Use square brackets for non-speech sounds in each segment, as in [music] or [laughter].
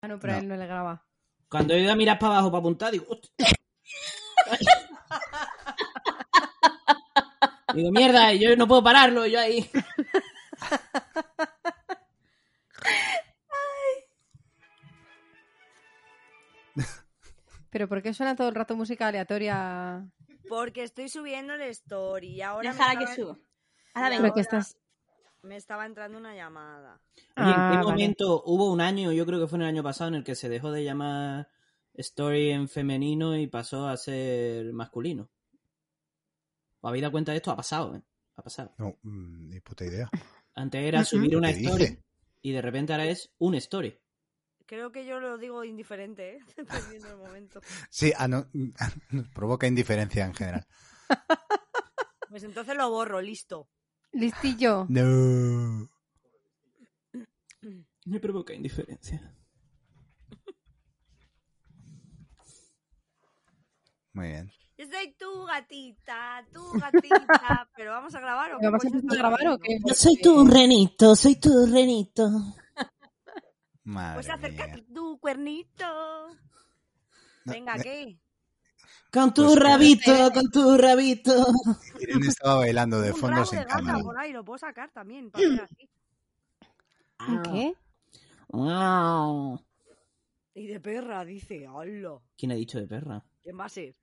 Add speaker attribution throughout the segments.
Speaker 1: Ah, no, pero
Speaker 2: No.
Speaker 1: él no le graba.
Speaker 2: Cuando he ido a mirar para abajo para apuntar, digo,
Speaker 1: [laughs]
Speaker 2: "Hostia". digo, mierda, y yo no puedo pararlo, y yo ahí.
Speaker 1: Pero ¿por qué suena todo el rato música aleatoria?
Speaker 3: Porque estoy subiendo el story y ahora me
Speaker 4: Déjala que
Speaker 3: estaba-
Speaker 4: suba. Ahora
Speaker 1: Lo
Speaker 4: vengo.
Speaker 1: que estás...
Speaker 3: me estaba entrando una llamada.
Speaker 2: Oye,
Speaker 1: Ah,
Speaker 2: ¿En qué
Speaker 1: vale.
Speaker 2: momento hubo un año, yo creo que fue en el año pasado, en el que se dejó de llamar Story en femenino y pasó a ser masculino? ¿Os habéis dado cuenta de esto? Ha pasado, ¿eh? Ha pasado.
Speaker 5: No, mm, ni
Speaker 3: [laughs]
Speaker 5: puta idea.
Speaker 2: Antes era
Speaker 1: Ujú.
Speaker 2: subir una
Speaker 5: ¿Qué dice?
Speaker 2: story y de repente ahora es un story.
Speaker 3: Creo que yo lo digo indiferente, ¿eh? [laughs] dependiendo del momento.
Speaker 5: Sí, ah, no, [laughs] nos provoca indiferencia en general.
Speaker 3: Pues entonces lo borro, listo.
Speaker 1: Listillo.
Speaker 5: No.
Speaker 2: Me provoca indiferencia.
Speaker 5: Muy bien.
Speaker 3: Yo soy tu gatita,
Speaker 1: [laughs]
Speaker 3: tu gatita. Pero vamos a grabar o Pues
Speaker 1: ¿Lo vas a
Speaker 3: coño
Speaker 1: empezar a
Speaker 3: estás
Speaker 1: grabar o
Speaker 3: haciendo?
Speaker 1: qué? Ah.
Speaker 2: renito, soy tu renito.
Speaker 5: Madre
Speaker 3: Pues acércate
Speaker 5: mía.
Speaker 3: tu cuernito.
Speaker 5: No,
Speaker 3: Venga,
Speaker 5: eh,
Speaker 3: ¿qué?
Speaker 2: Con tu
Speaker 5: Pues, eh,
Speaker 2: rabito, con tu rabito.
Speaker 5: Irene estaba bailando de
Speaker 3: Un
Speaker 5: fondo
Speaker 3: rabo
Speaker 5: sin
Speaker 3: de gata
Speaker 5: cámara.
Speaker 3: por ahí, lo puedo sacar
Speaker 1: [clears throat]
Speaker 3: también. para hacer así.
Speaker 2: Ah.
Speaker 1: ¿Un ¿Qué?
Speaker 2: Wow.
Speaker 3: Y de perra, dice, hola.
Speaker 2: ¿Quién ha dicho de perra?
Speaker 3: ¿Quién va a ser?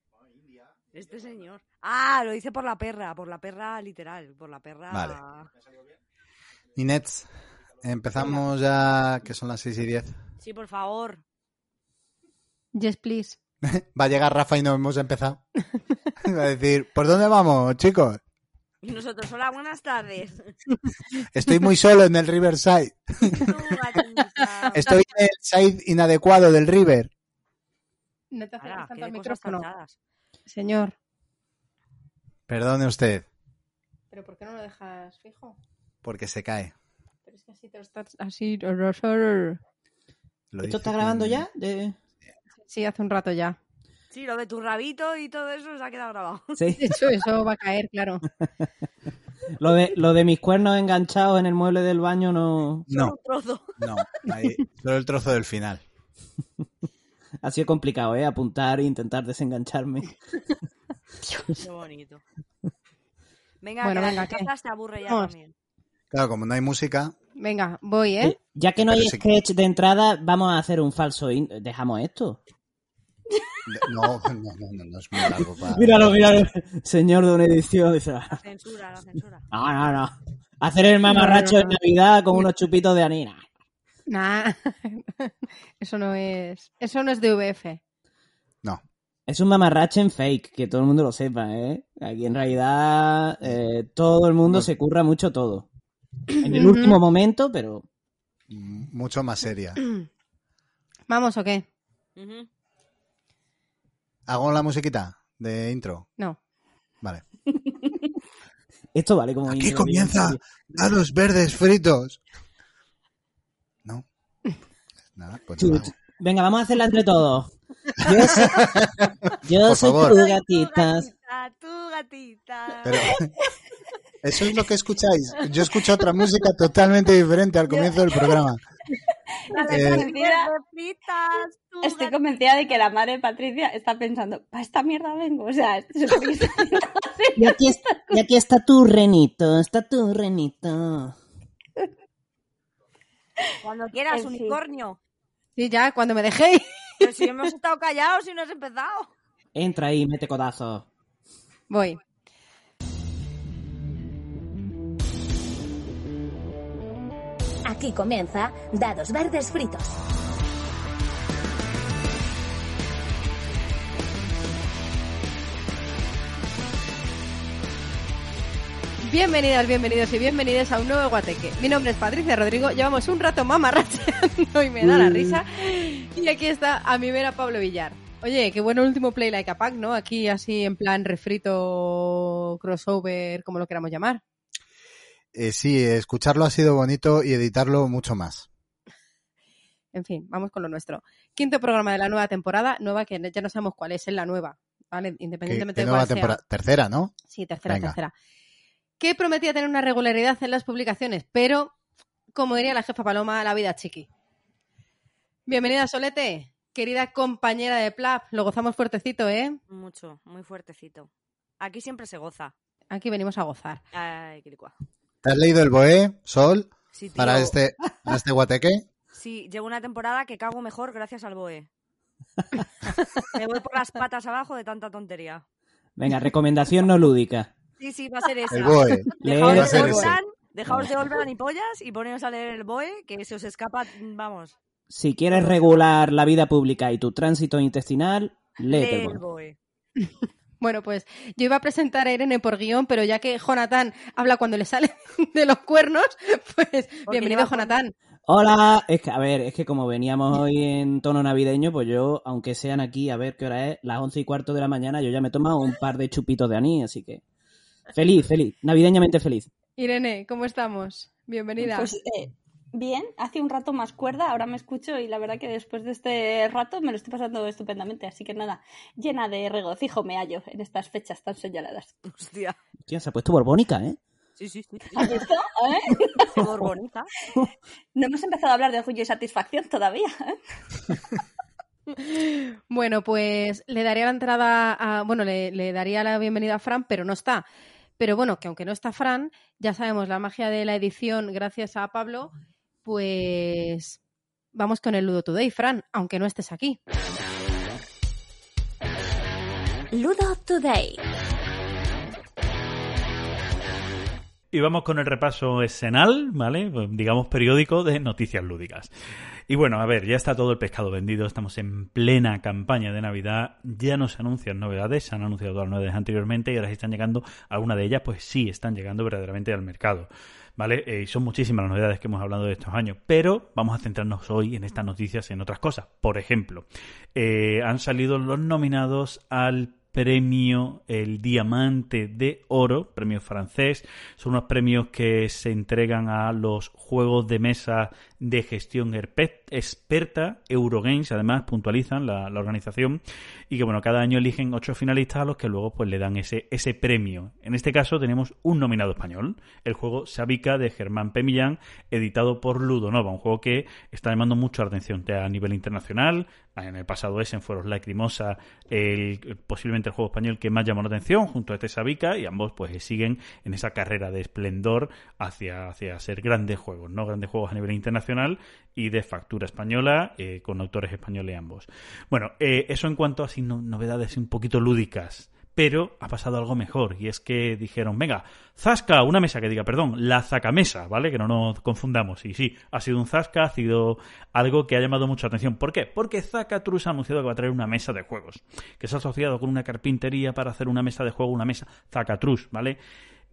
Speaker 3: Este señor. Ah, lo hice por la perra, por la perra literal, por la perra.
Speaker 5: Vale. Ninets, empezamos ya, que son las 6 y 10.
Speaker 3: Sí, por favor.
Speaker 1: Yes, please.
Speaker 5: Va a llegar Rafa y no hemos
Speaker 3: [laughs]
Speaker 5: empezado. Va a decir, ¿por dónde vamos, chicos?
Speaker 3: Y nosotros, hola, buenas
Speaker 5: [laughs]
Speaker 3: tardes.
Speaker 5: Estoy muy solo en el Riverside.
Speaker 3: Tu gatita.
Speaker 5: Estoy en el side inadecuado del River.
Speaker 1: No te
Speaker 3: Ala,
Speaker 1: acerques
Speaker 3: qué
Speaker 1: tanto
Speaker 3: de
Speaker 1: al
Speaker 3: cosas
Speaker 1: micrófono.
Speaker 3: tratadas.
Speaker 1: Señor.
Speaker 5: Perdone usted,
Speaker 1: ¿Pero por qué no lo dejas fijo?
Speaker 5: porque se cae.
Speaker 1: Pero es que así te lo estás... Así... Sí,
Speaker 5: Lo
Speaker 2: ¿Esto
Speaker 5: dice
Speaker 2: está grabando
Speaker 5: quien-
Speaker 2: ya? De-
Speaker 1: hace un rato ya. [laughs]
Speaker 3: Sí, lo de tu rabito y todo eso se ha quedado grabado.
Speaker 2: Sí.
Speaker 1: De hecho, eso va a caer, claro.
Speaker 2: Lo de, lo de mis cuernos enganchados en el mueble del baño no
Speaker 5: No,
Speaker 3: [laughs] Un trozo.
Speaker 5: no. ahí, solo el trozo del final.
Speaker 2: ha sido complicado, ¿eh? Apuntar e intentar desengancharme.
Speaker 3: Qué bonito. Venga,
Speaker 1: Bueno,
Speaker 3: que
Speaker 1: venga,
Speaker 3: la
Speaker 1: ¿qué?
Speaker 3: chata se aburre ya
Speaker 1: Vamos.
Speaker 3: también.
Speaker 5: Claro, como no hay música,
Speaker 1: Venga, voy, ¿eh?
Speaker 2: Eh, Ya que no hay
Speaker 5: Pero sí.
Speaker 2: sketch de entrada, vamos a hacer un falso. in- Dejamos esto.
Speaker 5: no, [laughs] no, no, no, no es muy largo para...
Speaker 2: Míralo, míralo. Señor de una edición. dice,
Speaker 3: La censura, la censura.
Speaker 2: No, no, no. Hacer el mamarracho
Speaker 1: No,
Speaker 2: de
Speaker 1: no, no.
Speaker 2: Navidad con unos chupitos de anina.
Speaker 1: Nah. [laughs] Eso no es... Eso no es de VF.
Speaker 5: No,
Speaker 2: Es un mamarracho en fake, que todo el mundo lo sepa, ¿eh? Aquí en realidad eh, todo el mundo se curra mucho todo. En el
Speaker 1: Ujú.
Speaker 2: último momento, pero...
Speaker 5: m- mucho más seria.
Speaker 1: ¿Vamos o qué?
Speaker 3: Ujú.
Speaker 5: ¿Hago la musiquita de intro?
Speaker 1: No.
Speaker 5: Vale.
Speaker 2: Esto vale como...
Speaker 5: Aquí
Speaker 2: intro de bien,
Speaker 5: comienza
Speaker 2: tío.
Speaker 5: los verdes fritos. No. Nada, pues no lo hago.
Speaker 2: Venga, vamos a hacerla entre todos.
Speaker 5: [laughs]
Speaker 2: Yo soy, yo
Speaker 5: Por
Speaker 2: soy
Speaker 5: favor.
Speaker 2: tu
Speaker 3: Soy
Speaker 2: gatita.
Speaker 3: Tu gatita, tu gatita.
Speaker 5: Pero [laughs] eso es lo que escucháis. Yo escucho otra música totalmente diferente al comienzo del programa.
Speaker 3: Dale,
Speaker 5: eh,
Speaker 3: Patricia, fritas, tu
Speaker 4: Estoy
Speaker 3: gatita.
Speaker 4: convencida de que la madre de Patricia está pensando, para esta mierda vengo. O sea,
Speaker 1: [laughs]
Speaker 4: esto es lo que está haciendo así.
Speaker 2: Y aquí, es- y aquí está tu renito, está tu renito.
Speaker 3: Cuando quieras,
Speaker 4: En fin.
Speaker 3: unicornio.
Speaker 1: Sí, ya, cuando me dejéis. [laughs]
Speaker 3: Pero si hemos estado callados y no has empezado.
Speaker 2: Entra ahí, mete codazo.
Speaker 1: Voy.
Speaker 6: Aquí comienza Dados Verdes Fritos.
Speaker 1: Bienvenidas, bienvenidos y bienvenidas a un nuevo Guateque. Mi nombre es Patricia Rodrigo, llevamos un rato mamarracheando [laughs] y me da la risa. Y aquí está a mi vera Pablo Villar. Oye, qué bueno el último Play Like a Pack, ¿no? Aquí así en plan refrito, crossover, como lo queramos llamar.
Speaker 5: Eh, sí, escucharlo ha sido bonito y editarlo mucho más.
Speaker 1: En fin, vamos con lo nuestro. Quinto programa de la nueva temporada, nueva que ya no sabemos cuál es, es la nueva, ¿vale?
Speaker 5: ¿Qué,
Speaker 1: Independientemente
Speaker 5: qué
Speaker 1: de
Speaker 5: nueva
Speaker 1: cuál sea.
Speaker 5: temporada? Tercera, ¿no?
Speaker 1: Sí, tercera,
Speaker 5: Venga.
Speaker 1: tercera. Que prometía tener una regularidad en las publicaciones, pero, como diría la jefa Paloma, la vida es chiqui. Bienvenida, Solete, querida compañera de Plap. Lo gozamos fuertecito, ¿eh?
Speaker 3: Mucho, muy fuertecito. Aquí siempre se goza.
Speaker 1: Aquí venimos a gozar.
Speaker 3: Ay, qué licua.
Speaker 5: ¿Te has leído el Boé, Sol,
Speaker 3: Sí, tío.
Speaker 5: para este, para
Speaker 2: [laughs]
Speaker 5: este guateque?
Speaker 3: Sí, llegó una temporada que cago mejor gracias al BOE. Me voy por las patas abajo de tanta tontería.
Speaker 2: Venga, recomendación no lúdica.
Speaker 3: Sí, sí, va a ser esa.
Speaker 5: El Boé.
Speaker 2: Leer-
Speaker 5: Va
Speaker 3: Dejaos
Speaker 5: a
Speaker 3: de
Speaker 5: ser ese.
Speaker 3: Olbran, dejaos de Olbran y pollas y poneos a leer el BOE, que se os escapa, vamos,
Speaker 2: Si quieres regular la vida pública y tu tránsito intestinal, léete.
Speaker 3: lee el
Speaker 2: bueno.
Speaker 3: BOE.
Speaker 1: Bueno, pues yo iba a presentar a Irene por guión, pero ya que Jonathan habla cuando le sale [laughs] de los cuernos, pues bienvenido,
Speaker 3: lleva
Speaker 1: Jonathan.
Speaker 2: Hola, es que, a ver, es que como veníamos hoy en tono navideño, pues yo, aunque sean aquí, a ver qué hora es, las once y cuarto de la mañana, yo ya me he tomado un par de chupitos de anís, así que feliz, feliz, navideñamente feliz.
Speaker 1: Irene, ¿cómo estamos? Bienvenida.
Speaker 4: Pues, eh, bien, hace un rato más cuerda, ahora me escucho y la verdad que después de este rato me lo estoy pasando estupendamente, así que nada, llena de regocijo me hallo en estas fechas tan señaladas.
Speaker 3: Hostia.
Speaker 2: Hostia, se ha puesto borbónica, ¿eh?
Speaker 3: Sí, sí, sí.
Speaker 4: ¿Has visto? ¿Eh?
Speaker 3: Borbonita.
Speaker 4: No hemos empezado a hablar de orgullo y satisfacción todavía. ¿eh?
Speaker 1: Bueno, pues le daría la entrada a. Bueno, le, le daría la bienvenida a Fran, pero no está. Pero bueno, que aunque no está Fran, ya sabemos la magia de la edición, gracias a Pablo, pues vamos con el Ludo Today, Fran, aunque no estés aquí.
Speaker 6: Ludo Today.
Speaker 7: Y vamos con el repaso escenal, ¿vale? Pues, Digamos periódico de noticias lúdicas. Y bueno, a ver, ya está todo el pescado vendido, estamos en plena campaña de Navidad, ya nos anuncian novedades, se han anunciado todas las novedades anteriormente y ahora si están llegando, algunas de ellas pues sí están llegando verdaderamente al mercado, ¿vale? Eh, y son muchísimas las novedades que hemos hablado de estos años, pero vamos a centrarnos hoy en estas noticias, en otras cosas. Por ejemplo, eh, han salido los nominados al premio el diamante de oro premio francés son unos premios que se entregan a los juegos de mesa de gestión erpe- experta Eurogames además puntualizan la, la organización y que bueno cada año eligen ocho finalistas a los que luego pues le dan ese ese premio en este caso tenemos un nominado español el juego Sabica de Germán Pemillán editado por Ludonova un juego que está llamando mucho la atención a nivel internacional en el pasado es en Fueros Lacrimosa el, posiblemente el juego español que más llamó la atención junto a este Sabica y ambos pues siguen en esa carrera de esplendor hacia, hacia ser grandes juegos, ¿no? Grandes juegos a nivel internacional y de factura española eh, con autores españoles ambos. Bueno, eh, eso en cuanto a así, no- novedades un poquito lúdicas. Pero ha pasado algo mejor, y es que dijeron, venga, Zasca, una mesa que diga, perdón, la Zacamesa, ¿vale? Que no nos confundamos. Y sí, ha sido un Zasca, ha sido algo que ha llamado mucho la atención. ¿Por qué? Porque Zacatrus ha anunciado que va a traer una mesa de juegos, que se ha asociado con una carpintería para hacer una mesa de juego, una mesa Zacatrus, ¿vale?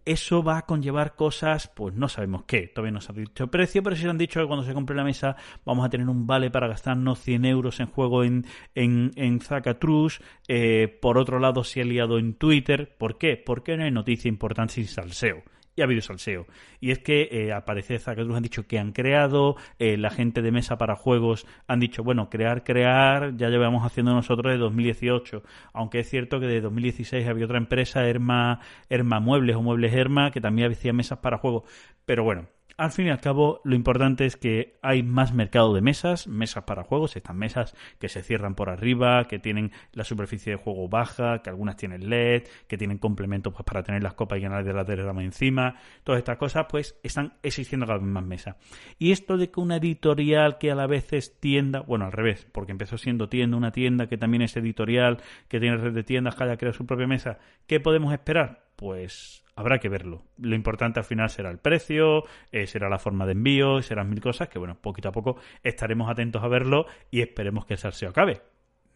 Speaker 7: Eso va a conllevar cosas, pues no sabemos qué. Todavía no se ha dicho precio, pero sí se han dicho que cuando se compre la mesa vamos a tener un vale para gastarnos 100 euros en juego en, en, en Zacatrus. Eh, por otro lado, se ha liado en Twitter. ¿Por qué? Porque no hay noticia importante sin salseo. Y ha habido salseo. Y es que eh, aparece Zacatrus, han dicho que han creado, eh, la gente de mesa para juegos han dicho, bueno, crear, crear, ya llevamos haciendo nosotros de 2018. Aunque es cierto que de 2016 había otra empresa, Herma, Herma Muebles o Muebles Herma, que también hacía mesas para juegos. Pero bueno, al fin y al cabo, lo importante es que hay más mercado de mesas, mesas para juegos, estas mesas que se cierran por arriba, que tienen la superficie de juego baja, que algunas tienen LED, que tienen complementos pues, para tener las copas y canales de la telerama encima, todas estas cosas, pues están existiendo cada vez más mesas. Y esto de que una editorial que a la vez es tienda, bueno, al revés, porque empezó siendo tienda, una tienda que también es editorial, que tiene red de tiendas, que haya creado su propia mesa, ¿qué podemos esperar? Pues habrá que verlo. Lo importante al final será el precio, eh, será la forma de envío, serán mil cosas que, bueno, poquito a poco estaremos atentos a verlo y esperemos que el salseo acabe.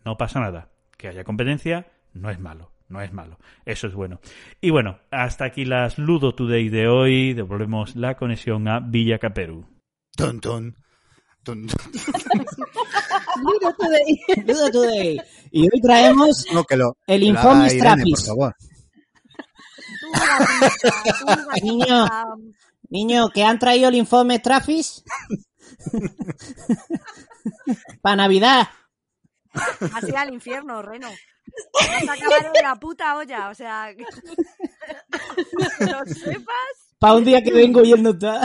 Speaker 7: No pasa nada. Que haya competencia no es malo. No es malo. Eso es bueno. Y bueno, hasta aquí las Ludo Today de hoy. Devolvemos la conexión a Villa Caperú.
Speaker 5: Tun, tun. Tun, tun.
Speaker 1: Ludo Today.
Speaker 2: Ludo Today. Y hoy traemos
Speaker 5: No, que lo,
Speaker 2: el
Speaker 5: que lo haga
Speaker 2: Infomis
Speaker 5: Irene, por
Speaker 2: Trapis.
Speaker 5: favor.
Speaker 3: Tú, gatita, tú, gatita.
Speaker 2: Niño. Niño, ¿que han traído el informe Trafis? [laughs] Para Navidad.
Speaker 3: Así al infierno, Reno. Vas a acabar en la puta olla, o sea... [laughs] que lo sepas.
Speaker 2: Para un día que vengo y él no está.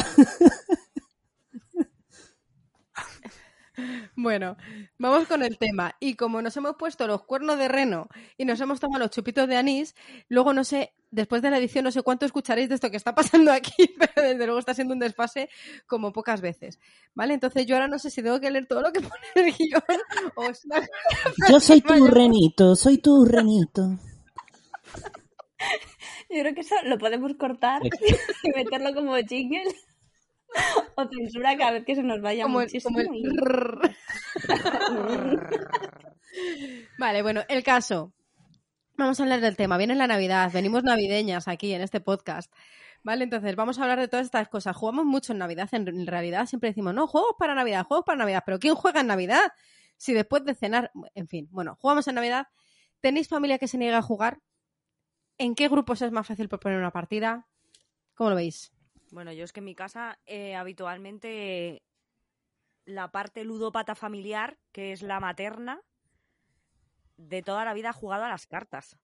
Speaker 1: Bueno, vamos con el tema. Y como nos hemos puesto los cuernos de reno y nos hemos tomado los chupitos de anís, luego no sé, después de la edición no sé cuánto escucharéis de esto que está pasando aquí, [laughs] pero desde luego está siendo un desfase como pocas veces. ¿Vale? Entonces yo ahora no sé si tengo que leer todo lo que pone el guión o es una-
Speaker 2: Yo soy tu renito, soy tu renito.
Speaker 4: Yo creo que eso lo podemos cortar [laughs] y meterlo como jingle [laughs] o censura cada vez que se nos vaya
Speaker 1: como el-
Speaker 4: muchísimo.
Speaker 1: como el
Speaker 4: y-
Speaker 1: rrrr. [laughs] Vale, bueno, el caso. Vamos a hablar del tema. Viene la Navidad, venimos navideñas aquí en este podcast. Vale, entonces vamos a hablar de todas estas cosas. Jugamos mucho en Navidad, en- en realidad siempre decimos, no, juegos para Navidad, juegos para Navidad, pero ¿quién juega en Navidad? Si después de cenar, en fin, bueno, jugamos en Navidad. ¿Tenéis familia que se niega a jugar? ¿En qué grupos es más fácil proponer una partida? ¿Cómo lo veis? [laughs]
Speaker 3: Bueno, yo es que en mi casa eh, habitualmente la parte ludópata familiar, que es la materna, de toda la vida ha jugado a las cartas.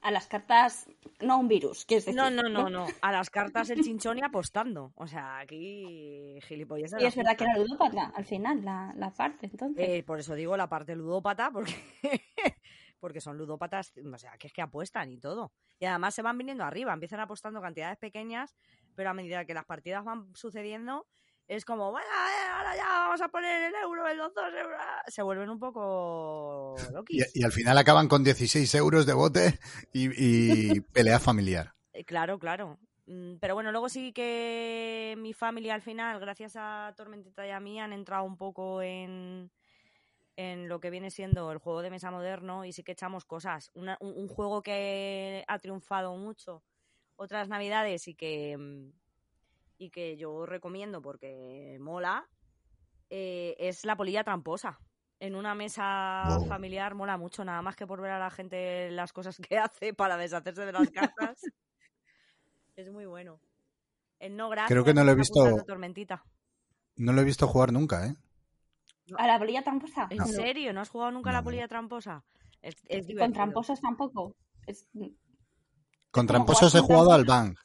Speaker 4: A las cartas, no un virus, que es decir.
Speaker 3: No, no, [laughs] no, no. A las cartas el chinchón y apostando. O sea, aquí gilipollas.
Speaker 4: Y es verdad que era ludópata, al final, la, la parte, entonces.
Speaker 3: Eh, por eso digo la parte ludópata, porque, [laughs] porque son ludópatas, o sea, que es que apuestan y todo. Y además se van viniendo arriba, empiezan apostando cantidades pequeñas, pero a medida que las partidas van sucediendo, es como, bueno, eh, ahora ya vamos a poner el euro, el los dos euros. Se vuelven un poco
Speaker 5: Y,
Speaker 3: loquis.
Speaker 5: y al final acaban con 16 euros de bote
Speaker 2: [laughs]
Speaker 5: y, y pelea familiar.
Speaker 3: Eh, Claro, claro. Mm, Pero bueno, luego sí que mi familia al final, gracias a Tormentita y a mí, han entrado un poco en, en lo que viene siendo el juego de mesa moderno y sí que echamos cosas. Una- un, un juego que ha triunfado mucho otras navidades y que, mm, y que yo recomiendo porque mola, eh, es la polilla tramposa. En una mesa
Speaker 5: Wow.
Speaker 3: familiar mola mucho, nada más que por ver a la gente las cosas que [laughs] hace para deshacerse de las cartas. Es muy bueno. El no gracias.
Speaker 5: Creo que no lo he
Speaker 3: está
Speaker 5: visto.
Speaker 3: apuntando Tormentita.
Speaker 5: No lo he visto jugar nunca, ¿eh?
Speaker 4: A la bolilla tramposa.
Speaker 3: ¿En
Speaker 4: No.
Speaker 3: serio? ¿No has jugado nunca a
Speaker 5: No,
Speaker 3: la
Speaker 5: no.
Speaker 3: polilla tramposa? Es, es
Speaker 4: Con
Speaker 3: divertido.
Speaker 4: tramposas tampoco. Es-
Speaker 5: Con
Speaker 4: Es como
Speaker 5: tramposos he
Speaker 4: jugar con
Speaker 5: jugado al Bang.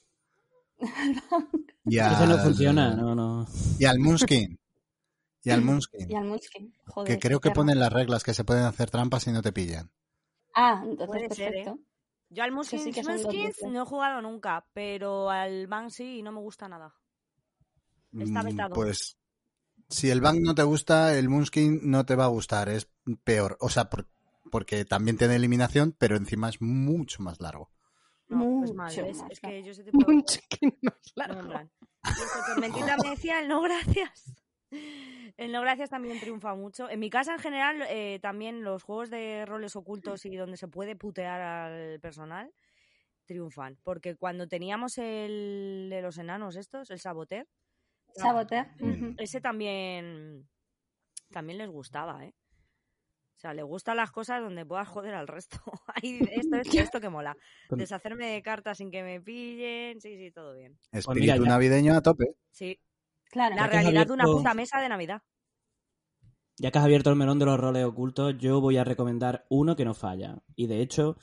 Speaker 5: Y
Speaker 2: [laughs] Eso no
Speaker 5: al-
Speaker 2: funciona, no, no.
Speaker 5: Y al Moonskin. Y
Speaker 2: [laughs]
Speaker 5: al Moonskin.
Speaker 4: Y al Munchkin. Joder,
Speaker 5: Que creo que
Speaker 4: perra.
Speaker 5: ponen las reglas que se pueden hacer trampas si no te pillan.
Speaker 4: Ah, entonces
Speaker 3: Puede ser,
Speaker 4: perfecto.
Speaker 3: Yo al Muskins,
Speaker 4: sí que son dos grupos.
Speaker 3: no he jugado nunca, pero al Bang sí y no me gusta nada. Está
Speaker 5: Mm,
Speaker 3: vetado.
Speaker 5: Pues si el Bang no te gusta, el Moonskin no te va a gustar. Es peor. O sea, por- porque también tiene eliminación, pero encima es mucho más largo.
Speaker 3: No, pues
Speaker 4: Mucho
Speaker 3: mal, ¿ves?
Speaker 4: más
Speaker 3: Es
Speaker 4: largo.
Speaker 3: que yo ese tipo de
Speaker 1: Un
Speaker 3: cosas
Speaker 1: chiquín más
Speaker 3: no me
Speaker 1: largo.
Speaker 3: molan. Y eso, Tormentita me decía el no gracias. El no gracias también triunfa mucho. En mi casa en general eh, también los juegos de roles ocultos y donde se puede putear al personal triunfan. Porque cuando teníamos el de los enanos estos, el saboter,
Speaker 4: Saboteur.
Speaker 5: Ah. Mm.
Speaker 4: ujú.
Speaker 3: ese también también les gustaba, ¿eh? O sea, le gustan las cosas donde puedas joder al resto. [laughs] Ahí, esto, esto, esto que mola.
Speaker 2: Con-
Speaker 3: Deshacerme de cartas sin que me pillen. Sí, sí, todo bien.
Speaker 5: Espíritu
Speaker 2: Pues mira, ya-
Speaker 5: navideño a tope.
Speaker 3: Sí,
Speaker 4: Claro.
Speaker 3: la
Speaker 2: que has
Speaker 3: realidad de una
Speaker 2: abierto-
Speaker 3: puta mesa de Navidad.
Speaker 2: Ya que has abierto el melón de los roles ocultos, yo voy a recomendar uno que no falla. Y de hecho,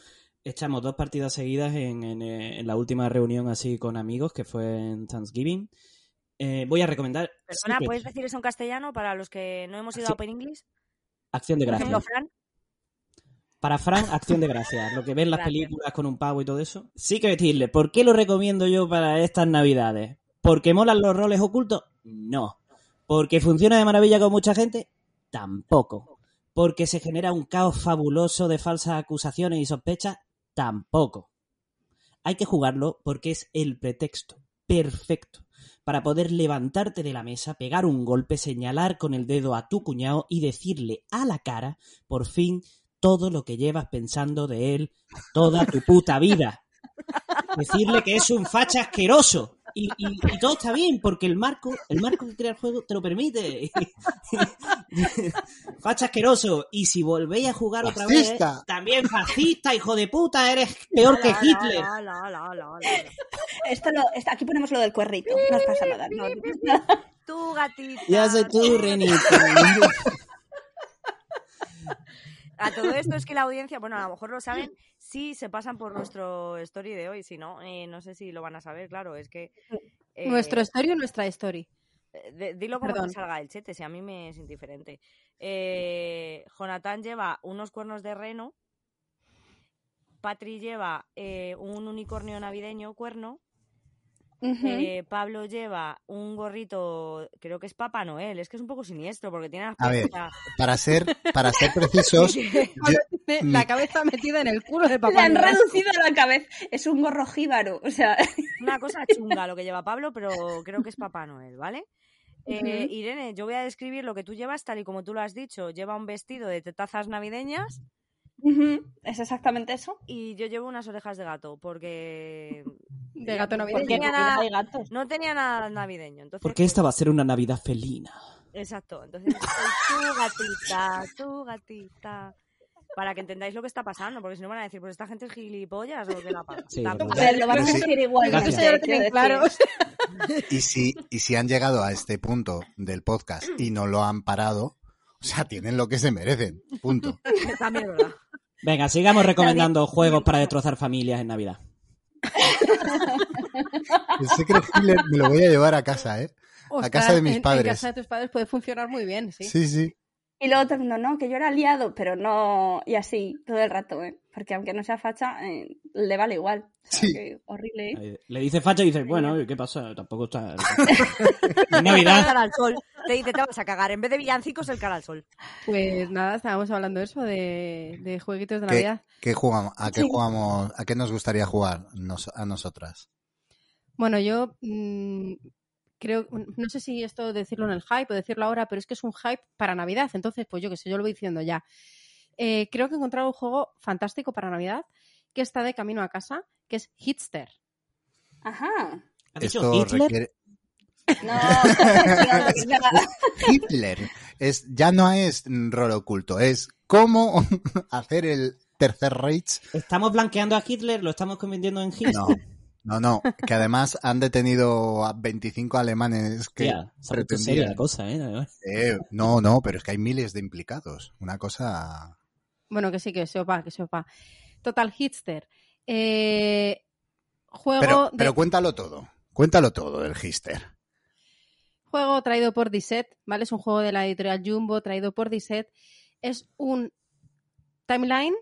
Speaker 2: echamos dos partidas seguidas en, en, eh, en la última reunión así con amigos, que fue en Thanksgiving. Eh, voy a recomendar
Speaker 3: Perdona,
Speaker 2: Secret,
Speaker 3: ¿puedes decir eso en castellano para los que no hemos ido
Speaker 2: Sí.
Speaker 3: a Open English?
Speaker 2: Acción de
Speaker 3: Por ejemplo,
Speaker 2: Gracias.
Speaker 3: Fran.
Speaker 2: Para Fran, Acción de Gracias. Lo que ven las
Speaker 3: Gracias.
Speaker 2: películas con un pavo y todo eso. Sí que decirle, ¿por qué lo recomiendo yo para estas navidades? ¿Porque molan los roles ocultos? No. ¿Porque funciona de maravilla con mucha gente? Tampoco. ¿Porque se genera un caos fabuloso de falsas acusaciones y sospechas? Tampoco. Hay que jugarlo porque es el pretexto perfecto para poder levantarte de la mesa, pegar un golpe, señalar con el dedo a tu cuñado y decirle a la cara, por fin, todo lo que llevas pensando de él toda tu puta vida. Decirle que es un facha asqueroso. Y, y- y todo está bien, porque el marco, el marco que crea el juego te lo permite. [laughs] facha asqueroso. Y si volvéis a jugar otra vez,
Speaker 5: Fascista.
Speaker 2: también fascista, hijo de puta, eres peor que
Speaker 3: Ala, ala,
Speaker 2: Hitler.
Speaker 3: ala, ala, ala, ala, ala.
Speaker 4: Esto lo- esto- aquí ponemos lo del cuerrito. No os pasa nada. no, no pasa nada.
Speaker 3: Tú, gatita.
Speaker 2: Ya soy tú, Renito.
Speaker 3: A todo esto es que la audiencia, bueno, a lo mejor lo saben, sí se pasan por nuestro story de hoy, si no, eh, no sé si lo van a saber, claro, es que... eh,
Speaker 1: ¿Nuestro story o nuestra story?
Speaker 3: Eh, de- dilo como
Speaker 1: Perdón.
Speaker 3: te salga el chete, si a mí me es indiferente. Eh, Jonathan lleva unos cuernos de reno. Patri lleva eh, un unicornio navideño cuerno.
Speaker 4: Ujú.
Speaker 3: eh, Pablo lleva un gorrito, creo que es Papá Noel. Es que es un poco siniestro porque tiene
Speaker 5: A ver.
Speaker 3: aspecto-
Speaker 5: Para ser, para ser precisos, yo-
Speaker 1: Tiene La cabeza metida en el culo de
Speaker 4: Le
Speaker 1: papá.
Speaker 4: han
Speaker 1: Noel.
Speaker 4: reducido la cabeza. Es un gorro jíbaro. O sea, [laughs]
Speaker 3: una cosa chunga lo que lleva Pablo, pero creo que es Papá Noel, ¿vale? Eh,
Speaker 4: Ujú.
Speaker 3: Irene, yo voy a describir lo que tú llevas tal y como tú lo has dicho. Lleva un vestido de tazas navideñas
Speaker 4: ujú, es exactamente eso.
Speaker 3: y yo llevo unas orejas de gato porque
Speaker 1: De gato
Speaker 4: Porque
Speaker 1: navideño.
Speaker 4: en
Speaker 3: tenía
Speaker 4: Navidad
Speaker 3: nada-
Speaker 4: hay gatos.
Speaker 3: no tenía nada navideño. Entonces,
Speaker 2: Porque
Speaker 3: pues,
Speaker 2: esta va a ser una Navidad felina.
Speaker 3: Exacto, entonces soy tu gatita, tu gatita. Para que entendáis lo que está pasando, porque si no van a decir, pues esta gente es gilipollas o qué la pasa.
Speaker 2: Sí,
Speaker 3: Tampoco-
Speaker 4: A
Speaker 2: verdad.
Speaker 4: ver, lo van a
Speaker 5: Pero sí.
Speaker 4: decir igual.
Speaker 2: Gatos
Speaker 1: Eso ya lo tienen claro.
Speaker 5: y si, y si han llegado a este punto del podcast y no lo han parado, o sea, tienen lo que se merecen. Punto.
Speaker 3: También es verdad.
Speaker 2: Venga, sigamos recomendando juegos para destrozar familias en Navidad.
Speaker 5: El Secret Hitler me lo voy a llevar a casa, ¿eh?
Speaker 1: Ostras,
Speaker 5: casa de mis
Speaker 1: en-
Speaker 5: padres.
Speaker 1: En casa de tus padres puede funcionar muy bien, sí.
Speaker 5: Sí, sí.
Speaker 4: Y luego todo el mundo, no, que yo era aliado, pero no. Y así, todo el rato, ¿eh? Porque aunque no sea facha, eh, le vale igual. O sea,
Speaker 5: Sí.
Speaker 4: que horrible, ¿eh?
Speaker 2: Eh, Le dice facha y dice, bueno, ¿qué pasa? Tampoco está... [laughs] Es Navidad.
Speaker 3: Cara al sol. Te dice, te vas a cagar. En vez de villancicos, el cara al sol.
Speaker 1: Pues nada, estábamos hablando de eso, de, de jueguitos de
Speaker 5: ¿Qué,
Speaker 1: Navidad.
Speaker 5: qué jugamos? ¿A qué
Speaker 4: Sí.
Speaker 5: jugamos? ¿A qué nos gustaría jugar nos- a nosotras?
Speaker 1: Bueno, yo mm, creo, no sé si esto decirlo en el hype o decirlo ahora, pero es que es un hype para Navidad. Entonces, pues yo qué sé, yo lo voy diciendo ya. Eh, creo que he encontrado un juego fantástico para Navidad que está de camino a casa, que es Hitster.
Speaker 4: Ajá.
Speaker 2: ¿Has dicho Hitler?
Speaker 5: requiere-
Speaker 4: No, [laughs] no, no, no.
Speaker 5: Hitler. Es, ya no es mm, rol oculto, es cómo [laughs] hacer el tercer Reich.
Speaker 2: ¿Estamos blanqueando a Hitler? ¿Lo estamos convirtiendo en Hitler?
Speaker 5: No, no, no. Que además han detenido a 25 alemanes que
Speaker 2: Hostia, se ha puesto seria
Speaker 5: pretendían.
Speaker 2: la cosa, ¿eh?
Speaker 5: Eh, no, no, pero es que hay miles de implicados. Una cosa.
Speaker 1: Bueno, que sí, que se opa, que se opa. Total, Hitster. Eh, juego
Speaker 5: Pero,
Speaker 1: de
Speaker 5: pero cuéntalo todo. Cuéntalo todo del Hister.
Speaker 1: Juego traído por Disset, ¿vale? Es un juego de la editorial Jumbo traído por Disset. Es un timeline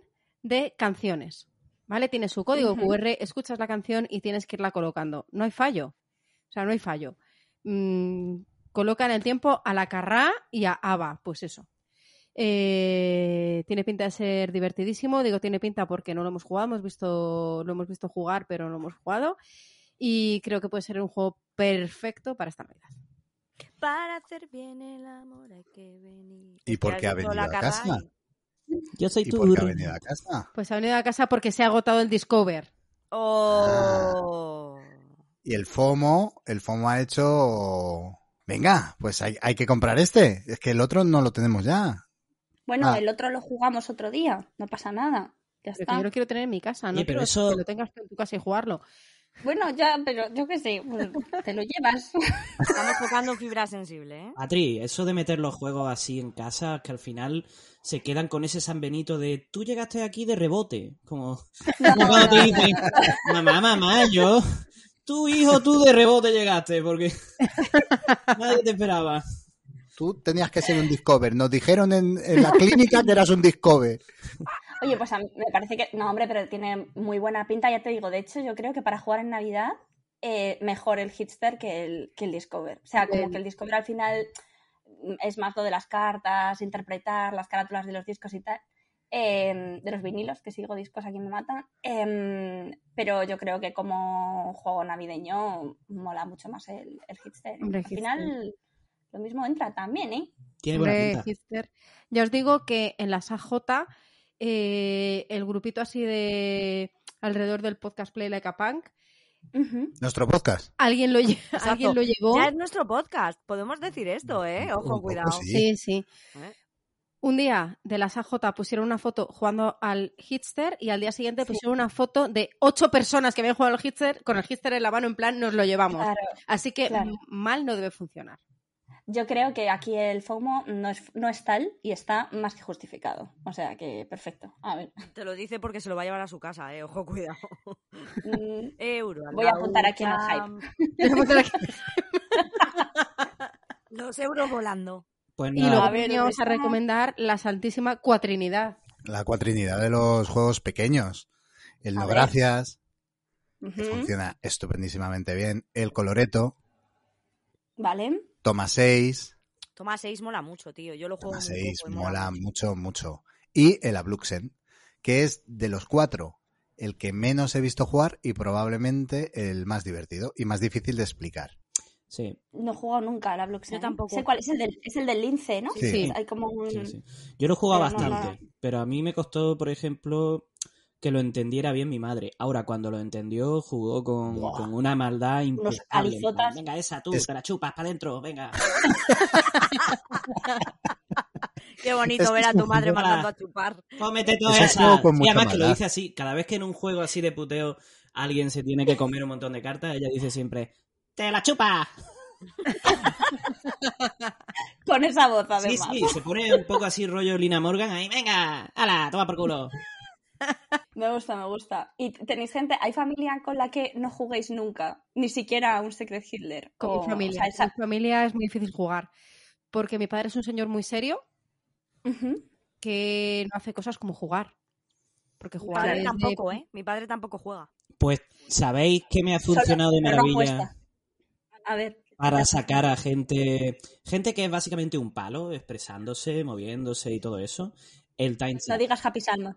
Speaker 1: de canciones, ¿vale? Tiene su código
Speaker 4: Ujú.
Speaker 1: QR, escuchas la canción y tienes que irla colocando. No hay fallo. O sea, no hay fallo. Mm, colocan el tiempo a la carrá y a Ava, pues eso. Eh, tiene pinta de ser divertidísimo. Digo, tiene pinta porque no lo hemos jugado, hemos visto, lo hemos visto jugar, pero no lo hemos jugado. Y creo que puede ser un juego perfecto para esta Navidad.
Speaker 3: Para hacer bien el amor hay que venir.
Speaker 5: ¿Y
Speaker 3: Es
Speaker 5: por
Speaker 3: que
Speaker 5: qué
Speaker 3: has
Speaker 5: ha
Speaker 3: dicho
Speaker 5: venido
Speaker 3: la
Speaker 5: a
Speaker 3: Carrá
Speaker 5: casa?
Speaker 3: y-
Speaker 2: Yo soy
Speaker 5: ¿Y
Speaker 2: tu
Speaker 5: por qué ha
Speaker 2: Uri.
Speaker 5: venido a casa?
Speaker 1: Pues ha venido a casa porque se ha agotado el Discover.
Speaker 3: Oh.
Speaker 5: Y el FOMO, el FOMO ha hecho. Venga, pues hay, hay que comprar este. Es que el otro no lo tenemos ya.
Speaker 4: Bueno,
Speaker 5: Ah.
Speaker 4: el otro lo jugamos otro día. No pasa nada. Ya
Speaker 1: Pero que
Speaker 4: está.
Speaker 1: yo lo quiero tener en mi casa, no
Speaker 2: Oye, pero
Speaker 1: quiero
Speaker 2: eso-
Speaker 1: que lo tengas tú en tu casa y jugarlo.
Speaker 4: Bueno, ya, pero yo qué sé. pues, te lo llevas.
Speaker 3: Estamos tocando fibra sensible, ¿eh?
Speaker 2: Patri, eso de meter los juegos así en casa, que al final se quedan con ese San Benito de tú llegaste aquí de rebote. Como, como cuando te dicen, mamá, mamá, yo, tu hijo, tú de rebote llegaste, porque [laughs] nadie te esperaba.
Speaker 5: Tú tenías que ser un Discover. Nos dijeron en, en la clínica que eras un Discover.
Speaker 4: Oye, pues a mí me parece que. No, hombre, pero tiene muy buena pinta, ya te digo. De hecho, yo creo que para jugar en Navidad, eh, mejor el Hitster que el, que el Discover. O sea, como
Speaker 1: El-
Speaker 4: que el Discover al final mm, es más lo de las cartas, interpretar las carátulas de los discos y tal. eh, de los vinilos, que sigo discos aquí me matan. em, pero yo creo que como juego navideño mola mucho más el, el Hitster.
Speaker 1: Hombre,
Speaker 4: al
Speaker 1: Hitster.
Speaker 4: final, lo mismo entra también, ¿eh?
Speaker 2: Tiene buena
Speaker 1: Hombre,
Speaker 2: pinta.
Speaker 1: hipster. Ya os digo que en las AJ, eh, el grupito así de alrededor del podcast Play Like a Punk,
Speaker 4: Ujú.
Speaker 5: Nuestro podcast.
Speaker 1: alguien lo, lle- [laughs] alguien lo llevó.
Speaker 3: Ya es nuestro podcast. Podemos decir esto, ¿eh?
Speaker 5: Un poco,
Speaker 3: Ojo, cuidado.
Speaker 5: sí.
Speaker 1: Sí, sí.
Speaker 3: ¿Eh?
Speaker 1: Un día de las AJ pusieron una foto jugando al hitster y al día siguiente pusieron una foto de ocho personas que habían jugado al hitster con el hitster en la mano en plan nos lo llevamos.
Speaker 4: Claro.
Speaker 1: Así que
Speaker 4: claro.
Speaker 1: m- mal no debe funcionar. [laughs]
Speaker 4: Yo creo que aquí el FOMO no es, no es tal y está más que justificado. O sea que perfecto. A ver,
Speaker 3: Te lo dice porque se lo va a llevar a su casa, ¿eh? Ojo, [laughs] cuidado.
Speaker 4: mm,
Speaker 3: Euro. al
Speaker 4: Voy a
Speaker 3: baúl,
Speaker 4: apuntar aquí en el
Speaker 3: cham.
Speaker 1: Voy a poner aquí.
Speaker 3: Dos euros volando.
Speaker 2: Pues
Speaker 1: Y
Speaker 2: nada,
Speaker 1: luego
Speaker 4: A ver,
Speaker 1: veníamos a
Speaker 4: ¿dónde está?
Speaker 1: recomendar la Santísima Cuatrinidad.
Speaker 5: La cuatrinidad de los juegos pequeños. El
Speaker 4: A
Speaker 5: no
Speaker 4: ver.
Speaker 5: gracias, que
Speaker 4: Ujú.
Speaker 5: funciona estupendísimamente bien. El coloreto,
Speaker 4: Vale.
Speaker 5: toma 6.
Speaker 3: Toma 6 mola mucho, tío. Yo lo juego
Speaker 5: Toma
Speaker 3: muy
Speaker 5: 6,
Speaker 3: poco eh, y
Speaker 5: mola mucho, mucho. Y el Abluxen, que es de los cuatro el que menos he visto jugar y probablemente el más divertido y más difícil de explicar.
Speaker 2: sí,
Speaker 4: No he jugado nunca a la Bloxen.
Speaker 3: Yo tampoco.
Speaker 4: Sé cuál es el del, es el del lince, ¿no?
Speaker 5: Sí.
Speaker 1: Sí.
Speaker 4: Hay como un...
Speaker 2: sí, sí. Yo lo jugaba
Speaker 4: Pero no,
Speaker 2: bastante, pero a mí me costó, por ejemplo, que lo entendiera bien mi madre. Ahora, cuando lo entendió, jugó con,
Speaker 4: Buah.
Speaker 2: con una maldad impecable. En plan,
Speaker 4: alizotas.
Speaker 2: Venga, esa tú,
Speaker 5: Es-
Speaker 2: te la chupas para adentro, venga.
Speaker 3: Qué bonito
Speaker 5: [laughs] Es que
Speaker 3: ver a
Speaker 5: es un
Speaker 3: tu madre
Speaker 2: juego
Speaker 3: mandando
Speaker 2: para-
Speaker 3: a chupar.
Speaker 2: Cómete
Speaker 5: Es
Speaker 2: toda
Speaker 5: un
Speaker 2: esa.
Speaker 5: juego con
Speaker 2: y
Speaker 5: mucha
Speaker 2: además que lo
Speaker 5: maldad.
Speaker 2: dice así, cada vez que en un juego así de puteo alguien se tiene que comer un montón de cartas, ella dice siempre, ¡te la chupa!
Speaker 4: Con esa voz,
Speaker 2: Sí,
Speaker 4: además.
Speaker 2: sí, se pone un poco así rollo Lina Morgan, ahí, venga, ala, toma por culo.
Speaker 4: Me gusta, me gusta. ¿Y tenéis gente, hay familia con la que no juguéis nunca? Ni siquiera a un Secret Hitler.
Speaker 1: Con
Speaker 4: o-
Speaker 1: mi familia.
Speaker 4: o sea, esa-
Speaker 1: Con mi familia es muy difícil jugar. Porque mi padre es un señor muy serio
Speaker 4: Ujú.
Speaker 1: que no hace cosas como jugar. Porque
Speaker 3: Mi
Speaker 1: jugar es
Speaker 3: padre
Speaker 1: de-
Speaker 3: tampoco, ¿eh? Mi padre tampoco juega.
Speaker 2: Pues, ¿sabéis que me ha funcionado de
Speaker 4: Pero no
Speaker 2: maravilla?
Speaker 4: apuesta. A ver,
Speaker 2: para sacar a gente, gente que es básicamente un palo, expresándose, moviéndose y todo eso. El time
Speaker 4: no
Speaker 2: Zap,
Speaker 4: digas Happy Salmo.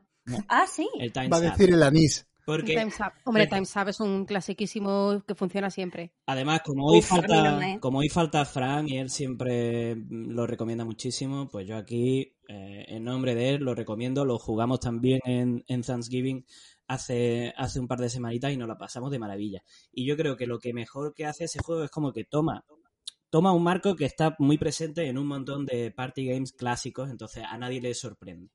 Speaker 4: Ah, sí.
Speaker 2: El time
Speaker 5: Va a
Speaker 2: Zap.
Speaker 5: decir el anís.
Speaker 2: Porque
Speaker 1: Time's Up. Hombre,
Speaker 2: Venga.
Speaker 1: Time's Up es un clasiquísimo que funciona siempre.
Speaker 2: además, como hoy
Speaker 4: Uf, a mí
Speaker 2: falta,
Speaker 4: no me-
Speaker 2: como hoy falta Fran y él siempre mm, lo recomienda muchísimo, pues yo aquí, eh, en nombre de él, lo recomiendo. Lo jugamos también en, en Thanksgiving hace, hace un par de semanitas y nos la pasamos de maravilla. Y yo creo que lo que mejor que hace ese juego es como que toma toma un marco que está muy presente en un montón de party games clásicos, entonces a nadie le sorprende.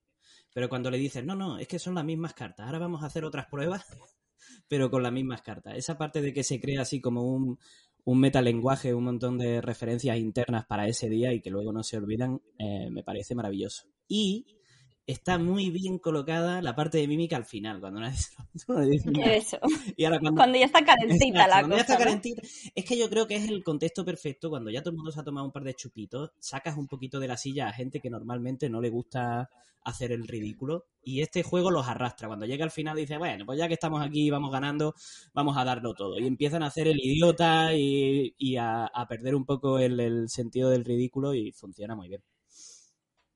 Speaker 2: Pero cuando le dices, no, no, es que son las mismas cartas, ahora vamos a hacer otras pruebas, [laughs] pero con las mismas cartas. Esa parte de que se crea así como un, un metalenguaje, un montón de referencias internas para ese día y que luego no se olvidan, eh, me parece maravilloso. Y está muy bien colocada la parte de mímica al final, cuando nadie se lo- no le [laughs] dice nada.
Speaker 4: Eso.
Speaker 2: Y ahora cuando
Speaker 4: Cuando ya
Speaker 2: [laughs]
Speaker 4: está calentita
Speaker 2: Exacto,
Speaker 4: la
Speaker 2: cuando
Speaker 4: cosa.
Speaker 2: ya está
Speaker 4: ¿no?
Speaker 2: calentita. Es que yo creo que es el contexto perfecto. Cuando ya todo el mundo se ha tomado un par de chupitos, sacas un poquito de la silla a gente que normalmente no le gusta hacer el ridículo. Y este juego los arrastra. Cuando llega al final dice, bueno, pues ya que estamos aquí y vamos ganando, vamos a darlo todo. Y empiezan a hacer el idiota y, y a, a perder un poco el, el sentido del ridículo y funciona muy bien.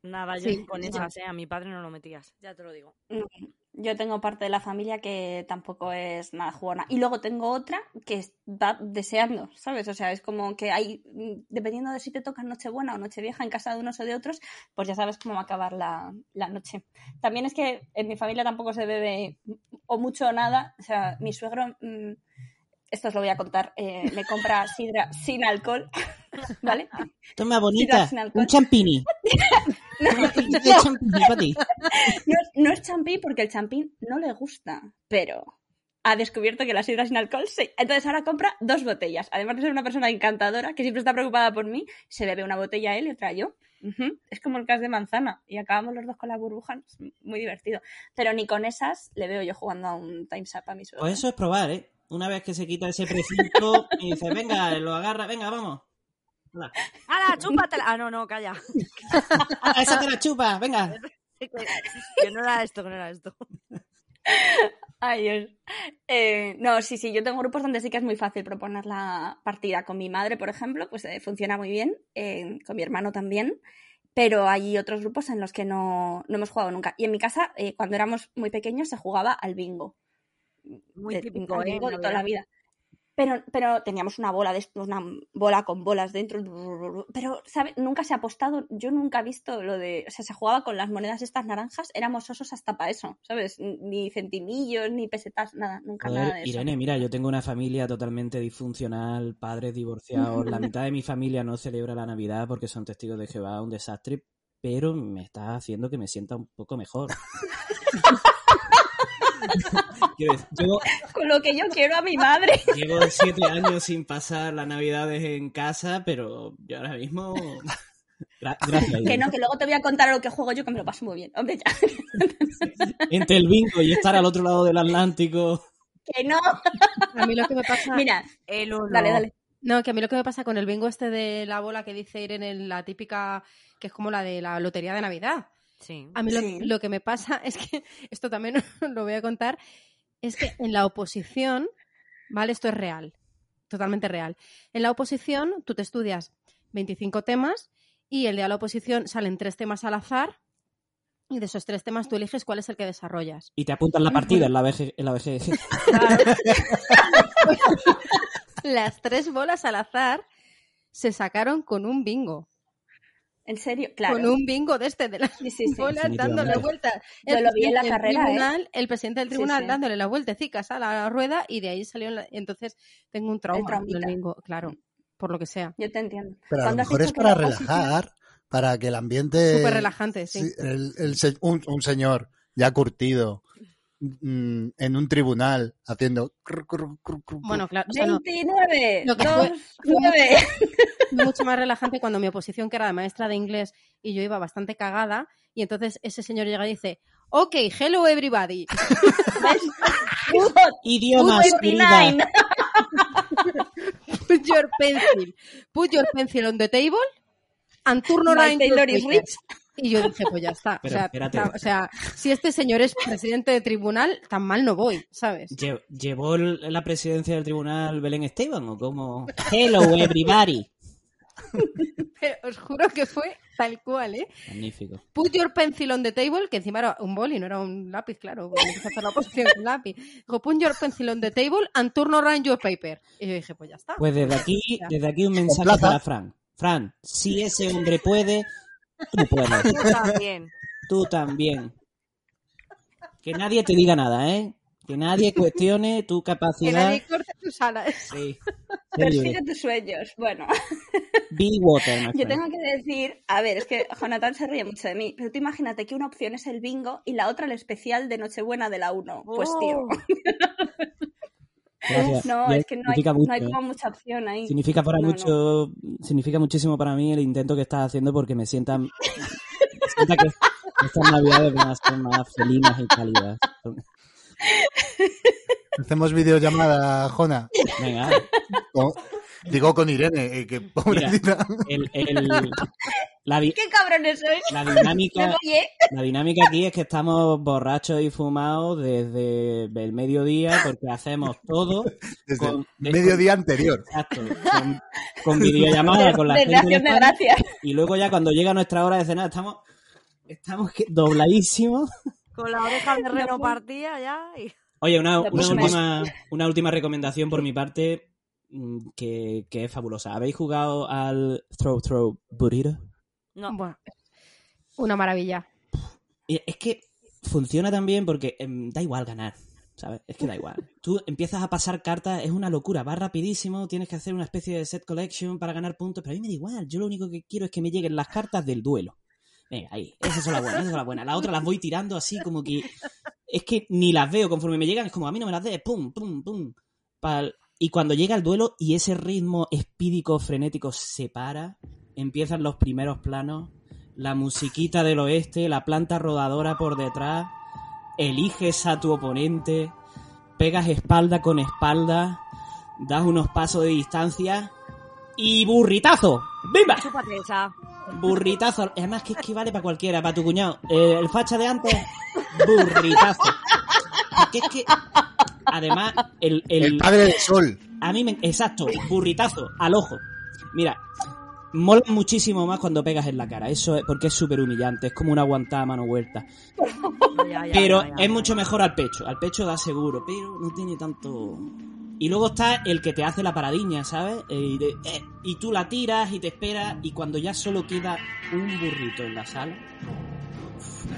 Speaker 3: Nada, yo
Speaker 1: Sí,
Speaker 3: con
Speaker 1: sí.
Speaker 3: esas, ¿eh? A mi padre no lo metías. Ya te lo digo.
Speaker 4: Yo tengo parte de la familia que tampoco es nada jugona. Y luego tengo otra que está deseando, ¿sabes? O sea, es como que hay, mm, dependiendo de si te toca Nochebuena o Nochevieja en casa de unos o de otros, pues ya sabes cómo va a acabar la, la noche. También es que en mi familia tampoco se bebe o mucho o nada. O sea, mi suegro, mm, esto os lo voy a contar, eh, me compra sidra sin alcohol, [laughs] ¿vale?
Speaker 2: Toma,
Speaker 4: Sidra
Speaker 2: bonita,
Speaker 4: sin alcohol.
Speaker 2: un champini.
Speaker 4: [laughs] No,
Speaker 2: Un
Speaker 4: no.
Speaker 2: champini para ti.
Speaker 4: No, es- no es champín porque el champín no le gusta, pero ha descubierto que la sidra sin alcohol sí. Entonces ahora compra dos botellas. Además de ser una persona encantadora que siempre está preocupada por mí, se bebe una botella él y otra yo. Ujú. Es como el cas de manzana y acabamos los dos con la burbuja. Es muy divertido. Pero ni con esas le veo yo jugando a un Time's Up a mi suegro.
Speaker 2: Pues eso es probar, ¿eh? Una vez que se quita ese
Speaker 4: [laughs]
Speaker 2: precinto y dices, venga, lo agarra, venga, vamos. Hala.
Speaker 3: ¡Hala, chúpatela! Ah, no, no, calla. [laughs]
Speaker 2: Ah, esa te la chupa, venga.
Speaker 3: Que no era esto, que no era esto.
Speaker 4: Ay, Dios. Eh, no, sí, sí, yo tengo grupos donde sí que es muy fácil proponer la partida. Con mi madre, por ejemplo, pues eh, funciona muy bien, eh, con mi hermano también, pero hay otros grupos en los que no, no hemos jugado nunca. Y en mi casa, eh, cuando éramos muy pequeños, se jugaba al bingo
Speaker 3: Muy
Speaker 4: de-
Speaker 3: típico,
Speaker 4: al
Speaker 3: ¿eh?
Speaker 4: bingo de
Speaker 3: En
Speaker 4: toda la
Speaker 3: Navidad.
Speaker 4: vida. Pero, pero teníamos una bola, de, est- una bola con bolas dentro. Pero, ¿sabes? Nunca se ha apostado. Yo nunca he visto lo de. O sea, se jugaba con las monedas estas naranjas. Éramos osos hasta para eso, ¿sabes? Ni centimillos, ni pesetas, nada. Nunca
Speaker 2: Joder,
Speaker 4: nada de eso.
Speaker 2: Irene, mira, yo tengo una familia totalmente disfuncional, padres divorciados, la mitad de mi familia no celebra la Navidad porque son testigos de Jehová, un desastre, pero me está haciendo que me sienta un poco mejor. Quiero decir, llevo,
Speaker 4: Con lo que yo quiero a
Speaker 2: [laughs]
Speaker 4: mi madre.
Speaker 2: llevo siete años sin pasar las Navidades en casa, pero yo ahora mismo... Gra- gracias.
Speaker 4: que
Speaker 2: Irene.
Speaker 4: no, que luego te voy a contar lo que juego yo, que me lo paso muy bien. Hombre, ya.
Speaker 2: entre el bingo y estar al otro lado del Atlántico.
Speaker 4: Que no. [laughs]
Speaker 1: A mí lo que me pasa
Speaker 4: Mira,
Speaker 3: El uno.
Speaker 4: dale, dale.
Speaker 1: No, que a mí lo que me pasa con el bingo este de la bola que dice Irene, la típica, que es como la de la lotería de Navidad.
Speaker 3: Sí.
Speaker 1: A mí lo,
Speaker 4: Sí.
Speaker 1: lo que me pasa [laughs] es que, esto también [laughs] lo voy a contar, es que en la oposición, ¿vale? Esto es real, totalmente real. En la oposición tú te estudias 25 temas y el día de la oposición salen tres temas al azar y de esos tres temas tú eliges cuál es el que desarrollas.
Speaker 2: Y te apuntan la partida en la BG. En la BG.
Speaker 1: [laughs] Las tres bolas al azar se sacaron con un bingo.
Speaker 4: En serio, claro.
Speaker 1: Con un bingo de este de las
Speaker 4: Sí, sí, sí.
Speaker 1: bolas
Speaker 2: Definitivamente.
Speaker 1: dándole vueltas.
Speaker 4: Yo lo vi en
Speaker 1: presidente
Speaker 4: la
Speaker 1: del
Speaker 4: carrera, ¿eh?
Speaker 1: tribunal, El presidente del
Speaker 4: Sí,
Speaker 1: tribunal
Speaker 4: sí.
Speaker 1: dándole las vueltecicas a la rueda y de ahí salió. la- Entonces tengo un trauma del
Speaker 4: traumita.
Speaker 1: bingo, claro, por lo que sea.
Speaker 4: Yo te entiendo.
Speaker 5: Pero a lo
Speaker 4: Cuando has
Speaker 5: mejor
Speaker 4: dicho
Speaker 5: es
Speaker 4: que
Speaker 5: para
Speaker 4: era oposición-
Speaker 5: relajar, para que el ambiente...
Speaker 1: Súper relajante, sí.
Speaker 5: Eh, Sí, el- el se- un, un señor ya curtido mm, en un tribunal haciendo... cru, cru, cru, cru,
Speaker 1: Bueno,
Speaker 5: cru.
Speaker 1: claro, o sea, no,
Speaker 4: 29,
Speaker 1: Lo que fue-
Speaker 4: 2,
Speaker 1: [laughs]
Speaker 4: 9.
Speaker 1: mucho más relajante cuando mi oposición, que era de maestra de inglés, y yo iba bastante cagada, y entonces ese señor llega y dice, ok, hello everybody.
Speaker 2: Idiomas,
Speaker 4: pues
Speaker 2: querida.
Speaker 4: 29.
Speaker 1: Put your pencil. Put your pencil on the table and turn
Speaker 4: My
Speaker 1: around. your
Speaker 4: Taylor is
Speaker 1: picture".
Speaker 4: rich.
Speaker 1: Y yo dije, pues ya está.
Speaker 2: Pero
Speaker 1: o, sea,
Speaker 2: espérate.
Speaker 1: ta- o sea, si este señor es presidente de tribunal, tan mal no voy, ¿sabes?
Speaker 2: Lle- ¿Llevó el- la presidencia del tribunal Belén Esteban o cómo? Hello, everybody.
Speaker 1: Pero os juro que fue tal cual, ¿eh?
Speaker 2: Magnífico.
Speaker 1: Put your pencil on the table, que encima era un boli, no era un lápiz, claro, porque empecé a hacer la oposición con lápiz. Dijo, put your pencil on the table and turn around your paper. Y yo dije, pues ya está.
Speaker 2: Pues desde aquí, desde aquí un mensaje
Speaker 5: Complaza.
Speaker 2: para Fran. Fran, si ese hombre puede, tú puedes.
Speaker 3: Tú también.
Speaker 2: Tú también. Que nadie te diga nada, ¿eh? Que nadie cuestione tu
Speaker 1: que
Speaker 4: [laughs]
Speaker 2: capacidad.
Speaker 1: nadie corte tus alas.
Speaker 2: Sí. Sé libre.
Speaker 4: Persigue tus sueños. Bueno,
Speaker 2: Ah, Be water, my
Speaker 4: [laughs] yo
Speaker 2: friend.
Speaker 4: tengo que decir, a ver, es que Jonathan se ríe mucho de mí, pero tú imagínate que una opción es el bingo y la otra el especial de Nochebuena de la 1. Pues [laughs] tío,
Speaker 2: Gracias.
Speaker 4: no,
Speaker 2: Ya
Speaker 4: es que no hay,
Speaker 2: significa
Speaker 4: no
Speaker 2: mucho,
Speaker 4: hay
Speaker 2: ¿eh?
Speaker 4: como mucha opción ahí.
Speaker 2: Significa para
Speaker 4: No,
Speaker 2: mucho, significa muchísimo para mí el intento que estás haciendo porque me sienta, me sienta que estas navidades van a ser más felinas y cálidas.
Speaker 5: Hacemos videollamada, Jona.
Speaker 2: Venga,
Speaker 5: Con- digo con Irene, eh, que pobrecita.
Speaker 2: el- el- la, di-
Speaker 4: ¡Qué cabrones sois!
Speaker 2: la
Speaker 4: Me
Speaker 2: dinámica, [laughs]
Speaker 4: voy, ¿eh?
Speaker 2: la dinámica aquí es que estamos borrachos y fumados desde el mediodía porque hacemos todo
Speaker 5: Desde
Speaker 2: Con-
Speaker 5: el mediodía anterior.
Speaker 2: exacto, con, con videollamada con la
Speaker 4: Desde
Speaker 2: gente de
Speaker 4: Acción de
Speaker 2: España.
Speaker 4: Gracias.
Speaker 2: y luego ya cuando llega nuestra hora de cenar estamos estamos que- dobladísimos
Speaker 3: Con la oreja de reno partida ya y... [laughs]
Speaker 2: Oye, una,
Speaker 4: La
Speaker 2: una
Speaker 4: próxima.
Speaker 2: última, una última recomendación por mi parte mm, que, que es fabulosa. ¿Habéis jugado al Throw Throw Burrito?
Speaker 3: No,
Speaker 1: Buah, una maravilla.
Speaker 2: Y es que funciona también porque em, da igual ganar, ¿sabes? Es que da
Speaker 4: [laughs]
Speaker 2: igual. Tú empiezas a pasar cartas, es una locura, va rapidísimo, tienes que hacer una especie de set collection para ganar puntos, pero a mí me da igual. Yo lo único que quiero es que me lleguen las cartas del duelo. Venga, ahí, esas son las buenas, esas son las buenas. Las otras las voy tirando así como que... Es que ni las veo conforme me llegan, es como a mí no me las des, pum, pum, pum. Pal- Y cuando llega el duelo y ese ritmo espídico, frenético se para, empiezan los primeros planos, la musiquita del oeste, la planta rodadora por detrás, eliges a tu oponente, pegas espalda con espalda, das unos pasos de distancia y burritazo. ¡Bimba!
Speaker 3: chúpate esa.
Speaker 2: Burritazo. Además que es que vale para cualquiera, para tu cuñado. Eh, el facha de antes, burritazo. Porque es que... Además, el... el-
Speaker 5: El padre del sol.
Speaker 2: a mí me... Exacto, burritazo, al ojo. Mira, mola muchísimo más cuando pegas en la cara. Eso es porque es súper humillante. Es como una aguantada a mano vuelta.
Speaker 3: Ya, ya,
Speaker 2: Pero
Speaker 3: ya, ya,
Speaker 2: es
Speaker 3: ya.
Speaker 2: mucho mejor al pecho. Al pecho da seguro, pero no tiene tanto... Y luego está el que te hace la paradiña, ¿sabes? Eh, Y, de- eh, y tú la tiras y te esperas y cuando ya solo queda un burrito en la sala,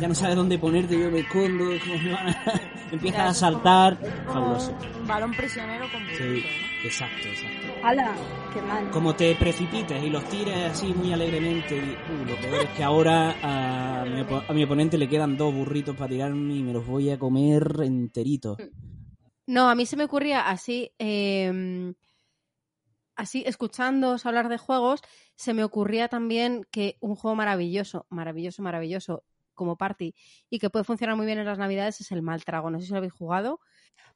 Speaker 2: ya no sabes dónde ponerte, yo me escondo, [laughs] es como me van a- empiezas a saltar. Fabuloso.
Speaker 3: Un balón prisionero con
Speaker 2: Sí,
Speaker 3: burrito, ¿no?
Speaker 2: exacto, exacto
Speaker 4: ¡Hala! ¡Qué mal!
Speaker 2: como te precipites y los tires así muy alegremente y uh, lo peor es que ahora a mi, opo- a mi oponente le quedan dos burritos para tirarme y me los voy a comer enteritos.
Speaker 1: No, a mí se me ocurría así, eh, así escuchándoos hablar de juegos, se me ocurría también que un juego maravilloso, maravilloso, maravilloso como party y que puede funcionar muy bien en las navidades es el Maltrago. No sé si lo habéis jugado,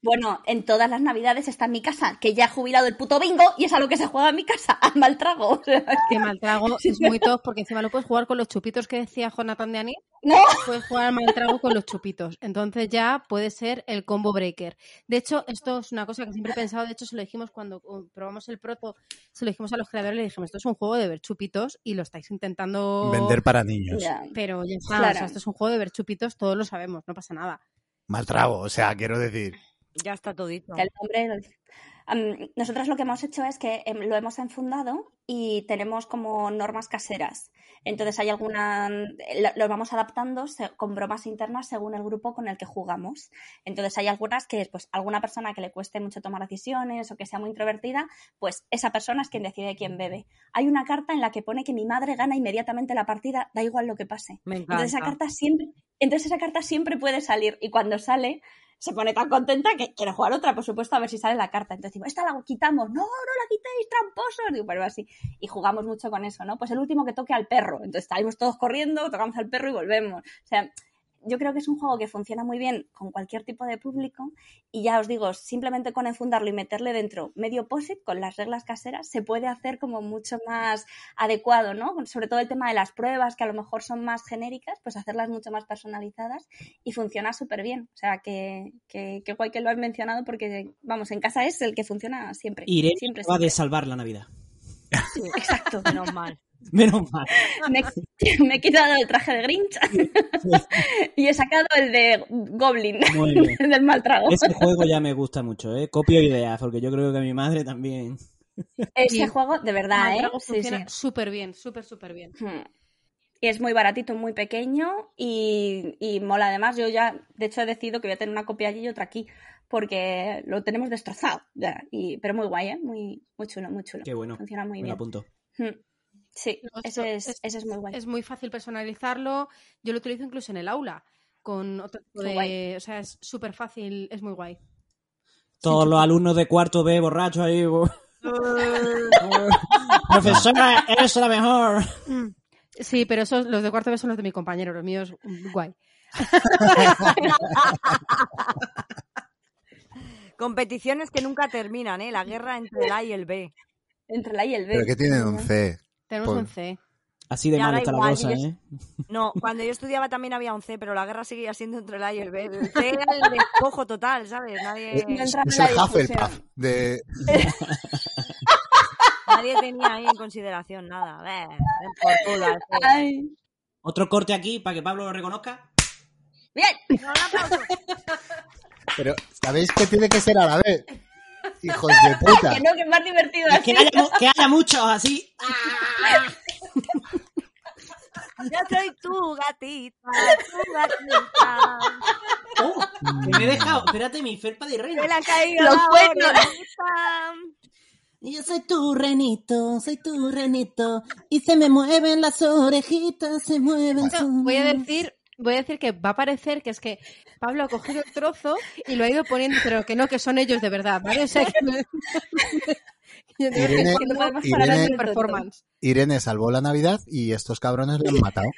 Speaker 4: Bueno, en todas las navidades está en mi casa, que ya ha jubilado el puto bingo y es a lo que se juega en mi casa, [laughs] al mal trago. O sea,
Speaker 1: Que
Speaker 4: [laughs]
Speaker 1: maltrago es muy top porque encima lo puedes jugar con los chupitos que decía Jonathan de Aní.
Speaker 4: No.
Speaker 1: Puedes jugar al maltrago con los chupitos. Entonces ya puede ser el combo breaker. De hecho, esto es una cosa que siempre he pensado. De hecho, se lo dijimos cuando uh, probamos el proto, se lo dijimos a los creadores, le dijimos, esto es un juego de ver chupitos y lo estáis intentando
Speaker 5: Vender para niños.
Speaker 4: ya.
Speaker 1: Pero ya está,
Speaker 4: Claro.
Speaker 1: o sea, esto es un juego de ver chupitos, todos lo sabemos, no pasa nada.
Speaker 5: Mal trago, o sea, quiero decir.
Speaker 3: Ya está todo dicho.
Speaker 4: El nombre lo dice. Am, nosotros lo que hemos hecho es que em, lo hemos enfundado y tenemos como normas caseras. Entonces hay alguna, mm, lo, lo vamos adaptando se- con bromas internas según el grupo con el que jugamos. Entonces hay algunas que es pues alguna persona que le cueste mucho tomar decisiones o que sea muy introvertida, pues esa persona es quien decide quién bebe. Hay una carta en la que pone que mi madre gana inmediatamente la partida, da igual lo que pase.
Speaker 3: Me encanta.
Speaker 4: Entonces esa
Speaker 3: [laughs]
Speaker 4: carta siempre, entonces esa carta siempre puede salir y cuando sale se pone tan contenta que quiere jugar otra, por supuesto, a ver si sale la carta. Entonces digo, esta la quitamos, no, no la quitéis, tramposos. Digo, pero así. Y jugamos mucho con eso, ¿no? Pues el último que toque al perro. Entonces salimos todos corriendo, tocamos al perro y volvemos. O sea, yo creo que es un juego que funciona muy bien con cualquier tipo de público y ya os digo, simplemente con enfundarlo y meterle dentro medio posit con las reglas caseras se puede hacer como mucho más adecuado, ¿no? Sobre todo el tema de las pruebas que a lo mejor son más genéricas, pues hacerlas mucho más personalizadas y funciona súper bien. O sea, que, que, que guay que lo has mencionado porque, vamos, en casa es el que funciona siempre.
Speaker 2: Irene
Speaker 4: siempre,
Speaker 2: va de
Speaker 4: siempre.
Speaker 2: salvar la Navidad. [laughs]
Speaker 4: Exacto.
Speaker 3: Menos mal.
Speaker 2: Menos mal.
Speaker 4: [laughs] me, me he quitado el traje de Grinch [laughs] y he sacado el de Goblin [laughs]
Speaker 2: Muy bien.
Speaker 4: del mal trago.
Speaker 2: Ese juego ya me gusta mucho, ¿eh? Copio ideas, porque yo creo que mi madre también.
Speaker 1: Sí.
Speaker 4: Ese juego, de verdad, ¿eh?
Speaker 1: Maltrago
Speaker 4: Sí, sí.
Speaker 1: funciona súper bien, súper, súper bien.
Speaker 4: Hmm. Y es muy baratito, muy pequeño y, y mola. Además, yo ya, de hecho, he decidido que voy a tener una copia allí y otra aquí, porque lo tenemos destrozado. ya. Y- pero muy guay, ¿eh? Muy, muy chulo, muy chulo.
Speaker 2: Qué bueno.
Speaker 4: Funciona
Speaker 2: Me
Speaker 4: muy
Speaker 2: lo
Speaker 4: bien.
Speaker 2: apunto.
Speaker 4: Hmm. Sí,
Speaker 1: No, esto
Speaker 4: ese es,
Speaker 1: es-
Speaker 4: ese es muy guay.
Speaker 1: Es muy fácil personalizarlo. Yo lo utilizo incluso en el aula. Con otro tipo
Speaker 4: Qué
Speaker 1: de.
Speaker 4: guay.
Speaker 1: O sea, es súper fácil, es muy guay.
Speaker 2: Todos los alumnos de cuarto B borrachos ahí. bo- Profesora, eres la mejor.
Speaker 1: Sí, pero esos, los de cuarto B son los de mi compañero, los míos, mm, guay.
Speaker 3: Competiciones que nunca terminan, ¿eh? La guerra entre el A y el B.
Speaker 4: Entre la I y el B.
Speaker 5: Pero que tienen un C.
Speaker 1: Tenemos
Speaker 5: Pobre.
Speaker 1: un C.
Speaker 2: Así de
Speaker 3: Ya,
Speaker 2: mal
Speaker 3: da
Speaker 2: está la
Speaker 3: igual,
Speaker 2: cosa,
Speaker 3: yo-
Speaker 2: ¿eh?
Speaker 3: No, cuando yo estudiaba también había un C, pero la guerra seguía siendo entre el A y el B. El C era el despojo total, ¿sabes? Nadie,
Speaker 4: No
Speaker 5: Es,
Speaker 4: entra
Speaker 5: es
Speaker 4: en la
Speaker 5: el Hufflepuff
Speaker 4: discusión.
Speaker 5: de,
Speaker 3: nadie tenía ahí en consideración nada. Beh, ven por culo al C.
Speaker 4: Ay,
Speaker 2: Otro corte aquí para que Pablo lo reconozca.
Speaker 4: bien.
Speaker 3: No, un aplauso.
Speaker 5: Pero sabéis que tiene que ser a la vez. Hijos de puta.
Speaker 4: Que no, que es más divertido
Speaker 2: Y Que
Speaker 4: así.
Speaker 2: haya, mu- que haya muchos así.
Speaker 3: Yo soy tu gatita, tu gatita.
Speaker 2: Oh, que me he dejado. Espérate, mi felpa de
Speaker 3: Te
Speaker 2: reina.
Speaker 3: la ha caído
Speaker 4: Los
Speaker 3: la
Speaker 4: cuernos.
Speaker 3: orejuela.
Speaker 2: Yo soy tu renito, soy tu renito. Y se me mueven las orejitas, se mueven.
Speaker 1: Esto Voy a decir. Voy a decir que va a parecer que es que Pablo ha cogido el trozo y lo ha ido poniendo, pero que no, que son ellos de verdad, ¿vale? O sea, que...
Speaker 5: [laughs]
Speaker 1: [laughs] Yo de vez en
Speaker 5: Irene-
Speaker 1: cuando podemos
Speaker 5: Irene-
Speaker 1: parar el performance.
Speaker 5: Irene salvó la Navidad y estos cabrones la han matado.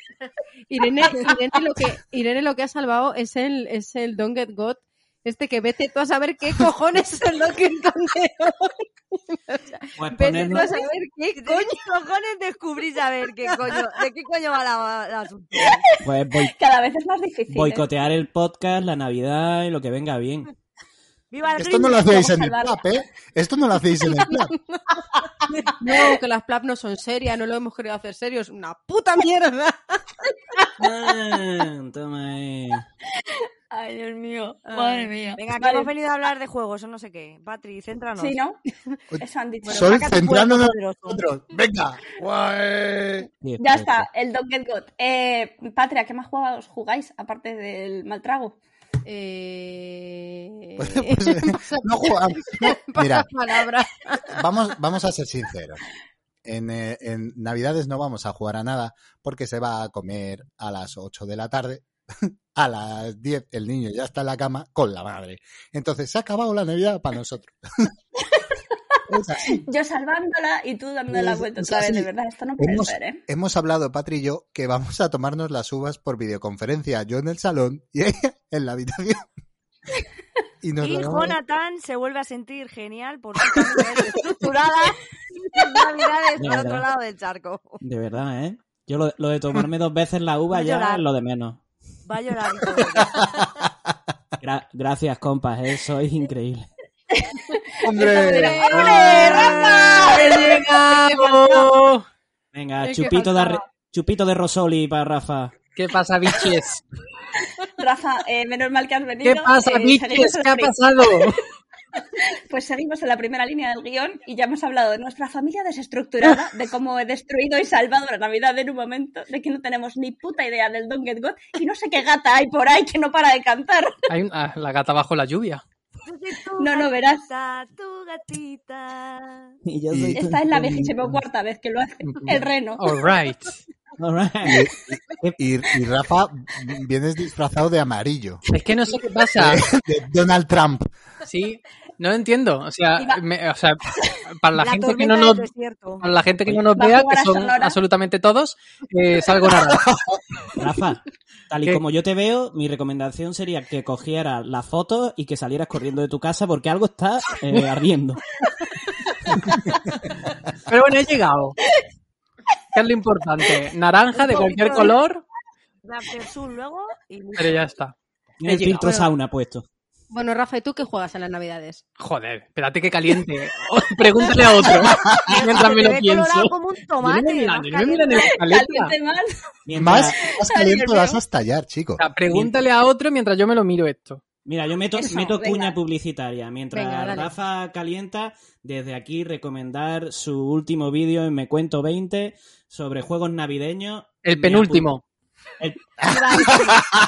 Speaker 1: Irene, Irene lo que Irene lo que ha salvado es el es el Don't Get Got. Este que vete tú a saber
Speaker 8: [laughs]
Speaker 1: qué cojones es el Don't Get Got. Vete
Speaker 2: Pues
Speaker 1: tú a
Speaker 2: ponernos,
Speaker 1: saber qué
Speaker 3: ¿De
Speaker 1: coño.
Speaker 3: qué cojones descubrí saber qué coño, de qué coño va la, la asunto?
Speaker 2: pues boi-
Speaker 4: Cada vez es más difícil. ¿eh?
Speaker 2: boicotear el podcast, la Navidad y lo que venga bien.
Speaker 3: ¡Viva el
Speaker 5: Esto no lo
Speaker 3: Grinch!
Speaker 5: hacéis en el club, ¿eh? Esto no lo hacéis en el club.
Speaker 1: No, que las plap no son serias, no lo hemos querido hacer serio, es una puta mierda.
Speaker 2: Ah, toma ahí.
Speaker 4: Ay, Dios mío.
Speaker 1: Ay.
Speaker 4: Madre mía.
Speaker 3: Venga, que
Speaker 4: Vale.
Speaker 3: hemos venido a hablar de juegos o no sé qué. Patri, céntranos.
Speaker 4: Sí, ¿no? Eso han dicho.
Speaker 5: Sol
Speaker 3: saca tu
Speaker 5: centrándonos en
Speaker 3: cuerpo
Speaker 5: nosotros. Venga. Guay.
Speaker 2: Sí,
Speaker 4: Ya
Speaker 2: pues,
Speaker 4: está, el Don't Get Got. Eh, Patria, ¿qué más juegos jugáis aparte del maltrago?
Speaker 1: Eh... [laughs]
Speaker 5: Pues, pues, no jugamos. No, Mira,
Speaker 1: palabra.
Speaker 5: vamos, vamos a ser sinceros. En, eh, en Navidades no vamos a jugar a nada porque se va a comer a las 8 de la tarde. [laughs] A las 10 el niño ya está en la cama con la madre. Entonces se ha acabado la Navidad para nosotros. [laughs] Es así.
Speaker 4: Yo salvándola y tú dando la
Speaker 8: Pues,
Speaker 5: Es-
Speaker 4: vuelta
Speaker 5: es
Speaker 4: otra vez,
Speaker 5: así.
Speaker 4: de verdad, esto no puede
Speaker 5: Hemos,
Speaker 4: ser, ¿eh?
Speaker 5: hemos hablado, Patri y yo, que vamos a tomarnos las uvas por videoconferencia. Yo en el salón y ella en la habitación. Y nos
Speaker 3: Y
Speaker 5: lo damos-
Speaker 3: Jonathan se vuelve a sentir genial por su familia estructurada y navidades
Speaker 2: De
Speaker 3: del otro
Speaker 2: verdad.
Speaker 3: lado del charco.
Speaker 2: De verdad, ¿eh? Yo lo, lo de tomarme dos veces la
Speaker 3: Va
Speaker 2: uva
Speaker 3: a
Speaker 2: ya
Speaker 3: llorar.
Speaker 2: es lo de menos.
Speaker 3: Va a llorar. hijo de-
Speaker 2: Gra- gracias, compas, ¿eh? sois increíble.
Speaker 5: ¡Hombre!
Speaker 1: ¡Hombre, Rafa!
Speaker 8: llegamos!
Speaker 1: Es
Speaker 2: Venga,
Speaker 1: que
Speaker 2: chupito de,
Speaker 1: faltaba.
Speaker 2: arre- chupito de Rosoli para Rafa.
Speaker 8: ¿Qué pasa, biches?
Speaker 2: [laughs]
Speaker 4: Rafa, eh, menos mal que has venido.
Speaker 8: ¿Qué pasa,
Speaker 4: Eh,
Speaker 8: biches?
Speaker 4: seguimos en
Speaker 8: ¿Qué
Speaker 4: la
Speaker 8: ha
Speaker 4: pri-
Speaker 8: pasado?
Speaker 4: Pues seguimos en la primera línea del guión y ya hemos hablado de nuestra familia desestructurada, de cómo he destruido y salvado la Navidad en un momento, de que no tenemos ni puta idea del Don't Get God y no sé qué gata hay por ahí que no para de cantar.
Speaker 8: Hay un- ah, la gata bajo la lluvia.
Speaker 3: Yo soy tu
Speaker 4: No, no, verás.
Speaker 3: gatita, tu gatita.
Speaker 2: Y yo
Speaker 5: Y-
Speaker 2: soy
Speaker 4: Esta es la
Speaker 2: tonto.
Speaker 4: vigésimo cuarta vez que lo hace.
Speaker 8: Mm,
Speaker 4: El reno.
Speaker 8: All right.
Speaker 2: All right.
Speaker 5: Y, y Rafa, vienes disfrazado de amarillo.
Speaker 8: Es que no sé qué pasa.
Speaker 5: De Donald Trump.
Speaker 8: Sí, no lo entiendo. O sea,
Speaker 4: Y va-
Speaker 8: me- o sea para la,
Speaker 3: La
Speaker 8: gente que
Speaker 3: tormenta
Speaker 8: no nos,
Speaker 3: del desierto.
Speaker 8: para la gente que no nos
Speaker 4: Va a
Speaker 8: vea,
Speaker 4: jugar
Speaker 8: que
Speaker 4: a
Speaker 8: son
Speaker 4: Sonora.
Speaker 8: absolutamente todos, eh, salgo naranja.
Speaker 2: Rafa, tal y
Speaker 8: ¿Qué?
Speaker 2: como yo te veo, mi recomendación sería que cogieras la foto y que salieras corriendo de tu casa porque algo está eh,
Speaker 8: [laughs]
Speaker 2: ardiendo.
Speaker 8: Pero bueno, he llegado. ¿Qué es lo importante? Naranja de
Speaker 3: Un
Speaker 8: cualquier
Speaker 3: poquito de-
Speaker 8: color,
Speaker 3: De Aftersun luego y listo.
Speaker 8: pero ya está.
Speaker 2: Tiene el
Speaker 8: He llegado.
Speaker 2: filtro sauna puesto.
Speaker 1: Bueno, Rafa, ¿y tú qué juegas en las navidades?
Speaker 8: Joder, espérate que caliente. Oh, Pregúntale a otro mientras
Speaker 3: Se
Speaker 8: me lo
Speaker 3: ve
Speaker 8: pienso.
Speaker 3: colorado como un
Speaker 8: Yo no
Speaker 3: tomate.
Speaker 8: me miran,
Speaker 3: más
Speaker 8: yo no me miran en la escaleta.
Speaker 4: Caliente mal.
Speaker 2: Mientras-
Speaker 5: Más, más caliente
Speaker 4: Dios mío.
Speaker 5: vas a estallar, chico.
Speaker 8: O sea, pregúntale a otro mientras yo me lo miro esto.
Speaker 2: Mira, yo meto,
Speaker 4: Eso,
Speaker 2: meto
Speaker 4: venga.
Speaker 2: cuña publicitaria. Mientras
Speaker 1: Venga, dale.
Speaker 2: Rafa calienta, desde aquí recomendar su último vídeo en Me Cuento 20 sobre juegos navideños.
Speaker 8: El
Speaker 2: Me
Speaker 8: penúltimo.
Speaker 3: Iba a decir,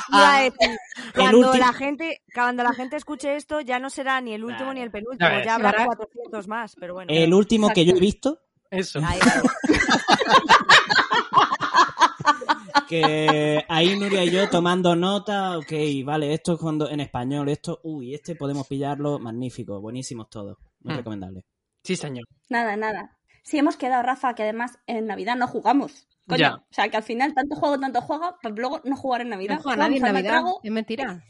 Speaker 3: iba a decir, Cuando
Speaker 2: último.
Speaker 3: la gente, cuando la gente escuche esto, ya no será ni el último
Speaker 2: Claro.
Speaker 3: ni el penúltimo,
Speaker 8: Ya ves.
Speaker 3: ya habrá
Speaker 1: Claro.
Speaker 3: 400 más, pero bueno.
Speaker 2: El último que yo he visto,
Speaker 8: Eso.
Speaker 3: Ahí va.
Speaker 2: que ahí Nuria y yo tomando nota, ok, vale, esto es cuando en español, esto, uy, este podemos pillarlo, magnífico, buenísimos todos, muy
Speaker 8: Hmm.
Speaker 2: recomendable.
Speaker 8: Sí, señor.
Speaker 4: Nada, nada. Sí, hemos quedado, Rafa, que además en Navidad no jugamos. Coño.
Speaker 8: Ya.
Speaker 4: O sea, que al final tanto juego, tanto juego, pues luego no jugar en Navidad.
Speaker 1: No juega nadie en
Speaker 4: Jugamos al
Speaker 1: Navidad.
Speaker 4: trago
Speaker 1: Es mentira.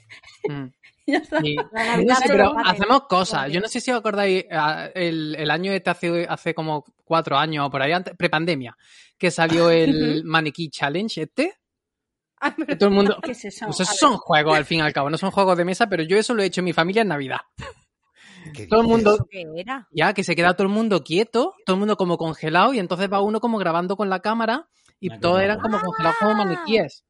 Speaker 3: [laughs]
Speaker 8: Mm.
Speaker 4: y ya está.
Speaker 8: Y-
Speaker 3: La
Speaker 8: no
Speaker 3: Navidad
Speaker 8: sé,
Speaker 3: de
Speaker 8: pero
Speaker 3: los padres.
Speaker 8: hacemos cosas. Yo no sé si os acordáis eh, el, el año este hace, hace como cuatro años o por ahí, antes, prepandemia, que
Speaker 3: [laughs]
Speaker 8: salió el Maniquí Challenge este.
Speaker 1: [laughs] Ah, pero-
Speaker 8: Que todo el mundo.
Speaker 4: ¿Qué es eso?
Speaker 8: [laughs] Pues
Speaker 4: A
Speaker 8: esos
Speaker 4: ver.
Speaker 8: son juegos al fin y al cabo, no son juegos de mesa, pero yo eso lo he hecho en mi familia en Navidad.
Speaker 5: ¿Qué
Speaker 8: Todo el mundo,
Speaker 3: ¿Qué era?
Speaker 8: ya que se queda todo el mundo quieto, todo el mundo como congelado, y entonces va uno como grabando con la cámara, y
Speaker 2: Ah, qué
Speaker 8: todos eran
Speaker 2: guapo.
Speaker 8: como congelados como maniquíes.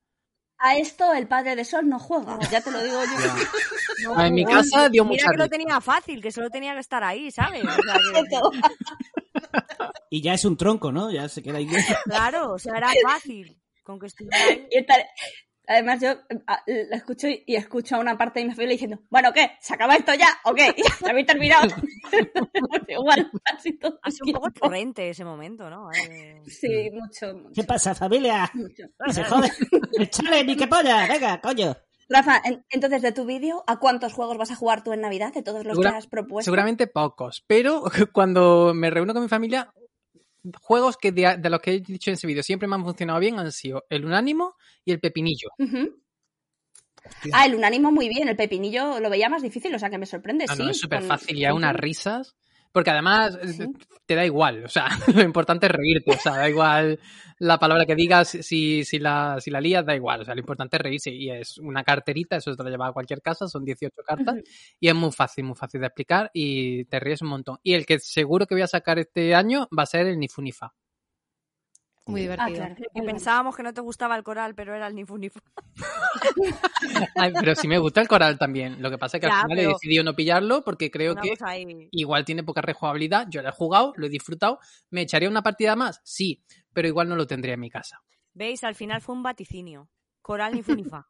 Speaker 4: A esto el padre de Sol no juega, ya te lo digo yo.
Speaker 3: No,
Speaker 8: Ah, en mi
Speaker 3: jugó.
Speaker 8: casa dio mucha
Speaker 3: Mira que lo
Speaker 8: risa.
Speaker 3: tenía fácil, que solo tenía que estar ahí, ¿sabes? O sea,
Speaker 4: [laughs]
Speaker 3: que-
Speaker 4: Todo.
Speaker 2: Y ya es un tronco, ¿no? Ya se queda ahí.
Speaker 3: claro, o sea, era fácil. Con que estuviera ahí.
Speaker 4: Y tal- Además, yo eh, a- la escucho y y escucho a una parte de mi familia diciendo, bueno, ¿qué? ¿Se acaba esto ya? ¿O qué? ¿Ya habéis terminado? [laughs] Igual, así todo.
Speaker 3: Ha
Speaker 4: el
Speaker 3: sido
Speaker 4: [laughs]
Speaker 3: un poco
Speaker 4: tiempo.
Speaker 3: torrente ese momento, ¿no? Eh,
Speaker 4: Sí, mucho, mucho,
Speaker 2: ¿Qué pasa, familia?
Speaker 4: mucho.
Speaker 2: Se jode. Échale, mi que polla, venga, coño.
Speaker 4: Rafa, en- entonces de tu vídeo, ¿a cuántos juegos vas a jugar tú en Navidad de todos los
Speaker 8: Segura-
Speaker 4: que has propuesto?
Speaker 8: Seguramente pocos, pero [laughs] cuando me reúno con mi familia, juegos que de, de los que he dicho en ese vídeo siempre me han funcionado bien han sido el Unánimo y el Pepinillo.
Speaker 4: Ujú. Ah, el unánimo muy bien, el pepinillo lo veía más difícil, o sea que me sorprende,
Speaker 8: Ah,
Speaker 4: sí.
Speaker 8: no, es súper
Speaker 4: con-
Speaker 8: fácil y hay
Speaker 4: con-
Speaker 8: unas risas. Porque además eh,
Speaker 4: Sí.
Speaker 8: te da igual, o sea, [laughs] lo importante es reírte, o sea, da igual la palabra que digas, si, si, la, si la lías, da igual, o sea, lo importante es reírse y es una carterita, eso te lo lleva a cualquier casa, son 18 cartas
Speaker 4: Ujú.
Speaker 8: y es muy fácil, muy fácil de explicar y te ríes un montón. Y el que seguro que voy a sacar este año va a ser el Nifunifa.
Speaker 1: Muy
Speaker 4: Ah,
Speaker 1: divertido.
Speaker 4: claro.
Speaker 3: que pensábamos que no te gustaba el coral, pero era el nifunifu.
Speaker 8: Ay, pero sí me gusta el coral también. Lo que pasa es que
Speaker 3: Ya,
Speaker 8: al final he
Speaker 3: pero- pues
Speaker 8: decidido no pillarlo porque creo
Speaker 3: Una
Speaker 8: que
Speaker 3: cosa ahí.
Speaker 8: igual tiene poca rejugabilidad. Yo lo he jugado, lo he disfrutado. ¿Me echaría una partida más? Sí, pero igual no lo tendría en mi casa.
Speaker 3: ¿Veis? Al final fue un vaticinio. Coral
Speaker 4: [laughs]
Speaker 3: nifunifa.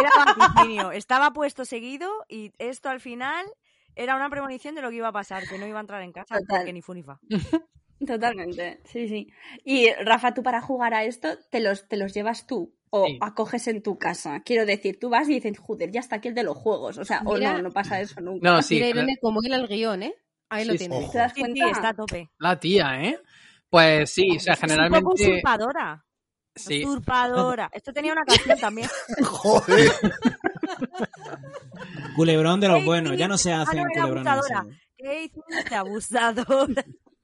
Speaker 3: era vaticinio. Estaba puesto seguido y esto al final era una premonición de lo que iba a pasar, que no iba a entrar en casa
Speaker 4: Total.
Speaker 3: porque nifunifa.
Speaker 4: Totalmente, sí, sí. Y Rafa, tú para jugar a esto te los, te los llevas tú o
Speaker 8: Sí.
Speaker 4: acoges en tu casa. Quiero decir, tú vas y dices, joder, ya está aquí el de los juegos. O sea, o
Speaker 1: Mira-
Speaker 4: no, no pasa eso nunca.
Speaker 8: No, sí,
Speaker 1: Mira,
Speaker 8: claro.
Speaker 1: Irene, como hila el guión, ¿eh? Ahí
Speaker 8: Sí,
Speaker 1: lo
Speaker 8: sí.
Speaker 1: tienes.
Speaker 5: Ojo.
Speaker 4: ¿Te das
Speaker 3: Sí, sí,
Speaker 4: cuenta?
Speaker 3: está a tope.
Speaker 8: la tía, ¿eh? Pues sí, o
Speaker 3: [laughs]
Speaker 8: sea,
Speaker 3: Es un poco
Speaker 8: generalmente.
Speaker 3: usurpadora.
Speaker 8: Sí.
Speaker 3: Usurpadora. Esto tenía una canción también.
Speaker 5: Joder.
Speaker 2: Culebrón de los
Speaker 3: Ey,
Speaker 2: buenos. Ya no se
Speaker 3: ah,
Speaker 2: hacen
Speaker 3: no, era
Speaker 2: culebrones.
Speaker 3: abusadora.
Speaker 2: así.
Speaker 3: ¿Qué hiciste, abusador?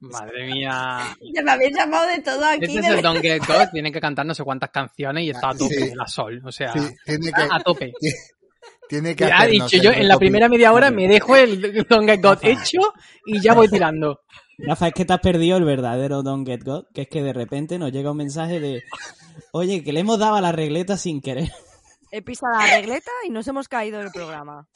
Speaker 8: Madre
Speaker 3: [laughs]
Speaker 8: mía.
Speaker 4: Ya me habéis llamado de todo aquí.
Speaker 8: Este
Speaker 4: de
Speaker 8: es el
Speaker 4: verdad.
Speaker 8: Don't Get God. Tiene que cantar no sé cuántas canciones y está a tope
Speaker 5: Sí.
Speaker 8: la sol. O sea,
Speaker 5: Sí, tiene que,
Speaker 8: a
Speaker 3: [laughs]
Speaker 8: tope.
Speaker 5: tiene que
Speaker 8: Ah, Ya ha
Speaker 5: hacernos
Speaker 8: dicho yo,
Speaker 5: el
Speaker 8: en la
Speaker 5: recopi-
Speaker 8: primera media hora me dejo el Don't Get
Speaker 3: [laughs]
Speaker 8: God hecho y ya voy tirando. [laughs]
Speaker 2: Rafa, es que te has perdido el verdadero Don't Get God, que es que de repente nos llega un mensaje de oye, que le hemos dado a la regleta sin querer.
Speaker 3: He pisado la regleta y nos hemos caído del programa.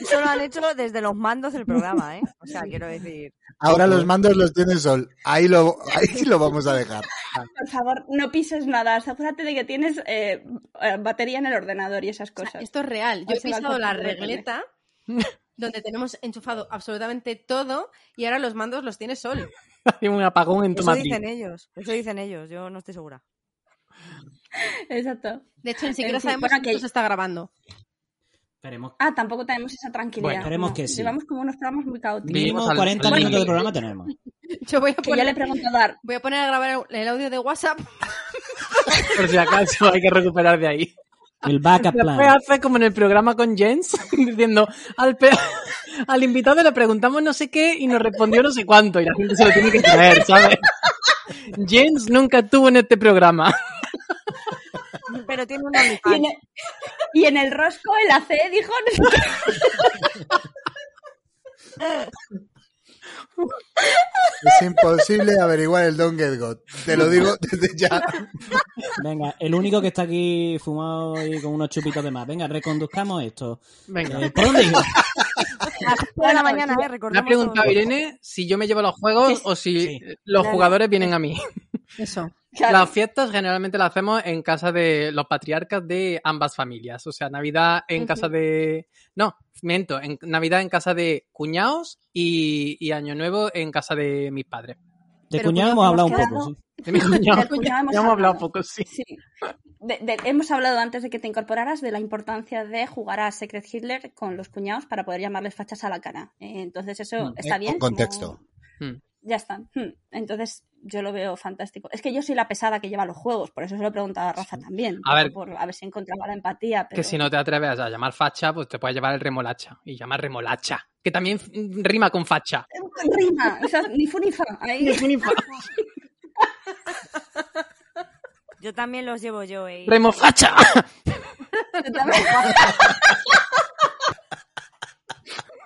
Speaker 3: Eso lo han hecho desde los mandos del programa, ¿eh? O sea, quiero decir.
Speaker 5: Ahora los mandos los tiene Sol. Ahí lo, ahí lo vamos a dejar.
Speaker 4: Por favor, no pises nada. Asegúrate de que tienes eh, eh, batería en el ordenador y esas
Speaker 1: O sea,
Speaker 4: cosas.
Speaker 1: esto es real. Yo
Speaker 4: Ahí
Speaker 1: he
Speaker 4: se va el
Speaker 1: pisado la
Speaker 4: control de [laughs]
Speaker 1: regleta donde tenemos enchufado absolutamente todo y ahora los mandos los tiene Sol.
Speaker 8: Hay un apagón en tu
Speaker 3: Eso
Speaker 8: matriz.
Speaker 3: dicen ellos. Eso dicen ellos. Yo no estoy segura.
Speaker 4: Exacto.
Speaker 1: De hecho, ni
Speaker 4: En
Speaker 1: siquiera
Speaker 4: fin,
Speaker 1: sabemos
Speaker 4: bueno,
Speaker 1: que
Speaker 4: que-
Speaker 1: esto se está grabando.
Speaker 2: Esperemos.
Speaker 4: Ah, tampoco tenemos esa tranquilidad.
Speaker 8: Bueno,
Speaker 2: esperemos
Speaker 4: No,
Speaker 2: que sí.
Speaker 4: Llevamos como unos programas muy caóticos.
Speaker 8: Bien.
Speaker 2: Mínimo
Speaker 8: al-
Speaker 2: 40
Speaker 8: al-
Speaker 2: minutos de programa tenemos.
Speaker 1: Yo voy a
Speaker 4: Que yo le
Speaker 1: poner,
Speaker 4: he preguntado a Ar-
Speaker 1: voy a, poner a grabar el audio de WhatsApp.
Speaker 8: Por si acaso hay que recuperar
Speaker 2: [laughs]
Speaker 8: de ahí.
Speaker 2: El backup
Speaker 8: Después
Speaker 2: plan.
Speaker 8: hace como en el programa con Jens, [laughs] diciendo al, pe- [laughs] al invitado le preguntamos no sé qué y nos respondió no sé cuánto y la gente se lo tiene que traer, ¿sabes? [laughs] Jens nunca estuvo en este programa.
Speaker 3: Pero tiene un
Speaker 4: y, en
Speaker 3: OnlyFans.
Speaker 4: el, y en el rosco el AC dijo no sé qué.
Speaker 5: Es imposible averiguar el Don't Get God. Te lo digo desde ya.
Speaker 2: Venga, el único que está aquí fumado y con unos chupitos de más. Venga, reconduzcamos esto.
Speaker 8: Venga.
Speaker 2: Eh, ¿Por dónde
Speaker 8: [laughs]
Speaker 2: iba?
Speaker 3: A las ocho de la mañana, ¿eh?
Speaker 8: Me ha
Speaker 3: Recordemos
Speaker 8: preguntado
Speaker 3: todo.
Speaker 8: Irene si yo me llevo los juegos o si
Speaker 2: Sí.
Speaker 8: los
Speaker 3: Claro.
Speaker 8: jugadores vienen a mí.
Speaker 1: Eso.
Speaker 4: Claro,
Speaker 8: Las fiestas generalmente las hacemos en casa de los patriarcas de ambas familias. O sea, Navidad en casa de. No, miento. En Navidad en casa de cuñados y, y Año Nuevo en casa de mis padres.
Speaker 2: De
Speaker 1: Pero cuñado,
Speaker 2: cuñado hemos hablado un
Speaker 4: hemos
Speaker 2: poco, sí.
Speaker 8: De mis cuñados.
Speaker 4: Del cuñado hemos
Speaker 8: Ya hemos hablado
Speaker 4: hablado.
Speaker 8: poco, sí.
Speaker 4: sí. De- de- hemos hablado antes de que te incorporaras de la importancia de jugar a Secret Hitler con los cuñados para poder llamarles fachas a la cara. Eh, entonces eso
Speaker 2: Mm,
Speaker 4: está
Speaker 5: eh,
Speaker 4: bien.
Speaker 5: con
Speaker 4: como-
Speaker 5: contexto.
Speaker 8: Mm.
Speaker 4: Ya está. Hmm. Entonces yo lo veo fantástico. Es que yo soy la pesada que lleva los juegos, por eso se lo he preguntado a Rafa también.
Speaker 8: A ver.
Speaker 4: Por, a ver si encontraba la empatía. Pero...
Speaker 8: Que si no te atreves a llamar facha, pues te puedes llevar el remolacha. Y llamar remolacha. Que también mm, rima con facha.
Speaker 4: Rima, o sea, ni fu ni fa. Ahí. [laughs]
Speaker 3: Yo también los llevo yo, ¿eh?
Speaker 8: ¡Remofacha! [laughs]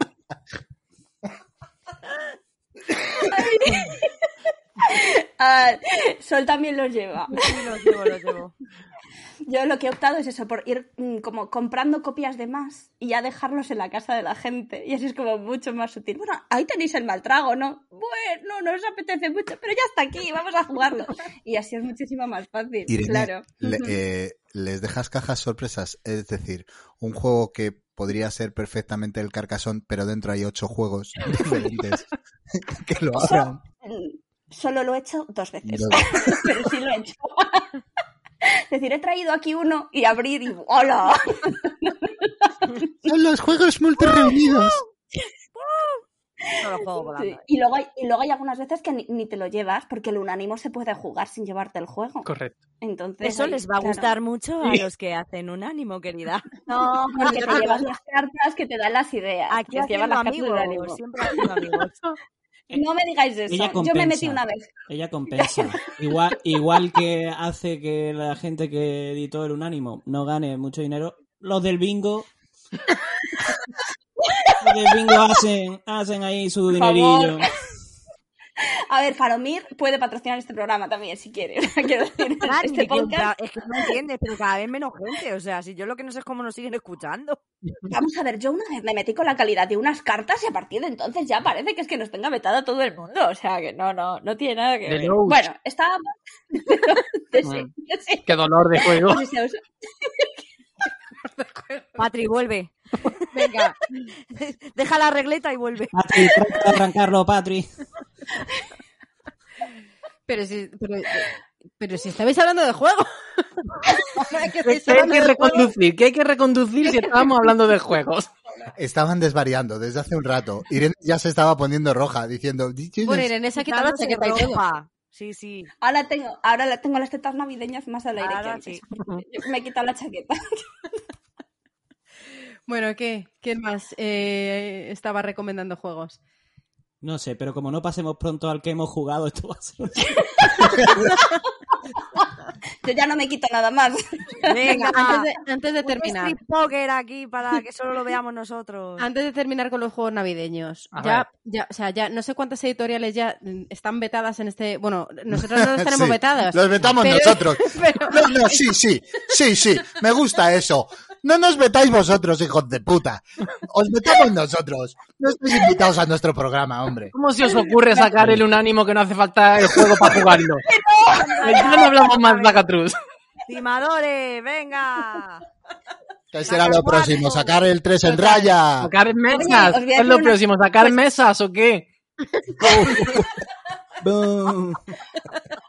Speaker 4: [laughs] Ah, Sol también los lleva.
Speaker 3: Sí, los llevo, los llevo.
Speaker 4: Yo lo que he optado es eso, por ir mm, como comprando copias de más y ya dejarlos en la casa de la gente. Y así es como mucho más sutil. Bueno, ahí tenéis el mal trago, ¿no? Bueno, no os apetece mucho, pero ya está aquí, vamos a [laughs] jugarlo. Y así es muchísimo más fácil,
Speaker 5: Irene,
Speaker 4: claro.
Speaker 5: le- eh, les dejas cajas sorpresas, es decir, un juego que podría ser perfectamente el Carcasón, pero dentro hay ocho juegos [laughs] diferentes que lo abran.
Speaker 4: Mm, Solo lo he hecho dos veces, [laughs]
Speaker 5: Dos
Speaker 4: pero sí lo he [laughs] hecho. es decir, he traído aquí uno y abrir y ¡hola!
Speaker 5: Son los juegos multireunidos.
Speaker 3: Solo juego
Speaker 4: Sí,
Speaker 3: volando. ¿eh?
Speaker 4: Y luego, hay, y luego hay algunas veces que ni, ni te lo llevas porque el unánimo se puede jugar sin llevarte el juego.
Speaker 8: Correcto.
Speaker 4: Entonces,
Speaker 3: Eso
Speaker 4: ahí,
Speaker 3: les va a
Speaker 4: claro.
Speaker 3: gustar mucho a
Speaker 8: Sí.
Speaker 3: los que hacen un ánimo, querida.
Speaker 4: [laughs] No, porque te llevas las cartas Ah, que te dan las ideas.
Speaker 3: Aquí
Speaker 4: Te llevas
Speaker 3: haciendo
Speaker 4: las cartas del unánimo.
Speaker 3: amigos, siempre haciendo amigos.
Speaker 4: No me digáis eso.
Speaker 2: Ella
Speaker 4: Yo me
Speaker 2: compensa.
Speaker 4: metí una vez.
Speaker 2: Ella compensa. Igual, igual que hace que la gente que editó el Unánimo no gane mucho dinero, los del bingo. Los del bingo hacen, hacen ahí su
Speaker 4: Por favor.
Speaker 2: dinerillo.
Speaker 4: A ver, Faromir puede patrocinar este programa también, si quiere. [laughs] Quiero decir,
Speaker 3: Nadie
Speaker 4: este
Speaker 3: que-
Speaker 4: podcast.
Speaker 3: Es que no entiendes, pero cada vez menos gente. O sea, si yo lo que no sé es cómo nos siguen escuchando.
Speaker 4: Vamos a ver, yo una vez me metí con la calidad de unas cartas y a partir de entonces ya parece que es que nos tenga vetado todo el mundo. O sea, que no, no, no tiene nada que
Speaker 8: De
Speaker 4: ver.
Speaker 8: Loach.
Speaker 4: Bueno, [laughs] estábamos... sí, sí.
Speaker 8: Qué dolor de juego.
Speaker 4: No sé si os-
Speaker 3: Patri, vuelve. Venga. Deja la regleta y vuelve.
Speaker 2: Patri, trata de arrancarlo, Patri.
Speaker 1: Pero si, pero, pero si estabais hablando de
Speaker 4: [laughs]
Speaker 1: juego. Ahora que estáis
Speaker 8: Que hay
Speaker 1: hablando
Speaker 8: que
Speaker 1: de juego,
Speaker 8: reconducir, que hay que reconducir si estábamos hablando de juegos.
Speaker 5: [laughs] Estaban desvariando desde hace un rato. Irene ya se estaba poniendo roja diciendo.
Speaker 1: Bueno, Irene se ha quitado la
Speaker 3: Quitándose
Speaker 1: chaqueta y todo.
Speaker 3: ropa. Sí, sí.
Speaker 4: Ahora tengo, ahora la- tengo las tetas navideñas más al aire
Speaker 3: Ahora
Speaker 4: que antes. Me he quitado la chaqueta.
Speaker 1: Bueno, ¿qué? ¿Quién más eh, estaba recomendando juegos?
Speaker 2: No sé, pero como no pasemos pronto al que hemos jugado, esto va a ser...
Speaker 4: [laughs] Yo ya no me quito nada más.
Speaker 3: Venga,
Speaker 1: antes de, Ah, antes de terminar,
Speaker 3: Street Poker aquí para que solo lo veamos nosotros.
Speaker 1: antes de terminar con los juegos navideños,
Speaker 8: A
Speaker 1: ya, ya, o sea, ya no sé cuántas editoriales ya mm, están vetadas en este. Bueno, nosotros no las tenemos
Speaker 5: Sí,
Speaker 1: vetadas.
Speaker 5: Los vetamos
Speaker 1: pero-
Speaker 5: nosotros.
Speaker 1: [laughs] pero-
Speaker 5: No, no, sí, sí, sí, sí, me gusta eso. No nos vetáis vosotros, hijos de puta. Os vetamos nosotros. No estáis invitados a nuestro programa, hombre.
Speaker 8: ¿Cómo se os ocurre sacar el unánimo que no hace falta el juego para jugarlo?
Speaker 4: [laughs]
Speaker 8: Ya no hablamos más Blacatruz.
Speaker 3: Timadores, venga.
Speaker 5: ¿Qué será lo próximo? ¿Sacar el 3 en raya?
Speaker 8: [laughs] ¿Sacar
Speaker 4: Oye, os
Speaker 8: mesas?
Speaker 4: voy a
Speaker 8: ¿Qué es
Speaker 4: hacer
Speaker 8: lo
Speaker 4: una- pues
Speaker 8: próximo? ¿Sacar mesas o qué?
Speaker 2: ¡Bum!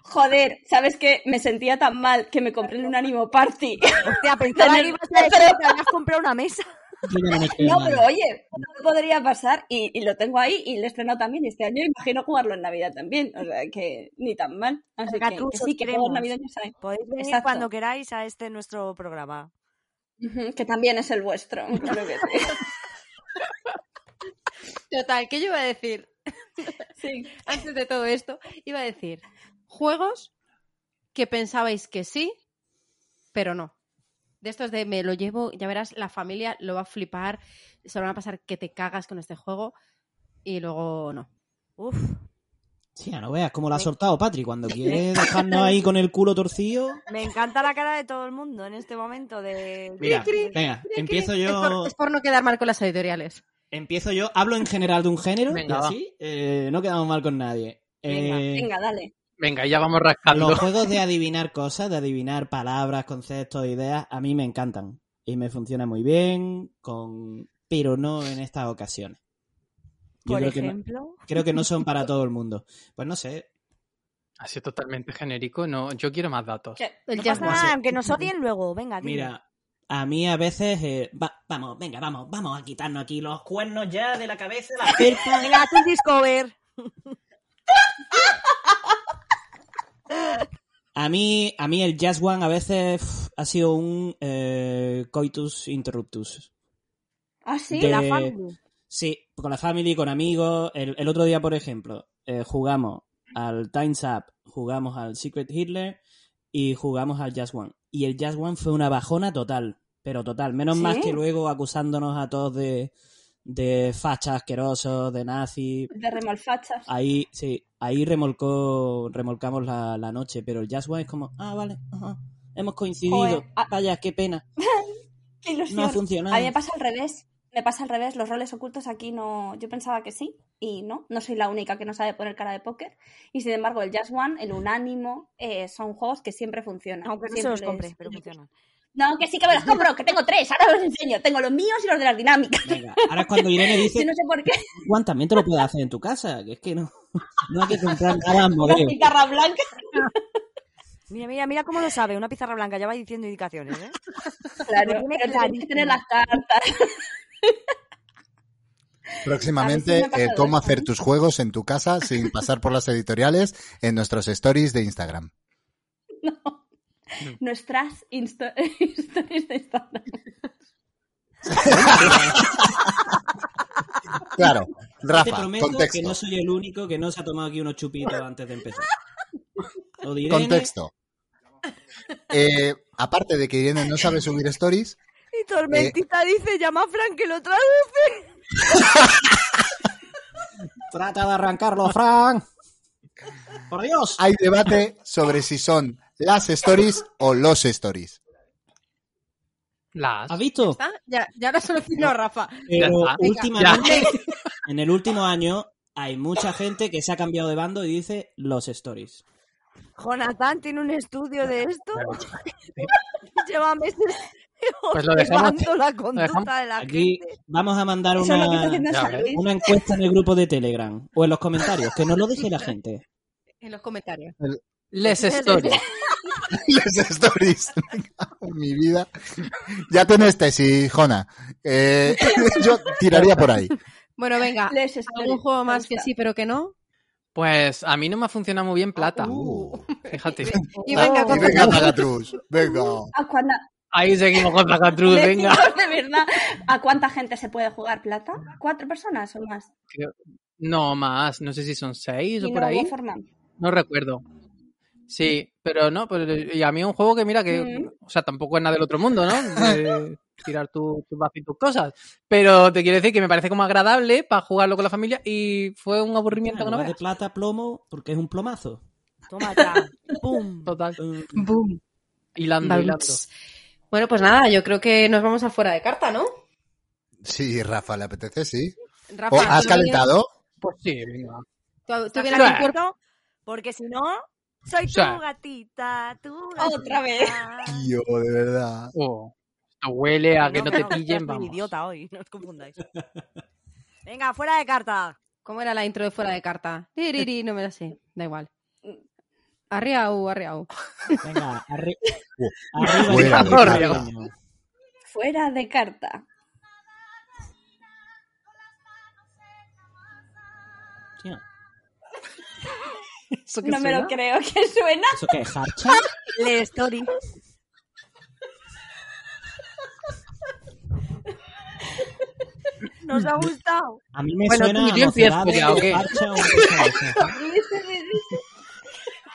Speaker 4: Joder, ¿sabes qué? Me sentía tan mal que me compré el Unánimo
Speaker 2: [laughs]
Speaker 4: Party.
Speaker 3: Hostia, pensaba que ibas a decir que habías comprado una mesa.
Speaker 2: Yo ya no me creo
Speaker 4: No,
Speaker 2: nada.
Speaker 4: pero oye, no podría pasar y, y lo tengo ahí y lo he estrenado también este año. Imagino jugarlo en Navidad también, o sea que ni tan mal. Así que, que
Speaker 3: Gatrusos
Speaker 4: sí, que
Speaker 3: queremos.
Speaker 4: juegos navideños hay.
Speaker 3: Podéis venir
Speaker 4: Exacto.
Speaker 3: cuando queráis a este nuestro programa.
Speaker 4: Ujú, Que también es el vuestro. [laughs] claro que sí.
Speaker 1: Total, que yo iba a decir,
Speaker 4: Sí.
Speaker 1: antes de todo esto, iba a decir juegos que pensabais que sí, pero no. De estos de me lo llevo, ya verás, la familia lo va a flipar, se lo van a pasar que te cagas con este juego y luego no.
Speaker 3: Uf,
Speaker 2: Tía, no veas cómo la ha soltado Patri. Cuando quiere dejarnos ahí con el culo torcido...
Speaker 3: me encanta la cara de todo el mundo en este momento de
Speaker 2: Mira,
Speaker 1: Cri, cri,
Speaker 2: venga, empiezo
Speaker 1: Es
Speaker 2: yo...
Speaker 1: por, es por no quedar mal con las editoriales.
Speaker 2: Empiezo yo, hablo en general de un género
Speaker 8: Venga,
Speaker 2: y
Speaker 8: va.
Speaker 2: así eh, no quedamos mal con nadie.
Speaker 3: Venga,
Speaker 2: Eh,
Speaker 4: Venga, dale.
Speaker 8: Venga, ya vamos rascando.
Speaker 2: Los juegos de adivinar cosas, de adivinar palabras, conceptos, ideas, a mí me encantan. Y me funciona muy bien, con... pero no en estas ocasiones. Yo
Speaker 3: por
Speaker 2: creo que, no,
Speaker 3: ejemplo.
Speaker 2: creo que no son
Speaker 3: [laughs]
Speaker 2: para todo el mundo. Pues no sé.
Speaker 8: Así totalmente genérico, no, yo quiero más datos.
Speaker 4: Que-
Speaker 1: El
Speaker 3: No
Speaker 1: Just
Speaker 3: pasa
Speaker 1: Dance.
Speaker 3: nada, aunque nos odien luego, venga, dime.
Speaker 2: Mira, a mí a veces... eh, va- vamos, venga, vamos, vamos a quitarnos aquí los cuernos ya de la cabeza, la
Speaker 3: [laughs]
Speaker 2: felpa.
Speaker 3: Venga, haz un discover.
Speaker 2: A mí, a mí el Jazz One a veces uf, ha sido un eh, coitus interruptus.
Speaker 4: Ah, sí.
Speaker 2: De-
Speaker 3: La family.
Speaker 2: Sí, con la family, con amigos. El, el otro día, por ejemplo, eh, jugamos al Time's Up, jugamos al Secret Hitler y jugamos al Jazz One. Y el Jazz One fue una bajona total, pero total. Menos
Speaker 4: ¿Sí?
Speaker 2: más que luego acusándonos a todos de, de fachas asquerosos, de Ah, nazis.
Speaker 4: De remolfachas.
Speaker 2: Ahí, sí, ahí remolcó, remolcamos la, la noche, pero el Jazz One es como, ah, vale, ajá, hemos coincidido.
Speaker 4: Joder, ah.
Speaker 2: Vaya, qué pena.
Speaker 4: Qué
Speaker 2: No ha
Speaker 4: ilusión.
Speaker 2: funcionado.
Speaker 4: a mí me pasa al revés. Me pasa al revés. Los roles ocultos aquí no. Yo pensaba que sí y no. No soy la única que no sabe poner cara de póker. Y sin embargo, el Just One, el Unánimo, eh, son juegos que siempre funcionan.
Speaker 3: Aunque no se
Speaker 4: Siempre
Speaker 3: los compre,
Speaker 4: les-
Speaker 3: pero funciona.
Speaker 4: No, que sí que me los compro, que tengo tres. Ahora os enseño. Tengo los míos y los de las dinámicas.
Speaker 2: Venga, ahora [laughs] es cuando Irene dice,
Speaker 4: [laughs] Yo no sé por qué.
Speaker 2: Juan, también te lo puedes hacer en tu casa, que es que no, no hay que comprar
Speaker 4: [laughs]
Speaker 2: nada en
Speaker 4: Una
Speaker 2: modelo.
Speaker 4: pizarra blanca.
Speaker 3: Mira, mira, mira cómo lo sabe, una pizarra blanca, ya va diciendo indicaciones, ¿eh?
Speaker 4: [laughs]
Speaker 3: tiene
Speaker 4: Claro, pero tienes que
Speaker 3: clarísimo.
Speaker 4: tener las cartas. A mí
Speaker 5: [laughs] Próximamente,
Speaker 4: sí me ha
Speaker 5: eh,
Speaker 4: pasado
Speaker 5: cómo
Speaker 4: eso,
Speaker 5: hacer
Speaker 4: ¿eh?
Speaker 5: tus juegos en tu casa sin pasar por las editoriales en nuestros stories de Instagram.
Speaker 4: Nuestras insto- [laughs] historias de Instagram.
Speaker 5: Claro,
Speaker 2: Te
Speaker 5: Rafa,
Speaker 2: prometo que
Speaker 5: contexto.
Speaker 2: no soy el único que no se ha tomado aquí unos chupitos antes de empezar. Lo de Irene,
Speaker 5: Contexto. Eh, aparte de que Irene no sabe subir stories,
Speaker 3: [laughs] Y
Speaker 8: Eh.
Speaker 3: Tormentita dice, llama a Frank que lo traduce.
Speaker 2: trata de arrancarlo, Frank. Por Dios.
Speaker 5: hay debate sobre si son las stories o los stories. [laughs]
Speaker 8: Las.
Speaker 2: ¿Has visto?
Speaker 1: ¿Está? Ya, ya lo solucionó Rafa.
Speaker 2: Pero
Speaker 8: Ya está.
Speaker 2: últimamente, en el último año, hay mucha gente que se ha cambiado de bando y dice los stories.
Speaker 3: Jonathan tiene un estudio de esto. [laughs] Lleva meses
Speaker 8: [laughs] Pues lo dejamos-
Speaker 3: observando la conducta de la
Speaker 2: Aquí
Speaker 3: gente.
Speaker 2: vamos a mandar
Speaker 4: Eso es lo que
Speaker 2: una,
Speaker 4: está haciendo
Speaker 8: Ya
Speaker 4: San
Speaker 8: ves.
Speaker 4: Luis.
Speaker 2: una encuesta en el grupo de Telegram o en los comentarios, que nos lo deje la gente.
Speaker 1: En los comentarios.
Speaker 4: [laughs]
Speaker 8: Les Stories.
Speaker 5: Las stories. [laughs] Me cago en Mi vida. Ya tienes tesis, Jona. Eh, [laughs] yo tiraría por ahí.
Speaker 1: Bueno, venga.
Speaker 4: Les
Speaker 1: ¿Algún
Speaker 4: stories.
Speaker 1: juego
Speaker 4: Me
Speaker 1: más que
Speaker 4: gusta.
Speaker 1: sí, pero que no?
Speaker 8: Pues a mí no me ha funcionado muy
Speaker 4: Ah,
Speaker 8: bien plata.
Speaker 5: Uh. Ah,
Speaker 8: Fíjate.
Speaker 1: Y venga,
Speaker 5: Y
Speaker 1: con
Speaker 5: venga, Pagatrus. Venga.
Speaker 4: Ah, cuando-
Speaker 8: Ahí seguimos con
Speaker 4: [laughs]
Speaker 8: Zacatruz, venga.
Speaker 4: Decimos de verdad, ¿a cuánta gente se puede jugar plata? ¿Cuatro personas o más?
Speaker 8: No, más, no sé si son seis o
Speaker 4: Y
Speaker 8: por
Speaker 4: no hubo
Speaker 8: ahí.
Speaker 4: forma.
Speaker 8: No recuerdo. Sí, pero no, pero y a mí es un juego que mira que,
Speaker 4: Mm.
Speaker 8: o sea, tampoco es nada del otro mundo, ¿no?
Speaker 4: [laughs]
Speaker 8: De tirar tu, tu vaso y tus cosas. Pero te quiero decir que me parece como agradable para jugarlo con la familia y fue un aburrimiento que no
Speaker 2: va de
Speaker 8: veas.
Speaker 2: plata, plomo, porque es un plomazo.
Speaker 3: Toma
Speaker 8: [laughs]
Speaker 3: ya. ¡Pum!
Speaker 8: Total.
Speaker 2: Eh,
Speaker 1: Boom.
Speaker 8: Hilando, hilando.
Speaker 1: Bueno, pues nada, yo creo que nos vamos a fuera de carta, ¿no?
Speaker 5: Sí, Rafa, ¿le apetece? Sí.
Speaker 1: Rafa,
Speaker 8: Oh,
Speaker 5: ¿O ¿Has
Speaker 1: ¿tú
Speaker 5: calentado?
Speaker 8: Pues sí, venga.
Speaker 1: vienes- ¿Tú, tú
Speaker 3: ¿Estás
Speaker 1: vienes aquí
Speaker 8: Sí.
Speaker 1: por-
Speaker 3: contento? Porque si no, soy
Speaker 8: Sí.
Speaker 3: tu gatita, tu gatita.
Speaker 4: Otra vez.
Speaker 5: Tío, de verdad.
Speaker 8: Oh, esto huele a que no te
Speaker 3: que
Speaker 8: pillen,
Speaker 3: soy
Speaker 8: vamos.
Speaker 3: idiota hoy, no os confundáis. Venga, fuera de carta.
Speaker 1: ¿Cómo era la intro de fuera de carta? Tiriri, no me la sé, da igual. Arriau, arriau.
Speaker 2: Venga, arri- arriba.
Speaker 5: Fuera de
Speaker 2: arriba,
Speaker 5: carta.
Speaker 2: niño.
Speaker 4: Fuera de carta.
Speaker 2: Tío,
Speaker 8: ¿Eso qué
Speaker 4: No me
Speaker 8: suena?
Speaker 4: lo creo que suena.
Speaker 2: ¿Eso qué es? ¿Harcha?
Speaker 3: Le story. Nos ha gustado.
Speaker 2: A mí me
Speaker 8: Bueno,
Speaker 2: suena
Speaker 8: tú,
Speaker 2: a
Speaker 8: yo empiezo
Speaker 2: mocedades,
Speaker 8: ya, ¿o qué?
Speaker 2: harcha o una cosa de esas.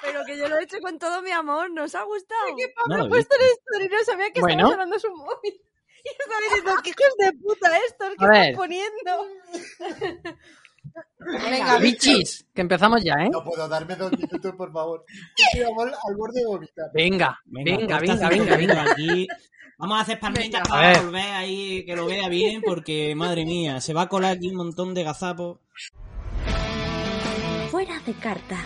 Speaker 3: Pero que yo lo he hecho con todo mi amor. Nos ha gustado.
Speaker 2: No lo he
Speaker 1: puesto
Speaker 2: visto.
Speaker 1: Pero Pues no sabía que
Speaker 8: Bueno.
Speaker 1: estaba sonando su móvil. [laughs] Y estaba diciendo, ¿qué hijos de puta estos que
Speaker 8: A ver.
Speaker 1: están poniendo?
Speaker 3: Venga.
Speaker 8: Bichis, que empezamos ya, ¿eh?
Speaker 5: No puedo darme dos minutos,
Speaker 1: [laughs]
Speaker 5: por favor. Estoy al, al borde de vomitar.
Speaker 8: Venga, venga,
Speaker 2: tú estás
Speaker 8: venga, venga,
Speaker 2: interviniendo
Speaker 8: venga.
Speaker 2: aquí. Vamos a hacer palmitas
Speaker 3: Venga.
Speaker 8: A
Speaker 2: para
Speaker 8: ver.
Speaker 2: volver ahí, que lo vea bien, porque madre mía, se va a colar aquí un montón de gazapos.
Speaker 6: Fuera de carta.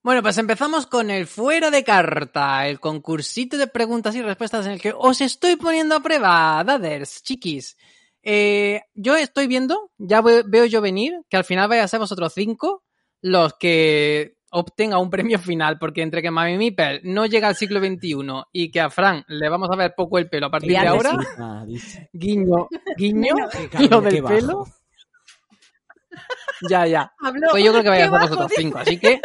Speaker 8: Bueno, pues empezamos con el fuera de carta, el concursito de preguntas y respuestas en el que os estoy poniendo a prueba, daders, chiquis. Eh, yo estoy viendo, ya ve- veo yo venir, que al final vais a ser vosotros cinco los que opten a un premio final, porque entre que Mami Mipel no llega al siglo XXI y que a Fran le vamos a ver poco el pelo a partir
Speaker 3: Y
Speaker 8: de
Speaker 3: antes
Speaker 8: ahora,
Speaker 2: Ah, dice.
Speaker 8: guiño, guiño,
Speaker 2: [laughs] Qué cabrón,
Speaker 8: lo del
Speaker 2: qué bajo.
Speaker 8: pelo, ya, ya.
Speaker 1: Habló.
Speaker 8: Pues yo creo que vais a
Speaker 1: Qué
Speaker 8: ser
Speaker 1: bajo,
Speaker 8: vosotros
Speaker 1: dice.
Speaker 8: cinco, así que.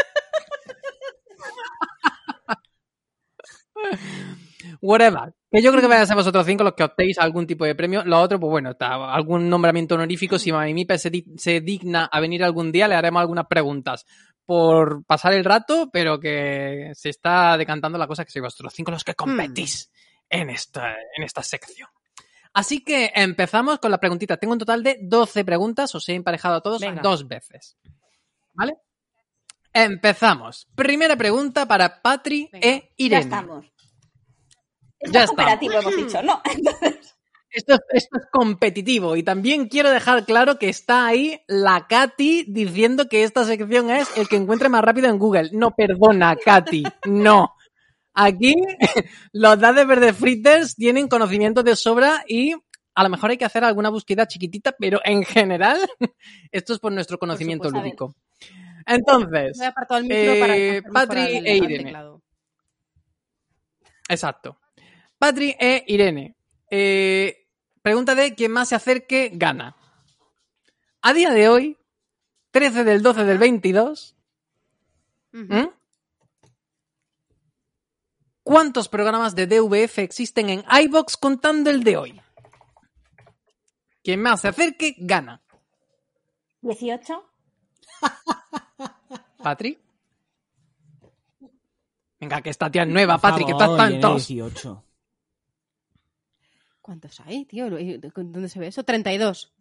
Speaker 8: Whatever. Que yo creo que vais a ser vosotros cinco los que optéis a algún tipo de premio. Lo otro, pues bueno, está algún nombramiento honorífico. Si Mami Mipe se, di- se digna a venir algún día, le haremos algunas preguntas por pasar el rato, pero que se está decantando la cosa que sois vosotros cinco los que competís
Speaker 1: Hmm.
Speaker 8: en, esta, en esta sección. Así que empezamos con las preguntitas. Tengo un total de 12 preguntas, os he emparejado a todos
Speaker 3: Venga.
Speaker 8: dos veces. ¿Vale? Empezamos. Primera pregunta para Patri
Speaker 1: Venga.
Speaker 8: e
Speaker 4: Ya
Speaker 8: Irene.
Speaker 4: estamos.
Speaker 8: Ya
Speaker 4: Esto
Speaker 8: estamos.
Speaker 4: es cooperativo, hemos dicho, ¿no?
Speaker 8: Esto, esto es competitivo y también quiero dejar claro que está ahí la Katy diciendo que esta sección es el que encuentre más rápido en Google. No, perdona, Katy, no. Aquí [laughs] los Dades Verde Fritters tienen conocimiento de sobra y a lo mejor hay que hacer alguna búsqueda chiquitita, pero en general [laughs] esto es por nuestro conocimiento
Speaker 1: supuesto.
Speaker 8: lúdico. Entonces,
Speaker 1: Me he apartado el micro para
Speaker 8: Eh,
Speaker 1: hacerlo fuera
Speaker 8: Patri
Speaker 1: del-
Speaker 8: e
Speaker 1: al
Speaker 8: Irene.
Speaker 1: teclado.
Speaker 8: Exacto. Patri e Irene. Eh, pregunta de quién más se acerque gana. A día de hoy, 13 del 12 del 22,
Speaker 1: Ujú.
Speaker 8: ¿m? ¿cuántos programas de DVF existen en iBox contando el de hoy? Quien más se acerque gana.
Speaker 4: 18.
Speaker 8: Patri. Venga, que esta tía es nueva,
Speaker 2: Por
Speaker 8: Patri, que
Speaker 2: favor,
Speaker 8: estás
Speaker 2: tiene
Speaker 8: tantos.
Speaker 2: 18.
Speaker 1: ¿Cuántos hay, tío? Eh, ¿Dónde se ve eso? 32.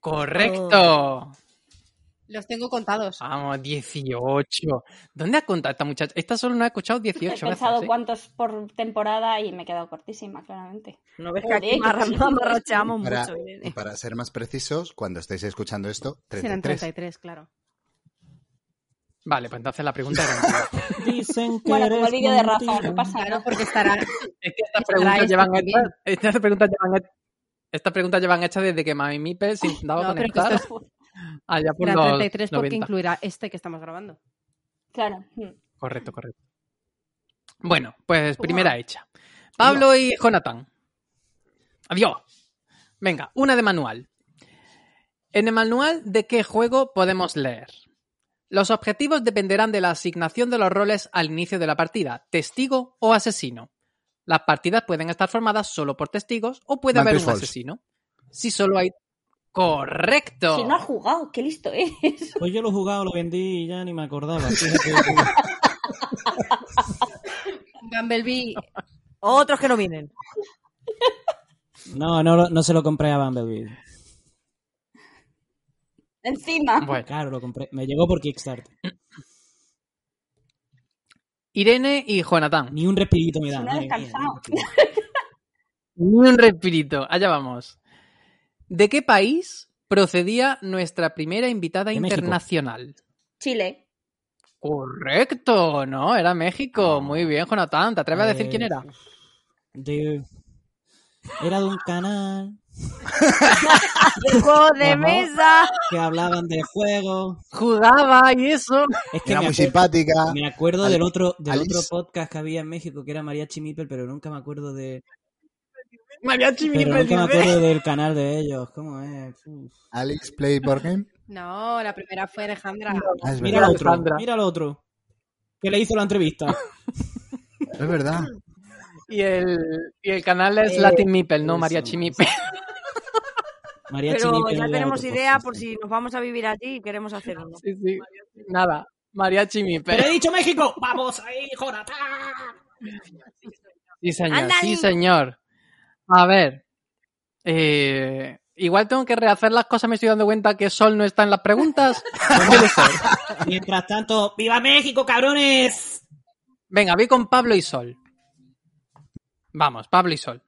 Speaker 8: Correcto.
Speaker 1: Los tengo contados.
Speaker 8: Vamos, 18. ¿Dónde ha contado esta muchacha? Esta solo no ha escuchado
Speaker 4: He
Speaker 8: 18 veces.
Speaker 4: pensado
Speaker 8: ¿eh?
Speaker 4: cuántos por temporada y me he quedado cortísima, claramente.
Speaker 3: No ves que
Speaker 4: Joder,
Speaker 3: aquí marra-
Speaker 4: sí.
Speaker 3: mamarracheamos
Speaker 5: Para-
Speaker 3: mucho, Irene.
Speaker 5: Para ser más precisos, cuando estéis escuchando esto,
Speaker 1: Serán
Speaker 5: 33.
Speaker 1: 33, claro.
Speaker 8: Vale, pues entonces la pregunta era.
Speaker 1: [laughs]
Speaker 2: [laughs] Dicen que
Speaker 4: Bueno, como
Speaker 2: eres
Speaker 4: el vídeo de Rafa,
Speaker 2: mentira.
Speaker 4: ¿qué pasa?
Speaker 1: Claro,
Speaker 4: no?
Speaker 1: porque
Speaker 2: [laughs]
Speaker 1: estará.
Speaker 8: es que estas
Speaker 1: Estará
Speaker 8: preguntas
Speaker 1: esta
Speaker 8: llevan
Speaker 1: también.
Speaker 8: hechas. Estas preguntas llevan hechas. Estas preguntas llevan hechas desde que Mami Mipe se intentaba
Speaker 1: No, pero que
Speaker 8: conectar
Speaker 1: esto
Speaker 8: allá por
Speaker 1: será
Speaker 8: los
Speaker 1: 33 porque
Speaker 8: 90.
Speaker 1: incluirá este que estamos grabando.
Speaker 4: Claro. Mm.
Speaker 8: Correcto, correcto. Bueno, pues primera hecha. Pablo y Jonathan. Adiós. Venga, una de manual. En el manual, ¿de qué juego podemos leer? Los objetivos dependerán de la asignación de los roles al inicio de la partida, testigo o asesino. Las partidas pueden estar formadas solo por testigos o puede
Speaker 5: Mantis
Speaker 8: haber un
Speaker 5: Falls.
Speaker 8: asesino. Si solo hay... Correcto.
Speaker 4: Si no has jugado, qué listo eres.
Speaker 2: Pues yo lo he jugado, lo vendí y ya ni me acordaba. Fíjate,
Speaker 1: Bumblebee,
Speaker 3: Otros que no vienen.
Speaker 2: no, no, lo- no se lo compré a Bumblebee.
Speaker 4: [laughs] Encima.
Speaker 8: Bueno.
Speaker 2: Claro, lo compré. Me llegó por Kickstarter.
Speaker 8: Irene y Jonathan.
Speaker 2: Ni un respirito me da.
Speaker 4: Si no he
Speaker 2: madre mía, ni un
Speaker 4: descansado.
Speaker 2: respirito.
Speaker 8: Ni un respirito. Allá vamos. ¿De qué país procedía nuestra primera invitada
Speaker 2: De México.
Speaker 8: internacional?
Speaker 4: Chile.
Speaker 8: Correcto, ¿no? Era México. Muy bien, Jonathan. ¿Te atreves a decir
Speaker 2: Ah. Eh,
Speaker 8: quién era?
Speaker 2: de- Era de un canal
Speaker 3: ¡El juego de
Speaker 2: Ajá.
Speaker 3: mesa!
Speaker 2: que hablaban de juegos.
Speaker 8: Jugaba y eso. [laughs]
Speaker 2: Es que
Speaker 5: Era
Speaker 2: me
Speaker 5: muy
Speaker 2: acuerdo-
Speaker 5: simpática.
Speaker 2: Me acuerdo
Speaker 5: Ah, Al-
Speaker 2: del otro del otro
Speaker 5: Alice.
Speaker 2: podcast que había en México que era María Chimipel, pero nunca me acuerdo de
Speaker 8: Mariachi
Speaker 2: pero
Speaker 8: Mipel,
Speaker 2: nunca me
Speaker 8: dice.
Speaker 2: acuerdo del canal de ellos. ¿Cómo es? Uf.
Speaker 5: Alex Play Board Game.
Speaker 1: [laughs] No, la primera fue Alejandra.
Speaker 5: Ah, es
Speaker 2: Mira
Speaker 5: verdad.
Speaker 2: al otro,
Speaker 8: Alejandra.
Speaker 2: mira al otro. Que le hizo la entrevista.
Speaker 5: Es verdad.
Speaker 8: Y el, y el canal es
Speaker 2: Eh,
Speaker 8: Latin Mipel, no
Speaker 2: eso,
Speaker 8: Mariachi
Speaker 2: eso.
Speaker 8: Mipel.
Speaker 2: María
Speaker 3: Pero
Speaker 2: Chimipel
Speaker 3: ya
Speaker 2: era
Speaker 3: tenemos
Speaker 2: otro
Speaker 3: idea
Speaker 2: podcast,
Speaker 3: por
Speaker 2: sí.
Speaker 3: si nos vamos a vivir allí y queremos hacer uno.
Speaker 8: [laughs] Sí, sí. Nada, Mariachi Mipel.
Speaker 2: Pero he dicho México, vamos ahí, Jonathan.
Speaker 8: Sí, señor,
Speaker 3: Ándale.
Speaker 8: sí, señor. A ver. eh, igual tengo que rehacer las cosas, me estoy dando cuenta que Sol no está en las preguntas.
Speaker 5: Pues
Speaker 2: [laughs] Mientras tanto, ¡viva México, cabrones!
Speaker 8: Venga, voy con Pablo y Sol. Vamos, Pablo y Sol.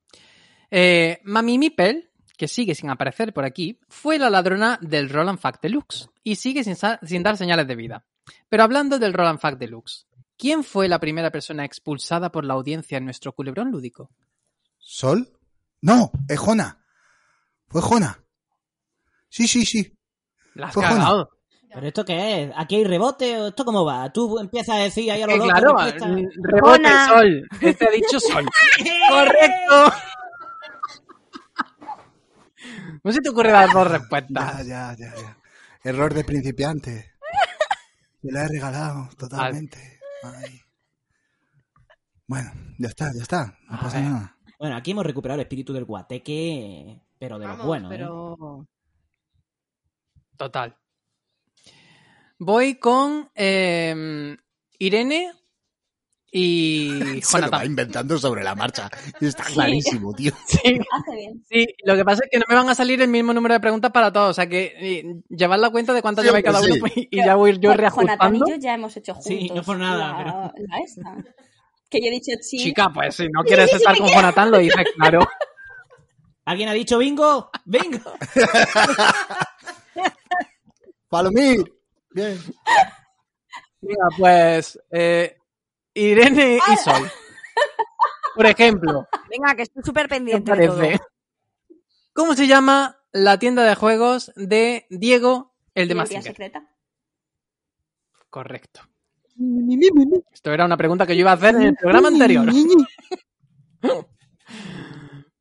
Speaker 8: Eh, Mami Mipel, que sigue sin aparecer por aquí, fue la ladrona del Roland Fact Deluxe y sigue sin, sa- sin dar señales de vida. Pero hablando del Roland Fact Deluxe, ¿quién fue la primera persona expulsada por la audiencia en nuestro culebrón lúdico?
Speaker 5: ¿Sol? No, es Jona. Fue Jona. Sí, sí, sí.
Speaker 8: La has
Speaker 5: Fue Juana.
Speaker 8: cagado.
Speaker 2: ¿Pero esto qué es? ¿Aquí hay rebote o esto cómo va? Tú empiezas a decir ahí a lo
Speaker 8: Eh,
Speaker 2: loco.
Speaker 8: claro,
Speaker 2: respuesta.
Speaker 8: mm, rebote,
Speaker 3: Juana.
Speaker 8: Sol. Eh, Te ha
Speaker 4: [laughs]
Speaker 8: dicho Sol. eh, Correcto. No se te ocurre dar dos
Speaker 5: Ya,
Speaker 8: respuestas.
Speaker 5: ya, Ah, ya, ya. Error de principiante. Me la he regalado totalmente.
Speaker 8: Ah.
Speaker 5: Ay. Bueno, ya está, ya está. No
Speaker 8: A
Speaker 5: pasa
Speaker 8: ver.
Speaker 5: nada.
Speaker 2: Bueno, aquí hemos recuperado el espíritu del guateque, pero de los
Speaker 1: Vamos,
Speaker 2: buenos. ¿eh?
Speaker 1: pero...
Speaker 8: Total. Voy con eh, Irene y
Speaker 5: [laughs] Se lo va
Speaker 8: Jonathan.
Speaker 5: inventando sobre la marcha. Está clarísimo, tío.
Speaker 8: Sí,
Speaker 4: Hace bien.
Speaker 8: sí, lo que pasa es que no me van a salir el mismo número de preguntas para todos. O sea que eh, llevad la cuenta de cuántas
Speaker 5: Siempre
Speaker 8: lleváis cada uno
Speaker 5: sí.
Speaker 8: y ya voy a ir yo
Speaker 4: Jo- Jonathan
Speaker 8: reajustando.
Speaker 4: y yo ya hemos hecho juntos.
Speaker 2: Sí, no por nada,
Speaker 4: La, la esta. Que yo he dicho sí.
Speaker 8: Chica, pues si
Speaker 4: [laughs]
Speaker 8: no quieres estar con Jonathan, lo dices, claro.
Speaker 2: ¿Alguien ha dicho bingo? ¡Bingo!
Speaker 8: [laughs]
Speaker 5: Palomir. Bien.
Speaker 8: Mira, pues eh, Irene y Sol. Por ejemplo,
Speaker 3: Venga, que estoy súper
Speaker 8: ¿qué
Speaker 3: pendiente de todo.
Speaker 8: parece? ¿Cómo se llama la tienda de juegos de Diego, el de
Speaker 4: Librería
Speaker 8: Massinger?
Speaker 4: secreta.
Speaker 8: Correcto. Esto era una pregunta que yo iba a hacer en el programa anterior. [laughs]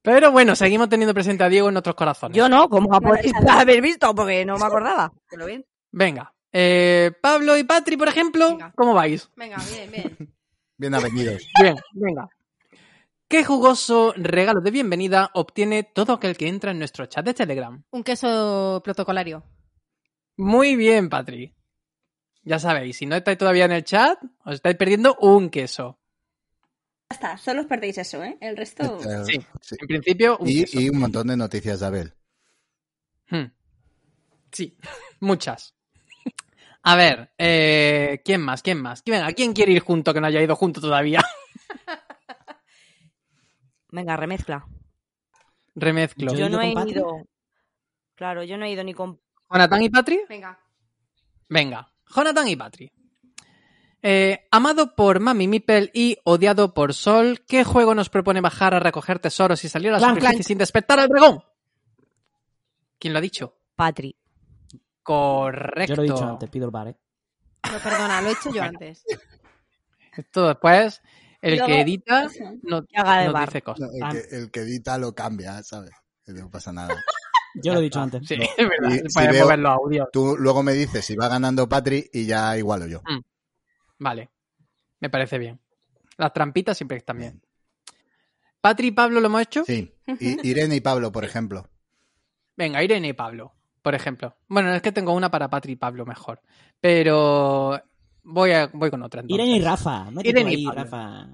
Speaker 8: Pero bueno, seguimos teniendo presente a Diego en nuestros corazones.
Speaker 3: Yo no, como a podéis
Speaker 4: Bueno,
Speaker 3: haber visto, porque no me acordaba. Pero bien.
Speaker 8: Venga. eh, Pablo y Patri, por ejemplo,
Speaker 1: Venga.
Speaker 8: ¿cómo vais?
Speaker 2: [laughs]
Speaker 1: Venga, bien, bien.
Speaker 5: Bien avenidos.
Speaker 8: Bien, venga. ¿Qué jugoso regalo de bienvenida obtiene todo aquel que entra en nuestro chat de Telegram?
Speaker 1: Un queso protocolario.
Speaker 8: Muy bien, Patri. Ya sabéis, si no estáis todavía en el chat, os estáis perdiendo un queso.
Speaker 4: Ya está, solo os perdéis eso, ¿eh? El resto.
Speaker 8: Sí. En principio, un queso.
Speaker 5: Y, y un montón de noticias de Abel.
Speaker 8: Hmm. Sí, [laughs] muchas. A ver, eh, ¿quién más? ¿Quién más? Venga, ¿quién quiere ir junto que no haya ido junto todavía? [laughs]
Speaker 3: Venga, remezcla.
Speaker 8: Remezclo.
Speaker 2: ¿Yo he
Speaker 3: Yo
Speaker 2: ido
Speaker 3: no he
Speaker 2: con Patri?
Speaker 3: ido. Claro, yo no he ido ni con.
Speaker 8: ¿Jonathan y Patri?
Speaker 1: Venga.
Speaker 8: Venga, Jonathan y Patri. Eh, amado por Mami Mipel y odiado por Sol, ¿qué juego nos propone bajar a recoger tesoros y salir a la
Speaker 2: Clank,
Speaker 8: superficie
Speaker 2: clank.
Speaker 8: sin despertar al dragón? ¿Quién lo ha dicho?
Speaker 3: Patri.
Speaker 8: Correcto.
Speaker 2: Yo lo he dicho antes, pido el bar, ¿eh?
Speaker 1: No, perdona, lo he hecho yo antes.
Speaker 8: Esto después, el
Speaker 4: Luego-
Speaker 3: [laughs]
Speaker 8: que edita
Speaker 4: Eso.
Speaker 8: no,
Speaker 3: Que haga de
Speaker 8: no
Speaker 3: bar.
Speaker 8: dice cosas.
Speaker 5: No, el, que, el que edita lo cambia, ¿sabes? Que No pasa nada.
Speaker 2: Yo lo he dicho antes.
Speaker 8: Sí, [laughs] es verdad.
Speaker 5: si
Speaker 8: Podemos
Speaker 5: veo-
Speaker 8: ver los audios.
Speaker 5: Tú luego me dices si va ganando Patri y ya igualo yo.
Speaker 8: Vale. Me parece bien. Las trampitas siempre están bien. Patri y Pablo lo hemos hecho.
Speaker 5: Sí. Y Irene y Pablo, por ejemplo.
Speaker 8: Venga, Irene y Pablo, por ejemplo. Bueno, es que tengo una para Patri y Pablo mejor. Pero voy, a, voy con otra. entonces.
Speaker 2: Irene y Rafa. Métete
Speaker 8: Irene y
Speaker 2: ahí,
Speaker 8: Pablo.
Speaker 2: Rafa.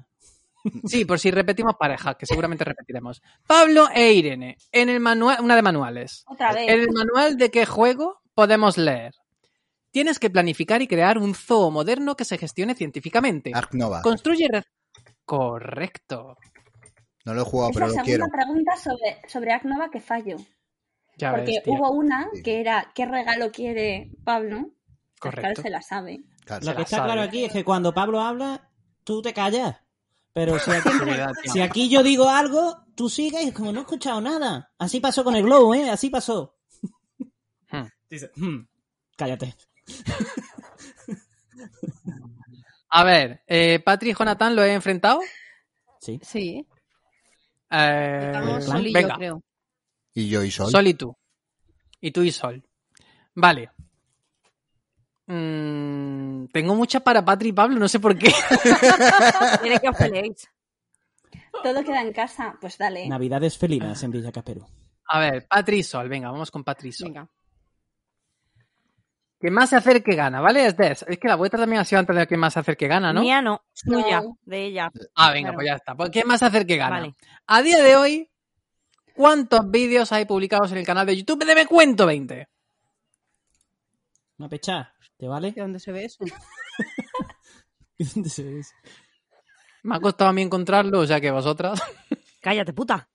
Speaker 8: Sí, por si repetimos pareja, que seguramente repetiremos. Pablo e Irene. En el manual, una de manuales.
Speaker 4: Otra vez.
Speaker 8: En el manual de qué juego podemos leer. Tienes que planificar y crear un zoo moderno que se gestione científicamente.
Speaker 5: Ark Nova.
Speaker 8: Construye. re- Correcto.
Speaker 5: No lo he jugado,
Speaker 4: es la
Speaker 5: pero lo
Speaker 4: segunda
Speaker 5: quiero.
Speaker 4: pregunta sobre, sobre Agnova que fallo.
Speaker 8: Ya
Speaker 4: porque
Speaker 8: ves, tío.
Speaker 4: hubo una
Speaker 5: Sí.
Speaker 4: que era ¿qué regalo quiere Pablo? Pues claro,
Speaker 8: Correcto.
Speaker 4: se la sabe.
Speaker 5: Claro.
Speaker 2: Lo
Speaker 8: la
Speaker 2: que está
Speaker 8: sabe.
Speaker 2: claro aquí es que cuando Pablo habla, tú te callas. Pero si
Speaker 8: [laughs]
Speaker 2: aquí,
Speaker 8: Es verdad, tío.
Speaker 2: si aquí yo digo algo, tú sigues y es como no he escuchado nada. Así pasó con el globo, ¿eh? Así pasó.
Speaker 8: Hmm.
Speaker 2: Dice, "Hmm, cállate.
Speaker 8: A ver, eh, Patri y Jonathan lo he enfrentado.
Speaker 2: Sí.
Speaker 1: Sí,
Speaker 8: Eh,
Speaker 1: estamos
Speaker 5: Blanco.
Speaker 1: Sol y yo,
Speaker 8: venga,
Speaker 1: creo.
Speaker 5: Y yo y Sol.
Speaker 8: Sol y tú. Y tú y Sol. Vale. Mm, tengo muchas para Patri y Pablo, no sé por
Speaker 1: [laughs]
Speaker 8: qué.
Speaker 3: Tiene que os peleéis.
Speaker 4: Todo queda en casa, pues dale.
Speaker 2: Navidades
Speaker 8: Ah.
Speaker 2: felinas en Villa Caspero.
Speaker 8: A ver, Patri y Sol, venga, vamos con Patri y Sol.
Speaker 1: Venga.
Speaker 8: Que más se acerque gana, ¿vale? Es, de- es que la vuelta también ha sido antes de que más se acerque gana, Ah, ¿no?
Speaker 3: Mía no, suya,
Speaker 4: No.
Speaker 3: de ella.
Speaker 8: Ah, venga,
Speaker 3: Claro.
Speaker 8: pues ya está. Pues, ¿Qué más se acerque gana?
Speaker 3: Vale.
Speaker 8: A día de hoy, ¿cuántos vídeos hay publicados en el canal de YouTube de Me Cuento 20?
Speaker 2: Una pechá, ¿te vale? [laughs]
Speaker 1: ¿De dónde se ve eso?
Speaker 2: ¿Dónde se ve eso?
Speaker 8: Me ha costado a mí encontrarlo, o sea que vosotras. [laughs]
Speaker 3: Cállate, puta.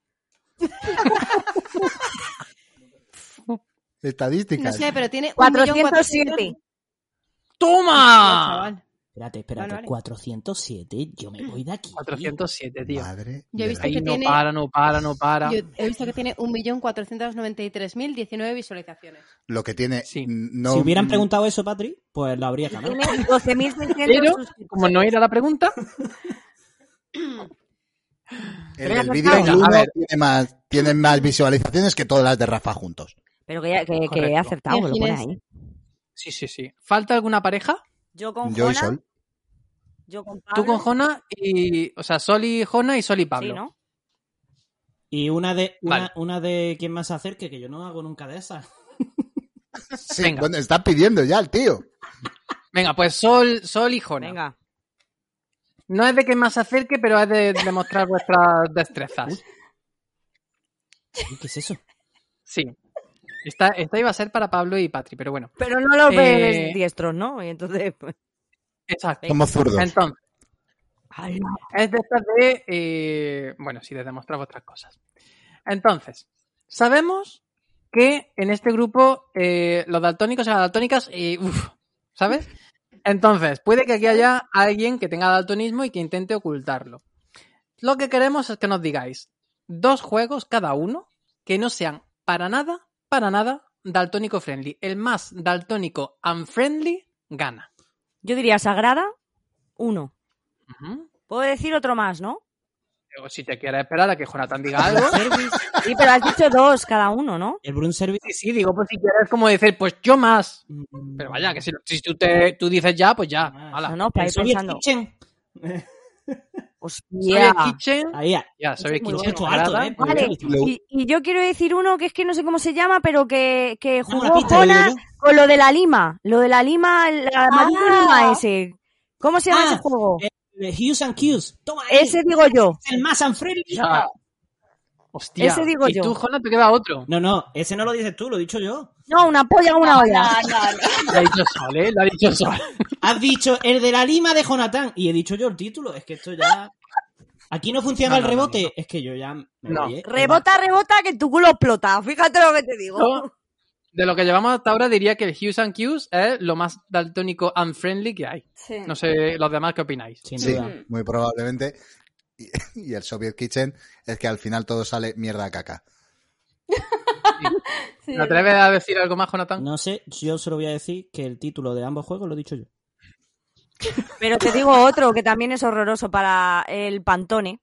Speaker 1: No
Speaker 5: Estadísticas.
Speaker 1: sé, pero tiene
Speaker 3: 407.
Speaker 8: ¡Toma!
Speaker 1: Chaval.
Speaker 2: Espérate, espérate.
Speaker 1: Vale, vale.
Speaker 2: 407, yo me voy de aquí.
Speaker 8: 407, tío.
Speaker 5: Madre.
Speaker 1: Yo he
Speaker 5: de
Speaker 1: visto
Speaker 5: la-
Speaker 8: Ahí
Speaker 1: que
Speaker 8: no
Speaker 1: tiene-
Speaker 8: para, no para, no para.
Speaker 1: Yo he visto que tiene 1.493.019 visualizaciones.
Speaker 5: Lo que tiene.
Speaker 8: Sí.
Speaker 5: No,
Speaker 2: si hubieran preguntado eso, Patri, pues lo habría ganado.
Speaker 3: [laughs] Tiene 12.600
Speaker 8: Pero,
Speaker 3: suscriptores.
Speaker 8: como no era la pregunta,
Speaker 5: El del
Speaker 3: Venga,
Speaker 5: vídeo
Speaker 8: venga,
Speaker 5: uno
Speaker 8: a ver.
Speaker 5: tiene más, tiene más visualizaciones que todas las de Rafa juntos.
Speaker 3: Pero que, ya, que, que he
Speaker 8: Correcto.
Speaker 3: acertado, que lo pone ahí.
Speaker 8: sí, sí, sí. ¿Falta alguna pareja?
Speaker 3: Yo con
Speaker 5: Yo y
Speaker 3: Jona,
Speaker 5: Sol.
Speaker 3: yo con
Speaker 8: Tú con
Speaker 1: Ah.
Speaker 3: Pablo.
Speaker 8: Jona y. O sea, Sol y Jona y Sol y Pablo.
Speaker 3: Sí, ¿no?
Speaker 2: Y una de, una,
Speaker 8: Vale.
Speaker 2: una de quien más se acerque, que yo no hago nunca de
Speaker 8: [laughs]
Speaker 2: esas.
Speaker 5: Sí,
Speaker 8: Venga.
Speaker 5: bueno, está pidiendo ya el tío.
Speaker 8: Venga, pues Sol, Sol y Jona.
Speaker 3: Venga.
Speaker 8: No es de que más se acerque, pero es de demostrar vuestras [laughs] destrezas.
Speaker 2: Uy, ¿Qué es eso?
Speaker 8: Sí. Esta, esta iba a ser para Pablo y Patri, pero bueno.
Speaker 3: Pero no los
Speaker 8: Eh,
Speaker 3: ves diestros, ¿no? Y entonces... pues,
Speaker 8: Exacto.
Speaker 5: Somos zurdos.
Speaker 8: Entonces,
Speaker 3: ala.
Speaker 8: es de estas de. eh, bueno, sí, de demostrar vuestras cosas. Entonces, sabemos que en este grupo eh, los daltónicos y las daltónicas. eh, uf, ¿Sabes? Entonces, puede que aquí haya alguien que tenga daltonismo y que intente ocultarlo. Lo que queremos es que nos digáis dos juegos cada uno que no sean para nada, para nada daltónico friendly. El más daltónico unfriendly gana.
Speaker 3: Yo diría Sagrada, uno.
Speaker 8: Ujú.
Speaker 3: Puedo decir otro más, ¿no?
Speaker 8: O si te quieres esperar a que Jonathan [laughs] diga algo.
Speaker 3: Sí, pero has dicho dos cada uno, ¿no?
Speaker 2: El Brun Service.
Speaker 8: Sí, sí, digo, pues si quieres como decir, pues yo más.
Speaker 2: mm,
Speaker 8: Pero vaya, que si, si tú, te, tú dices ya, pues ya.
Speaker 2: Ah,
Speaker 8: Hala.
Speaker 3: No, no, para
Speaker 2: el
Speaker 3: ir
Speaker 2: Soviet
Speaker 3: pensando.
Speaker 2: Kitchen.
Speaker 8: Soy
Speaker 3: Hostia.
Speaker 8: el kitchen.
Speaker 2: Ahí, ah,
Speaker 8: Ya, soy el
Speaker 3: Muy
Speaker 8: kitchen.
Speaker 2: mucho
Speaker 8: ¿verdad?
Speaker 2: alto, ¿eh?
Speaker 3: Vale,
Speaker 5: Lo-
Speaker 3: y, y yo quiero decir uno que es que no sé cómo se llama, pero que, que
Speaker 2: Dame
Speaker 3: jugó
Speaker 2: una pista, le digo
Speaker 3: Jona
Speaker 2: yo.
Speaker 3: con lo de la lima. Lo de la lima, el amarillo
Speaker 4: Ah.
Speaker 3: lima ese. ¿Cómo se llama
Speaker 2: Ah,
Speaker 3: ese juego?
Speaker 2: De Hughes and Hughes. Toma ahí.
Speaker 3: ese digo yo.
Speaker 2: Es el más unfriendly.
Speaker 8: Ya. Hostia.
Speaker 3: Ese digo
Speaker 8: y
Speaker 3: yo.
Speaker 8: tú, Jona, te queda otro. [laughs]
Speaker 2: No, no, ese no lo dices tú, lo he dicho yo.
Speaker 3: No, una polla con una
Speaker 4: No,
Speaker 3: olla.
Speaker 4: no, no, no.
Speaker 8: Lo ha dicho Sol, ¿eh? Lo ha dicho Sol.
Speaker 3: [laughs]
Speaker 2: Has dicho el de la lima de Jonathan. Y he dicho yo el título. Es que esto ya. Aquí no funciona
Speaker 8: No,
Speaker 2: el
Speaker 8: no, no,
Speaker 2: rebote.
Speaker 8: no.
Speaker 2: Es que yo ya. me
Speaker 8: No.
Speaker 2: voy, ¿eh?
Speaker 3: Rebota, rebota, que tu culo explota. Fíjate lo que te digo.
Speaker 8: Yo, de lo que llevamos hasta ahora, diría que el Hughes and Hughes es lo más daltónico unfriendly que hay.
Speaker 4: Sí.
Speaker 8: No sé, los demás, ¿qué opináis?
Speaker 2: Sin
Speaker 5: Sí,
Speaker 2: duda.
Speaker 5: muy probablemente. Y, [laughs] y el Soviet Kitchen es que al final todo sale mierda caca.
Speaker 4: Sí.
Speaker 8: ¿Te atreves a decir algo más, Jonathan?
Speaker 2: No sé, yo solo voy a decir que el título de ambos juegos lo he dicho yo.
Speaker 3: Pero te digo otro que también es horroroso para el Pantone.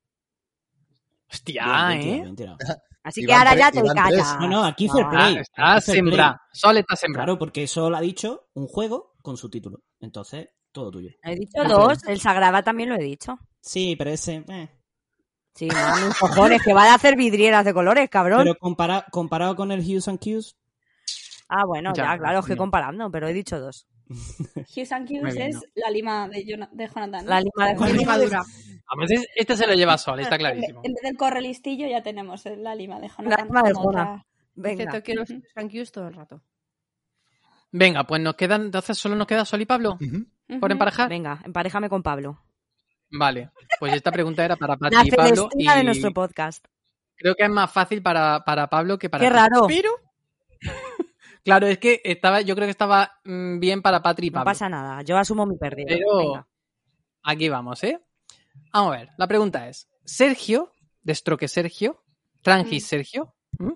Speaker 8: Hostia,
Speaker 2: Bien, bien
Speaker 8: ¿eh? Ah,
Speaker 2: tirado, bien tirado.
Speaker 3: Así
Speaker 5: Iván
Speaker 3: que ahora
Speaker 5: tres-
Speaker 3: ya te
Speaker 5: Iván tres.
Speaker 3: callas.
Speaker 2: No, no, aquí fair play.
Speaker 8: Está
Speaker 2: Aquí fair play.
Speaker 8: sembrado. Sol está sembrado.
Speaker 2: Claro, porque solo ha dicho un juego con su título. Entonces, todo tuyo.
Speaker 3: He dicho dos, el Sagrada también lo he dicho.
Speaker 2: Sí, pero ese. eh.
Speaker 3: Sí, mami, cojones, que van a hacer vidrieras de colores, cabrón.
Speaker 2: Pero compara- comparado con el Hughes and Hughes,
Speaker 3: Ah, bueno, ya,
Speaker 8: Ya,
Speaker 3: claro, es que
Speaker 2: no.
Speaker 3: comparando, pero he dicho dos.
Speaker 4: Hughes and Hughes
Speaker 8: Muy bien,
Speaker 4: es la lima de, Jona- de Jonathan. ¿no?
Speaker 3: La lima de
Speaker 2: ¿Cuál es?
Speaker 3: Jonathan.
Speaker 8: Además, es- este se lo lleva Sol, está
Speaker 4: En vez-
Speaker 8: clarísimo.
Speaker 4: En vez del corre listillo ya tenemos eh, la lima de Jonathan.
Speaker 3: lima de
Speaker 4: como otra-
Speaker 3: Jonah. Venga.
Speaker 1: Excepto quiero Frank Hughes todo el rato.
Speaker 8: Venga, pues nos quedan, entonces solo nos queda Sol y Pablo
Speaker 5: Ujú.
Speaker 8: por
Speaker 4: Ujú.
Speaker 8: emparejar.
Speaker 3: Venga, emparejame con Pablo.
Speaker 8: Vale, pues esta pregunta era para Pati
Speaker 3: La
Speaker 8: y Pablo.
Speaker 3: Celestina de
Speaker 8: y
Speaker 3: nuestro podcast.
Speaker 8: Creo que es más fácil para, para Pablo que para
Speaker 3: Qué
Speaker 8: ti.
Speaker 3: raro.
Speaker 1: Pero
Speaker 8: [laughs] Claro, es que estaba, yo creo que estaba mm, bien para Patri y
Speaker 3: No
Speaker 8: Pablo.
Speaker 3: pasa nada, yo asumo mi pérdida.
Speaker 8: Pero
Speaker 3: Venga.
Speaker 8: aquí vamos, ¿eh? Vamos a ver, la pregunta es: Sergio, Destroque Sergio, Trangis
Speaker 3: Mm.
Speaker 8: Sergio, ¿m?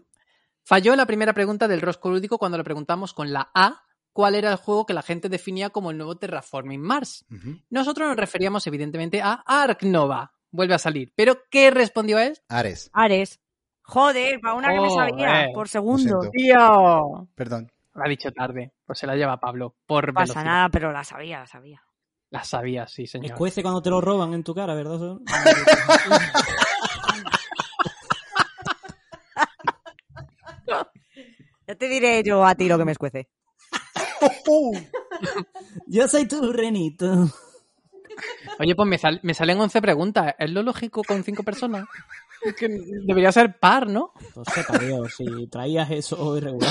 Speaker 8: falló la primera pregunta del Rosco Lúdico cuando le preguntamos con la A cuál era el juego que la gente definía como el nuevo Terraforming Mars.
Speaker 5: Ujú.
Speaker 8: Nosotros nos referíamos evidentemente a Ark Nova. Vuelve a salir. ¿Pero ¿qué respondió a él?
Speaker 5: Ares,
Speaker 3: Ares. Joder, para una que me sabía,
Speaker 8: Joder.
Speaker 3: por
Speaker 5: Lo
Speaker 3: segundo.
Speaker 5: siento.
Speaker 8: ¡Tío!
Speaker 5: perdón.
Speaker 8: La ha dicho tarde. Pues se la lleva Pablo. Por
Speaker 3: No pasa
Speaker 8: velocidad.
Speaker 3: nada, pero la sabía, la sabía.
Speaker 8: La sabía, sí, señor.
Speaker 2: escuece cuando te lo roban en tu cara, ¿verdad? Sol?
Speaker 3: Ya te diré yo a ti lo que me escuece.
Speaker 2: [laughs] Yo soy tu renito.
Speaker 8: Oye, pues me, sal- me salen 11 preguntas. ¿Es lo lógico con
Speaker 3: [laughs]
Speaker 8: 5 personas? Es que debería ser par, ¿no?
Speaker 2: Pues sepa Dios, si traías eso irregular.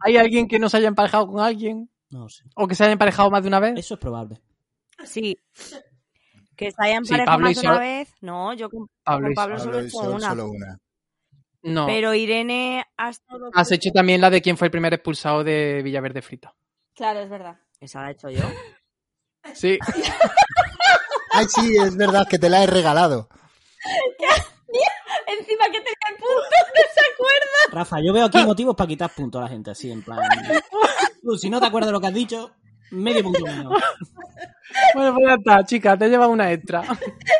Speaker 8: ¿Hay alguien que no se haya emparejado con alguien?
Speaker 2: No [laughs] sé.
Speaker 8: ¿O que se haya emparejado más de una vez?
Speaker 2: Eso es probable.
Speaker 3: Sí. Que se hayan
Speaker 8: Sí,
Speaker 3: emparejado
Speaker 8: Pablo y
Speaker 3: más de una
Speaker 8: Sol-
Speaker 3: vez. No, yo con
Speaker 8: Pablo
Speaker 3: con
Speaker 8: y
Speaker 3: Pablo solo
Speaker 5: Solo,
Speaker 3: he hecho una.
Speaker 5: solo una.
Speaker 8: No. Ah.
Speaker 3: Pero Irene ha estado.
Speaker 8: Has hecho también la de quién fue el primer expulsado de Villaverde
Speaker 3: [laughs]
Speaker 8: Frita.
Speaker 4: Claro, es verdad. [laughs]
Speaker 3: Esa la he hecho yo.
Speaker 8: Ah, Sí.
Speaker 5: Ay, sí, es verdad que te la he regalado.
Speaker 4: Encima que tenía el punto, no se acuerda.
Speaker 2: Rafa, yo veo aquí motivos para quitar puntos a la gente, así en plan. Tú, si no te acuerdas de lo que has dicho, medio punto menos.
Speaker 8: Bueno, pues ya está, chicas, te he llevado
Speaker 3: [laughs]
Speaker 8: una extra.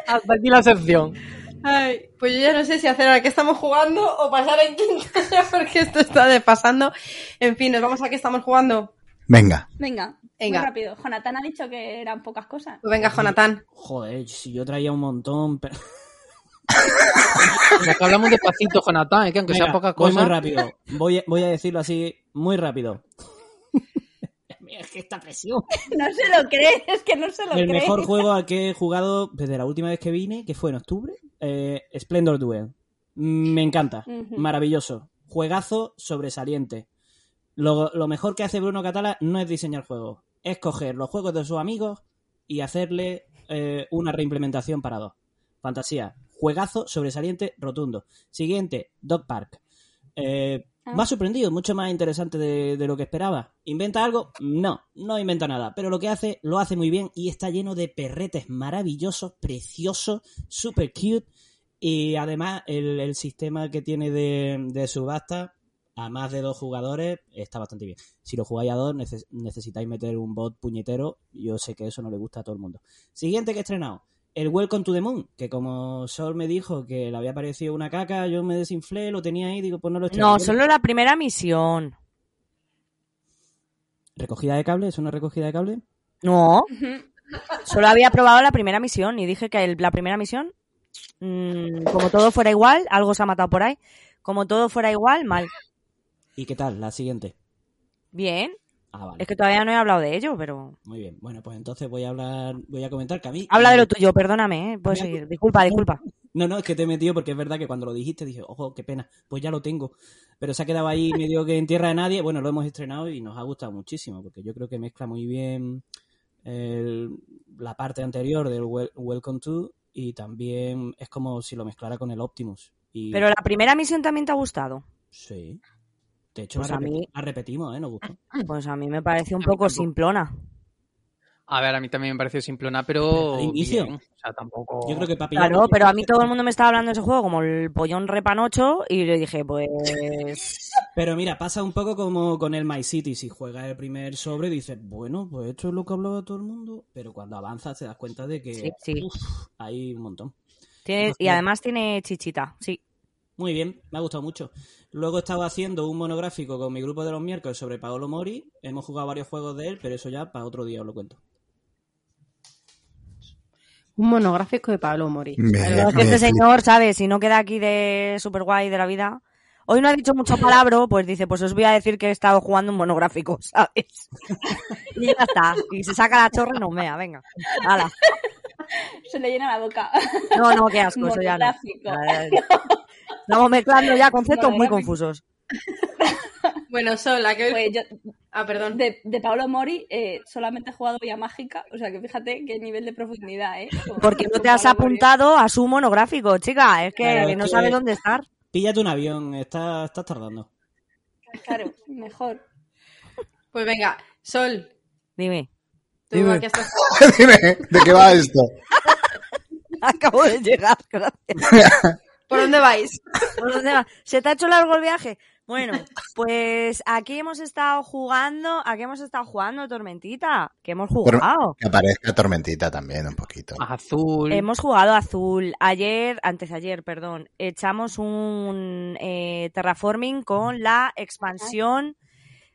Speaker 8: Hasta aquí la sección.
Speaker 1: Ay, pues yo ya no sé si hacer ahora que estamos jugando o pasar en quinta [laughs] porque esto está despasando. En fin, nos vamos a que estamos jugando.
Speaker 5: Venga. [laughs]
Speaker 4: Venga,
Speaker 1: Venga.
Speaker 4: muy rápido. Jonathan ha dicho que eran pocas cosas.
Speaker 1: Pues venga, Jonathan.
Speaker 2: Joder, si yo traía un montón. Pero...
Speaker 8: Ya que hablamos despacito, Jonathan, es que aunque sea
Speaker 2: Venga,
Speaker 8: poca
Speaker 2: voy muy
Speaker 8: cosa.
Speaker 2: rápido. Voy a, voy a decirlo así, muy rápido. Mira, es que esta presión.
Speaker 4: No se lo cree, [laughs] es que no se lo
Speaker 2: El
Speaker 4: cree.
Speaker 2: mejor
Speaker 4: [laughs]
Speaker 2: juego al que he jugado desde la última vez que vine, que fue en octubre, eh, Splendor Duel. Mm, Me encanta,
Speaker 4: Ujú.
Speaker 2: maravilloso. Juegazo sobresaliente. Lo, lo mejor que hace Bruno Catala no es diseñar juegos, es coger los juegos de sus amigos y hacerle eh, una reimplementación para dos. Fantasía, juegazo sobresaliente rotundo. Siguiente, Dog Park. Eh,
Speaker 4: Ah.
Speaker 2: Me ha sorprendido, mucho más interesante de, de lo que esperaba. ¿Inventa algo? No, no inventa nada. Pero lo que hace, lo hace muy bien y está lleno de perretes maravillosos, preciosos, super cute. Y además, el, el sistema que tiene de, de subasta a más de dos jugadores está bastante bien. Si lo jugáis a dos, neces- necesitáis meter un bot puñetero. Yo sé que eso no le gusta a todo el mundo. Siguiente que he estrenado. El Welcome to the Moon, que como Sol me dijo que le había parecido una caca, yo me desinflé, lo tenía ahí, digo, pues no lo estreno.
Speaker 3: No,
Speaker 2: Bueno,
Speaker 3: solo la primera misión.
Speaker 2: ¿Recogida de cable? ¿Es una recogida de cable?
Speaker 3: No,
Speaker 4: Ujú.
Speaker 3: solo había probado la primera misión y dije que el- la primera misión, mm, como todo fuera igual, algo se ha matado por ahí. Como todo fuera igual, mal.
Speaker 2: ¿Y qué tal? La siguiente.
Speaker 3: Bien,
Speaker 2: Ah, vale.
Speaker 3: es que todavía no he hablado de ello, pero.
Speaker 2: Muy bien. Bueno, pues entonces voy a hablar, voy a comentar que a mí...
Speaker 3: Habla de lo tuyo, perdóname, ¿eh? puedes
Speaker 2: Venga.
Speaker 3: seguir. Disculpa, disculpa.
Speaker 2: No, no, es que te he metido porque es verdad que cuando lo dijiste dije, ojo, qué pena, pues ya lo tengo. Pero se ha quedado ahí medio que en tierra de nadie. Bueno, lo hemos estrenado y nos ha gustado muchísimo porque yo creo que mezcla muy bien el- la parte anterior del Wel- Welcome to y también es como si lo mezclara con el Optimus. Y,
Speaker 3: Pero la primera misión también te ha gustado.
Speaker 2: Sí. De hecho,
Speaker 3: Pues
Speaker 2: la,
Speaker 3: a
Speaker 2: repeti-
Speaker 3: mí-
Speaker 2: la repetimos, ¿eh? Nos gustó.
Speaker 3: Pues a mí me parece un
Speaker 8: A mí
Speaker 3: poco
Speaker 8: tampoco.
Speaker 3: simplona.
Speaker 8: A ver, a mí también me pareció simplona,
Speaker 2: Pero
Speaker 8: pero.
Speaker 2: al inicio.
Speaker 8: bien. O sea, tampoco.
Speaker 2: Yo creo que papi...
Speaker 3: Claro, pero a mí todo el mundo me estaba hablando de ese juego como el pollón repanocho y le dije, pues...
Speaker 2: Pero mira, pasa un poco como con el My City. Si juegas el primer sobre, dices, bueno, pues esto es lo que hablaba todo el mundo. Pero cuando avanzas te das cuenta de que
Speaker 3: Sí, sí.
Speaker 2: uf, hay un montón.
Speaker 3: tiene- y además tiene chichita, sí.
Speaker 2: Muy bien, me ha gustado mucho. Luego he estado haciendo un monográfico con mi grupo de los miércoles sobre Paolo Mori. Hemos jugado varios juegos de él, pero eso ya para otro día os lo cuento.
Speaker 1: Un monográfico de Pablo Mori.
Speaker 5: Me-
Speaker 3: Pero es que
Speaker 5: me
Speaker 3: este
Speaker 5: flipa.
Speaker 3: señor, ¿sabes? Si no queda aquí de super guay de la vida. Hoy no ha dicho mucho palabra, pues dice, pues os voy a decir que he estado jugando un monográfico, [laughs] ¿sabes? Y ya está. Y se saca la chorra y no mea, venga. Hala.
Speaker 4: Se le llena la boca.
Speaker 3: No, no, qué asco, eso ya no.
Speaker 4: Monográfico.
Speaker 3: Eh, Estamos mezclando ya conceptos muy
Speaker 4: Monográfico.
Speaker 3: confusos.
Speaker 1: Bueno, Sol, la que hoy...
Speaker 4: Pues yo,
Speaker 1: Ah, perdón.
Speaker 4: de, de Paolo Mori eh, solamente he jugado Vía Mágica, o sea que fíjate qué nivel de profundidad, ¿eh? Con-
Speaker 3: Porque no
Speaker 4: con
Speaker 3: te has
Speaker 4: Paolo Mori.
Speaker 3: apuntado a su monográfico, chica. Es
Speaker 2: Claro,
Speaker 3: que
Speaker 2: es
Speaker 3: no
Speaker 2: que-
Speaker 3: sabes dónde estar.
Speaker 2: Píllate un avión, está- estás tardando.
Speaker 4: Claro, mejor.
Speaker 1: Pues venga, Sol,
Speaker 3: Dime. [laughs]
Speaker 1: tú
Speaker 7: Dime.
Speaker 1: que estás...
Speaker 5: Dime, ¿de qué va esto?
Speaker 3: Acabo de llegar, gracias.
Speaker 1: ¿Por dónde vais?
Speaker 3: ¿Por Pues dónde va? ¿Se te ha hecho largo el viaje? Bueno, pues aquí hemos estado jugando, aquí hemos estado jugando Tormentita, que hemos jugado.
Speaker 5: Que aparezca Tormentita también un poquito.
Speaker 8: Ah. Azul.
Speaker 3: Hemos jugado azul. Ayer, antes de ayer, perdón, echamos un eh, terraforming con la expansión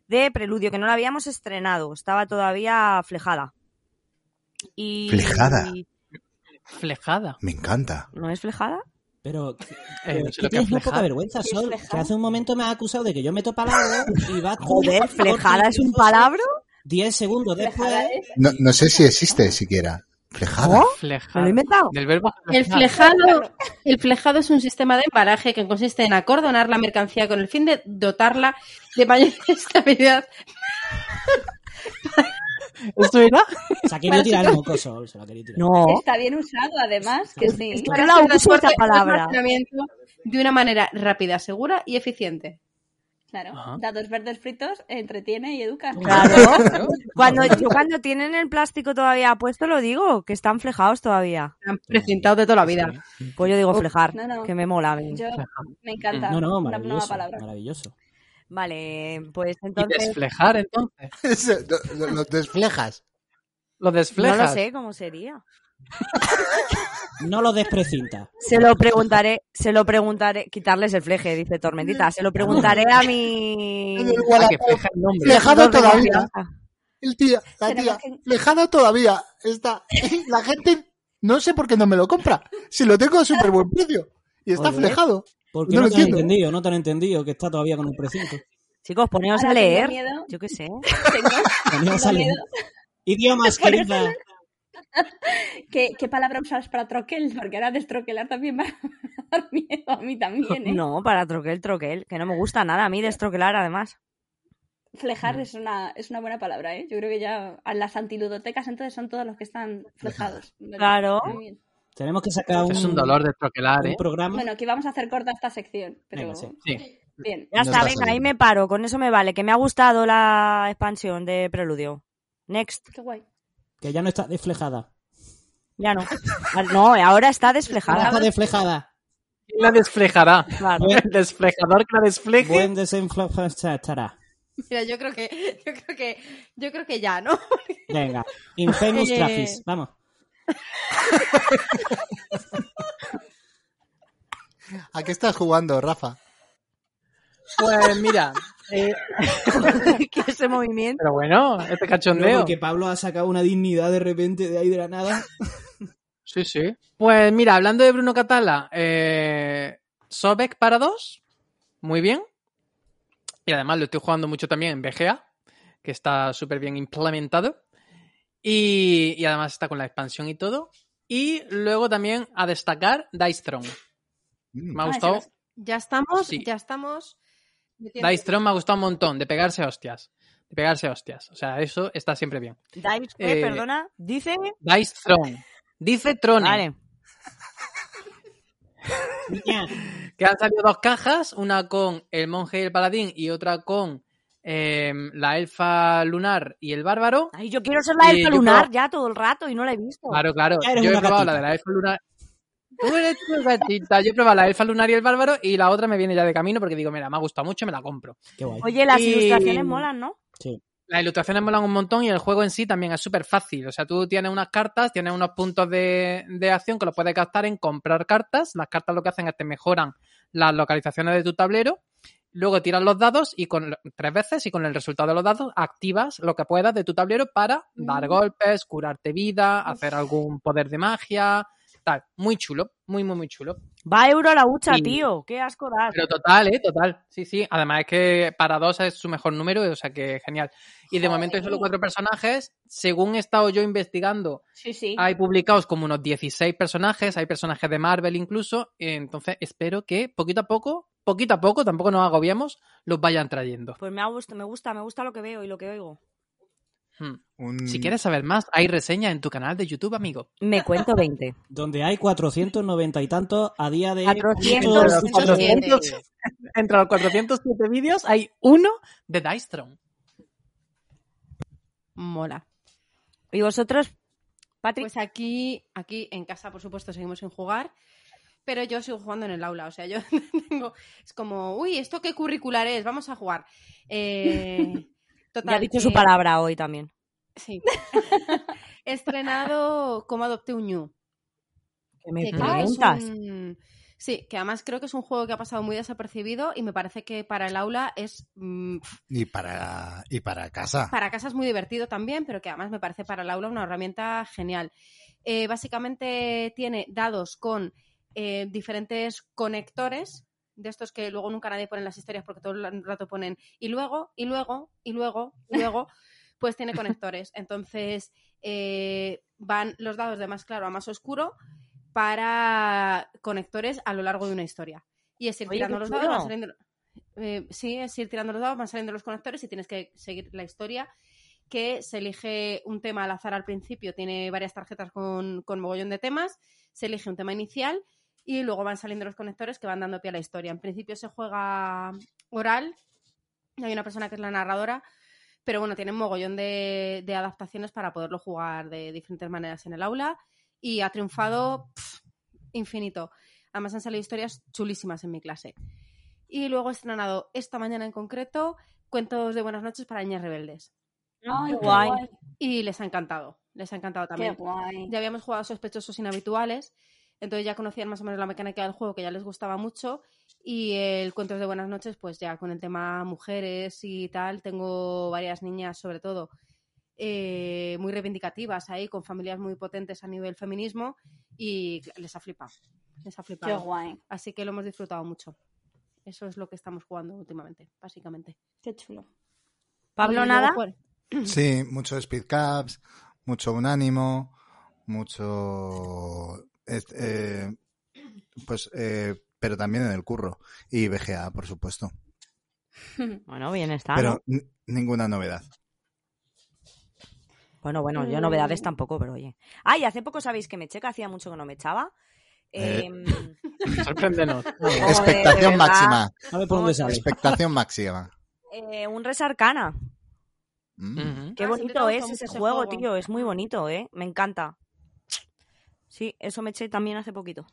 Speaker 3: de Preludio, que no la habíamos estrenado, estaba todavía flejada. Y,
Speaker 5: ¿Flejada?
Speaker 8: Flejada.
Speaker 5: Me encanta.
Speaker 3: ¿No es flejada?
Speaker 2: Pero
Speaker 8: Eh, no sé lo que
Speaker 2: tienes
Speaker 8: es
Speaker 2: muy poca
Speaker 8: flejada.
Speaker 2: vergüenza,
Speaker 4: ¿Qué es
Speaker 2: Sol.
Speaker 4: flejada?
Speaker 2: Que hace un momento me has acusado de que yo meto palabras y vas tú
Speaker 3: Joder,
Speaker 2: con
Speaker 3: flejada es un
Speaker 2: minutos,
Speaker 3: palabra.
Speaker 2: 10 segundos después.
Speaker 4: Flejada, ¿eh?
Speaker 5: No, no sé si existe siquiera. Flejada. [laughs]
Speaker 3: ¿Me
Speaker 8: Flejada.
Speaker 3: lo he inventado?
Speaker 8: Del verbo
Speaker 1: El
Speaker 8: flejar.
Speaker 1: flejado, el flejado es un sistema de embalaje que consiste en acordonar la mercancía con el fin de dotarla de mayor [laughs] estabilidad.
Speaker 8: ¿Eso era?
Speaker 2: Se ha querido tirar el moco, Sol. Se lo ha querido tirar.
Speaker 3: No.
Speaker 4: Está bien usado, además, que sí.
Speaker 3: Es que- Yo la uso esa palabra.
Speaker 1: Almacenamiento De una manera rápida, segura y eficiente.
Speaker 4: Claro,
Speaker 8: Ajá.
Speaker 4: datos verdes fritos, entretiene y educa.
Speaker 3: Claro. Cuando, yo cuando tienen el plástico todavía puesto, lo digo, que están flejados todavía.
Speaker 1: Me han precintado de toda la vida.
Speaker 3: Pues yo digo
Speaker 1: Oh,
Speaker 3: flejar,
Speaker 4: no, no.
Speaker 3: que me mola. a mí.
Speaker 4: Yo me encanta.
Speaker 2: No, no,
Speaker 4: una nueva
Speaker 2: maravilloso.
Speaker 4: palabra.
Speaker 2: Maravilloso.
Speaker 3: Vale, pues
Speaker 8: Y
Speaker 3: entonces.
Speaker 8: desflejar, entonces.
Speaker 5: Eso, lo- lo- lo
Speaker 8: [laughs]
Speaker 5: desflejas.
Speaker 8: Lo
Speaker 3: No
Speaker 8: desflejas.
Speaker 3: lo sé cómo sería.
Speaker 2: No lo desprecinta.
Speaker 3: Se lo preguntaré, se lo preguntaré, quitarles el fleje, dice Tormentita. Se lo preguntaré a mi.
Speaker 5: Igual
Speaker 8: Ah,
Speaker 5: a-
Speaker 8: que fleja el nombre.
Speaker 5: Flejado
Speaker 3: regidor de
Speaker 5: todavía.
Speaker 3: confianza.
Speaker 5: El tía, la tía.
Speaker 4: Tenemos que-
Speaker 5: Flejada todavía. Está. [laughs] La gente no sé por qué no me lo compra. Si lo tengo a súper buen precio. Y está
Speaker 2: Joder.
Speaker 5: flejado.
Speaker 2: Porque
Speaker 5: No
Speaker 2: no,
Speaker 5: lo
Speaker 2: te han
Speaker 5: entiendo.
Speaker 2: entendido, no te han entendido que está todavía con el precinto.
Speaker 3: Chicos, poneos
Speaker 4: Ahora
Speaker 3: a
Speaker 4: tengo
Speaker 3: leer.
Speaker 4: miedo.
Speaker 3: Yo qué sé.
Speaker 4: Tengo- [laughs]
Speaker 2: Ponía
Speaker 4: tengo
Speaker 2: esa ley.
Speaker 4: miedo.
Speaker 2: Idiomas,
Speaker 4: [laughs] Por eso
Speaker 2: querida.
Speaker 4: ¿Qué, ¿Qué palabra usas para troquel? Porque ahora destroquelar también [laughs] va a dar miedo a mí también, ¿eh?
Speaker 3: No, para troquel, troquel, que no me gusta nada a mí destroquelar además.
Speaker 4: Flejar es una, es una buena palabra, ¿eh? Yo creo que ya a las antiludotecas entonces son todos los que están flejados. Vale,
Speaker 3: Claro.
Speaker 4: muy bien.
Speaker 2: Tenemos que sacar un,
Speaker 8: Es un dolor destroquelar,
Speaker 2: un
Speaker 8: ¿eh?
Speaker 2: programa.
Speaker 4: Bueno, aquí vamos a hacer corta esta sección, pero
Speaker 2: Venga, sí.
Speaker 8: Sí.
Speaker 4: bien.
Speaker 3: Ya está,
Speaker 5: No está
Speaker 3: venga, ahí
Speaker 5: saliendo.
Speaker 3: me paro, con eso me vale, que me ha gustado la expansión de Preludio. Next,
Speaker 4: Qué guay.
Speaker 2: Que ya no está desflejada.
Speaker 3: ya no. Ah, No, ahora está
Speaker 2: Ahora
Speaker 3: desflejada.
Speaker 2: está desflejada.
Speaker 8: ¿Quién la desflejará?
Speaker 3: Claro.
Speaker 8: [laughs] El desflejador que la desfleje.
Speaker 2: Buen desenflejado estará.
Speaker 1: Mira, yo creo que, [laughs] yo creo que, yo creo que ya, ¿no?
Speaker 2: Venga. Infamous
Speaker 4: [laughs]
Speaker 1: Eh.
Speaker 2: Traffic. Vamos.
Speaker 5: ¿A qué estás jugando, Rafa?
Speaker 8: Pues mira. eh,
Speaker 3: [laughs] que ese movimiento.
Speaker 8: pero bueno, este
Speaker 2: No,
Speaker 8: cachondeo.
Speaker 2: porque Pablo ha sacado una dignidad de repente de ahí de la nada.
Speaker 8: Sí, sí. Pues mira, hablando de Bruno Catala, eh, Sobek para dos, muy bien. Y además lo estoy jugando mucho también en BGA, que está súper bien implementado. Y, y además está con la expansión y todo. Y luego también a destacar Dice Throne.
Speaker 5: Mm.
Speaker 8: Me ha
Speaker 4: Ah, ese
Speaker 8: gustado.
Speaker 4: no sé.
Speaker 1: Ya estamos,
Speaker 8: Sí.
Speaker 1: ya estamos. metiendo-
Speaker 8: Dice Throne me ha gustado un montón, de pegarse hostias. De pegarse hostias. O sea, eso está siempre bien.
Speaker 3: Dice, eh,
Speaker 8: Eh,
Speaker 3: perdona, dice.
Speaker 8: Dice Throne. Dice Throne.
Speaker 3: Vale.
Speaker 2: Niña.
Speaker 8: Que han salido dos cajas, una con el monje y el paladín y otra con em, la elfa lunar y el bárbaro.
Speaker 3: Ay, yo quiero ser la
Speaker 8: Eh,
Speaker 3: elfa
Speaker 8: yo
Speaker 3: lunar
Speaker 8: creo-
Speaker 3: ya todo el rato y no la he visto.
Speaker 8: Claro, claro.
Speaker 2: Ah. Ya eres
Speaker 8: Yo he
Speaker 2: una
Speaker 8: probado
Speaker 2: gatita.
Speaker 8: la de la elfa lunar. Tú eres tu gatita. Yo he probado la elfa lunar y el bárbaro y la otra me viene ya de camino porque digo, mira, me ha gustado mucho, me la compro.
Speaker 2: Qué guay.
Speaker 3: Oye, las
Speaker 8: Y-
Speaker 3: ilustraciones molan, ¿no?
Speaker 8: Las ilustraciones molan un montón y el juego en sí también es súper fácil. O sea, tú tienes unas cartas, tienes unos puntos de, de acción que los puedes gastar en comprar cartas. Las cartas lo que hacen es te mejoran las localizaciones de tu tablero, luego tiras los dados y con tres veces y con el resultado de los dados activas lo que puedas de tu tablero para dar golpes, curarte vida, hacer algún poder de magia, tal. Muy chulo, muy, muy, muy chulo.
Speaker 3: Va a euro a la hucha,
Speaker 8: Y-
Speaker 3: tío. Qué asco das.
Speaker 8: Pero total, ¿eh? Total. Sí, sí. Además es que para dos es su mejor número, o sea que genial. Y de momento hay solo cuatro personajes. Según he estado yo investigando,
Speaker 4: Sí, sí.
Speaker 8: hay publicados como unos 16 personajes, hay personajes de Marvel incluso. Entonces espero que poquito a poco, poquito a poco, tampoco nos agobiemos, los vayan trayendo.
Speaker 3: Pues me, ha gust- me gusta, me gusta lo que veo y lo que oigo.
Speaker 8: Hmm.
Speaker 5: Un-
Speaker 8: Si quieres saber más, hay reseña en tu canal de YouTube, amigo.
Speaker 3: Me cuento 20.
Speaker 2: Donde hay 490 y tantos a día de...
Speaker 3: 400.
Speaker 8: 400. Entre los 407 vídeos hay uno de Dice Throne.
Speaker 1: Mola.
Speaker 3: [laughs] ¿Y vosotros, Patrick?
Speaker 1: Pues aquí, aquí en casa, por supuesto, seguimos sin jugar, pero yo sigo jugando en el aula. O sea, yo [laughs] tengo. Es como, uy, ¿esto qué curricular es? Vamos a jugar. Eh, total,
Speaker 3: [laughs] ya ha dicho
Speaker 1: que-
Speaker 3: su palabra hoy también.
Speaker 1: Sí. [laughs] He estrenado como adopté un ñu.
Speaker 3: Que me
Speaker 1: que creo que es
Speaker 3: preguntas.
Speaker 1: un- Sí, que además creo que es un juego que ha pasado muy desapercibido y me parece que para el aula es mm,
Speaker 5: Y para, y para casa.
Speaker 1: para casa es muy divertido también, pero que además me parece para el aula una herramienta genial. Eh, básicamente tiene dados con eh, diferentes conectores, de estos que luego nunca nadie pone en las historias porque todo el rato ponen y luego, y luego, y luego, y luego, pues tiene conectores. Entonces eh, van los dados de más claro a más oscuro para conectores a lo largo de una historia. Y es ir
Speaker 3: Oye,
Speaker 1: tirando
Speaker 3: qué
Speaker 1: los dados,
Speaker 3: chulo.
Speaker 1: van saliendo- eh, sí, es ir tirando los dados, van saliendo los conectores y tienes que seguir la historia que se elige un tema al azar al principio, tiene varias tarjetas con, con mogollón de temas, se elige un tema inicial y luego van saliendo los conectores que van dando pie a la historia. En principio se juega oral, y hay una persona que es la narradora, pero bueno, tienen mogollón de, de adaptaciones para poderlo jugar de diferentes maneras en el aula y ha triunfado pf, infinito. Además han salido historias chulísimas en mi clase. Y luego he estrenado esta mañana en concreto cuentos de buenas noches para niñas rebeldes.
Speaker 4: Ay, qué
Speaker 3: guay.
Speaker 4: guay.
Speaker 1: Y les ha encantado, les ha encantado
Speaker 4: Qué
Speaker 1: también.
Speaker 4: guay.
Speaker 1: Ya habíamos jugado sospechosos inhabituales, entonces ya conocían más o menos la mecánica del juego que ya les gustaba mucho. Y el Cuentos de Buenas noches, pues ya con el tema mujeres y tal, tengo varias niñas sobre todo eh, muy reivindicativas ahí, con familias muy potentes a nivel feminismo y les ha flipado, les ha
Speaker 4: Qué
Speaker 1: flipado.
Speaker 4: guay.
Speaker 1: Así que lo hemos disfrutado mucho. Eso es lo que estamos jugando últimamente, básicamente.
Speaker 4: Qué chulo.
Speaker 3: Pablo,
Speaker 1: Y luego,
Speaker 3: nada.
Speaker 1: pues,
Speaker 5: Sí, mucho speed caps, mucho unánimo, mucho... est- eh, pues, eh, pero también en el curro. Y BGA, por supuesto.
Speaker 3: Bueno, bien está. ¿no?
Speaker 5: Pero n- ninguna novedad.
Speaker 3: Bueno, bueno, yo
Speaker 4: Mm.
Speaker 3: novedades tampoco, pero oye. Ay, hace poco sabéis que me checa, hacía mucho que no me echaba.
Speaker 5: Eh.
Speaker 3: Em,
Speaker 2: [laughs]
Speaker 8: Sorpréndenos.
Speaker 3: Joder,
Speaker 5: Expectación
Speaker 3: Oh, de verdad.
Speaker 5: máxima.
Speaker 2: A ver por dónde sale.
Speaker 3: [laughs]
Speaker 5: Expectación máxima.
Speaker 3: eh, un Res Arcana.
Speaker 5: Mm.
Speaker 8: Ujú.
Speaker 3: Qué
Speaker 1: Ah, siempre te
Speaker 3: bonito
Speaker 1: ha
Speaker 3: es
Speaker 1: gustado
Speaker 3: ese
Speaker 1: mucho
Speaker 3: juego,
Speaker 1: ese juego.
Speaker 3: tío. Es muy bonito, ¿eh? Me encanta. Sí, eso me eché también hace poquito.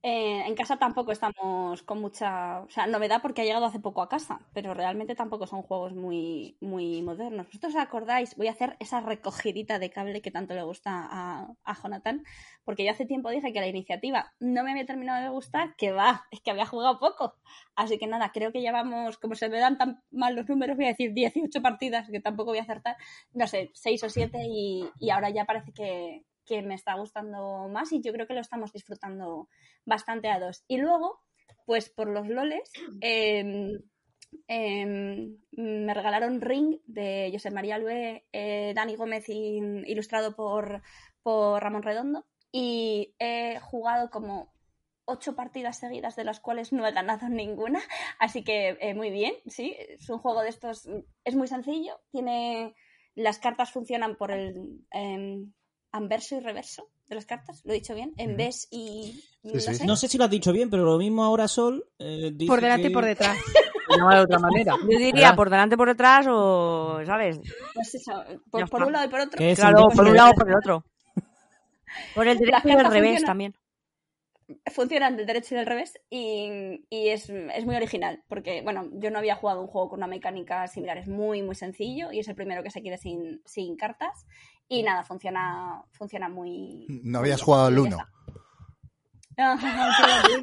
Speaker 4: Eh, en casa tampoco estamos con mucha, o sea, novedad porque ha llegado hace poco a casa, pero realmente tampoco son juegos muy, muy modernos. ¿Vosotros acordáis? Voy a hacer esa recogidita de cable que tanto le gusta a, a Jonathan, porque yo hace tiempo dije que la iniciativa no me había terminado de gustar, que va, es que había jugado poco. Así que nada, creo que llevamos, como se me dan tan mal los números, voy a decir 18 partidas, que tampoco voy a acertar, no sé, 6 o 7 y, y ahora ya parece que, que me está gustando más y yo creo que lo estamos disfrutando bastante a dos. Y luego, pues por los loles, [clears throat] eh, eh, me regalaron Ring de José María Albe, eh, Dani Gómez, y- ilustrado por, por Ramón Redondo. Y he jugado como ocho partidas seguidas de las cuales no he ganado [laughs] ninguna. Así que eh, muy bien, sí. Es un juego de estos, mm, es muy sencillo. Tiene las cartas funcionan por el em, anverso y reverso de las cartas, lo he dicho bien, en vez y no
Speaker 5: sí.
Speaker 4: sé.
Speaker 2: No sé si lo has dicho bien, pero lo mismo ahora Sol eh, dice
Speaker 1: por delante
Speaker 2: que-
Speaker 1: y por detrás.
Speaker 8: Se llama de otra manera.
Speaker 3: Yo diría
Speaker 8: ¿Verdad?
Speaker 3: por delante, por detrás o, ¿sabes?
Speaker 4: Pues eso, por,
Speaker 3: Ya
Speaker 4: por
Speaker 3: está.
Speaker 4: un lado y por otro.
Speaker 2: Que es
Speaker 3: Claro,
Speaker 2: imbécil.
Speaker 3: por un lado o por el otro. Por el
Speaker 4: Las
Speaker 3: derecho y el
Speaker 4: cartas
Speaker 3: revés
Speaker 4: funcionan.
Speaker 3: también.
Speaker 4: Funcionan del derecho y del revés y, y es, es muy original porque, bueno, yo no había jugado un juego con una mecánica similar. Es muy, muy sencillo y es el primero que se quiere sin, sin cartas. Y nada, funciona, funciona muy... [laughs]
Speaker 5: No habías jugado al
Speaker 4: muy
Speaker 5: uno.
Speaker 4: bien.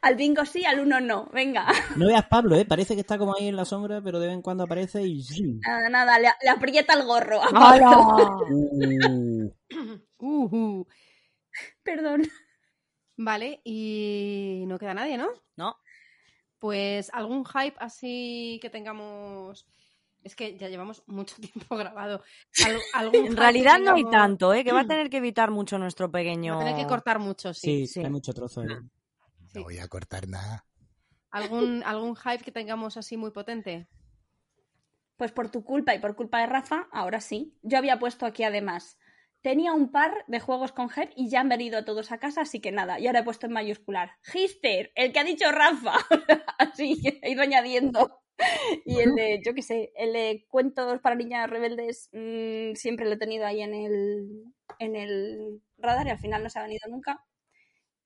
Speaker 4: al bingo sí, al uno no. Venga.
Speaker 2: No veas Pablo, ¿eh? Parece que está como ahí en la sombra, pero de vez en cuando aparece y... ¡zin!
Speaker 4: Nada, nada, le, le aprieta el gorro. a Pablo.
Speaker 3: [laughs] ¡Hala!
Speaker 2: Uh,
Speaker 1: Ujú.
Speaker 4: Perdón.
Speaker 1: Vale, y no queda nadie, ¿no?
Speaker 3: No.
Speaker 1: Pues algún hype así que tengamos. Es que ya llevamos mucho [laughs] tiempo grabado. Al- algún
Speaker 3: En
Speaker 1: hype
Speaker 3: realidad
Speaker 1: que
Speaker 3: no hay
Speaker 1: tengamos-
Speaker 3: tanto, ¿eh? Que va a tener que evitar mucho nuestro pequeño...
Speaker 1: Va a tener que cortar mucho, sí.
Speaker 2: sí,
Speaker 3: sí.
Speaker 2: hay mucho trozo. ¿eh?
Speaker 1: Sí.
Speaker 5: No voy a cortar nada.
Speaker 1: ¿Algún, algún hype que tengamos así muy potente.
Speaker 4: Pues por tu culpa y por culpa de Rafa, ahora sí. Yo había puesto aquí además. Tenía un par de juegos con Ger y ya han venido todos a casa, así que nada. Y ahora he puesto en mayúscular. Hister, el que ha dicho Rafa. [laughs] así que he ido añadiendo. Y el de, yo qué sé, el de cuentos para niñas rebeldes mm, siempre lo he tenido ahí en el, en el radar y al final no se ha venido nunca.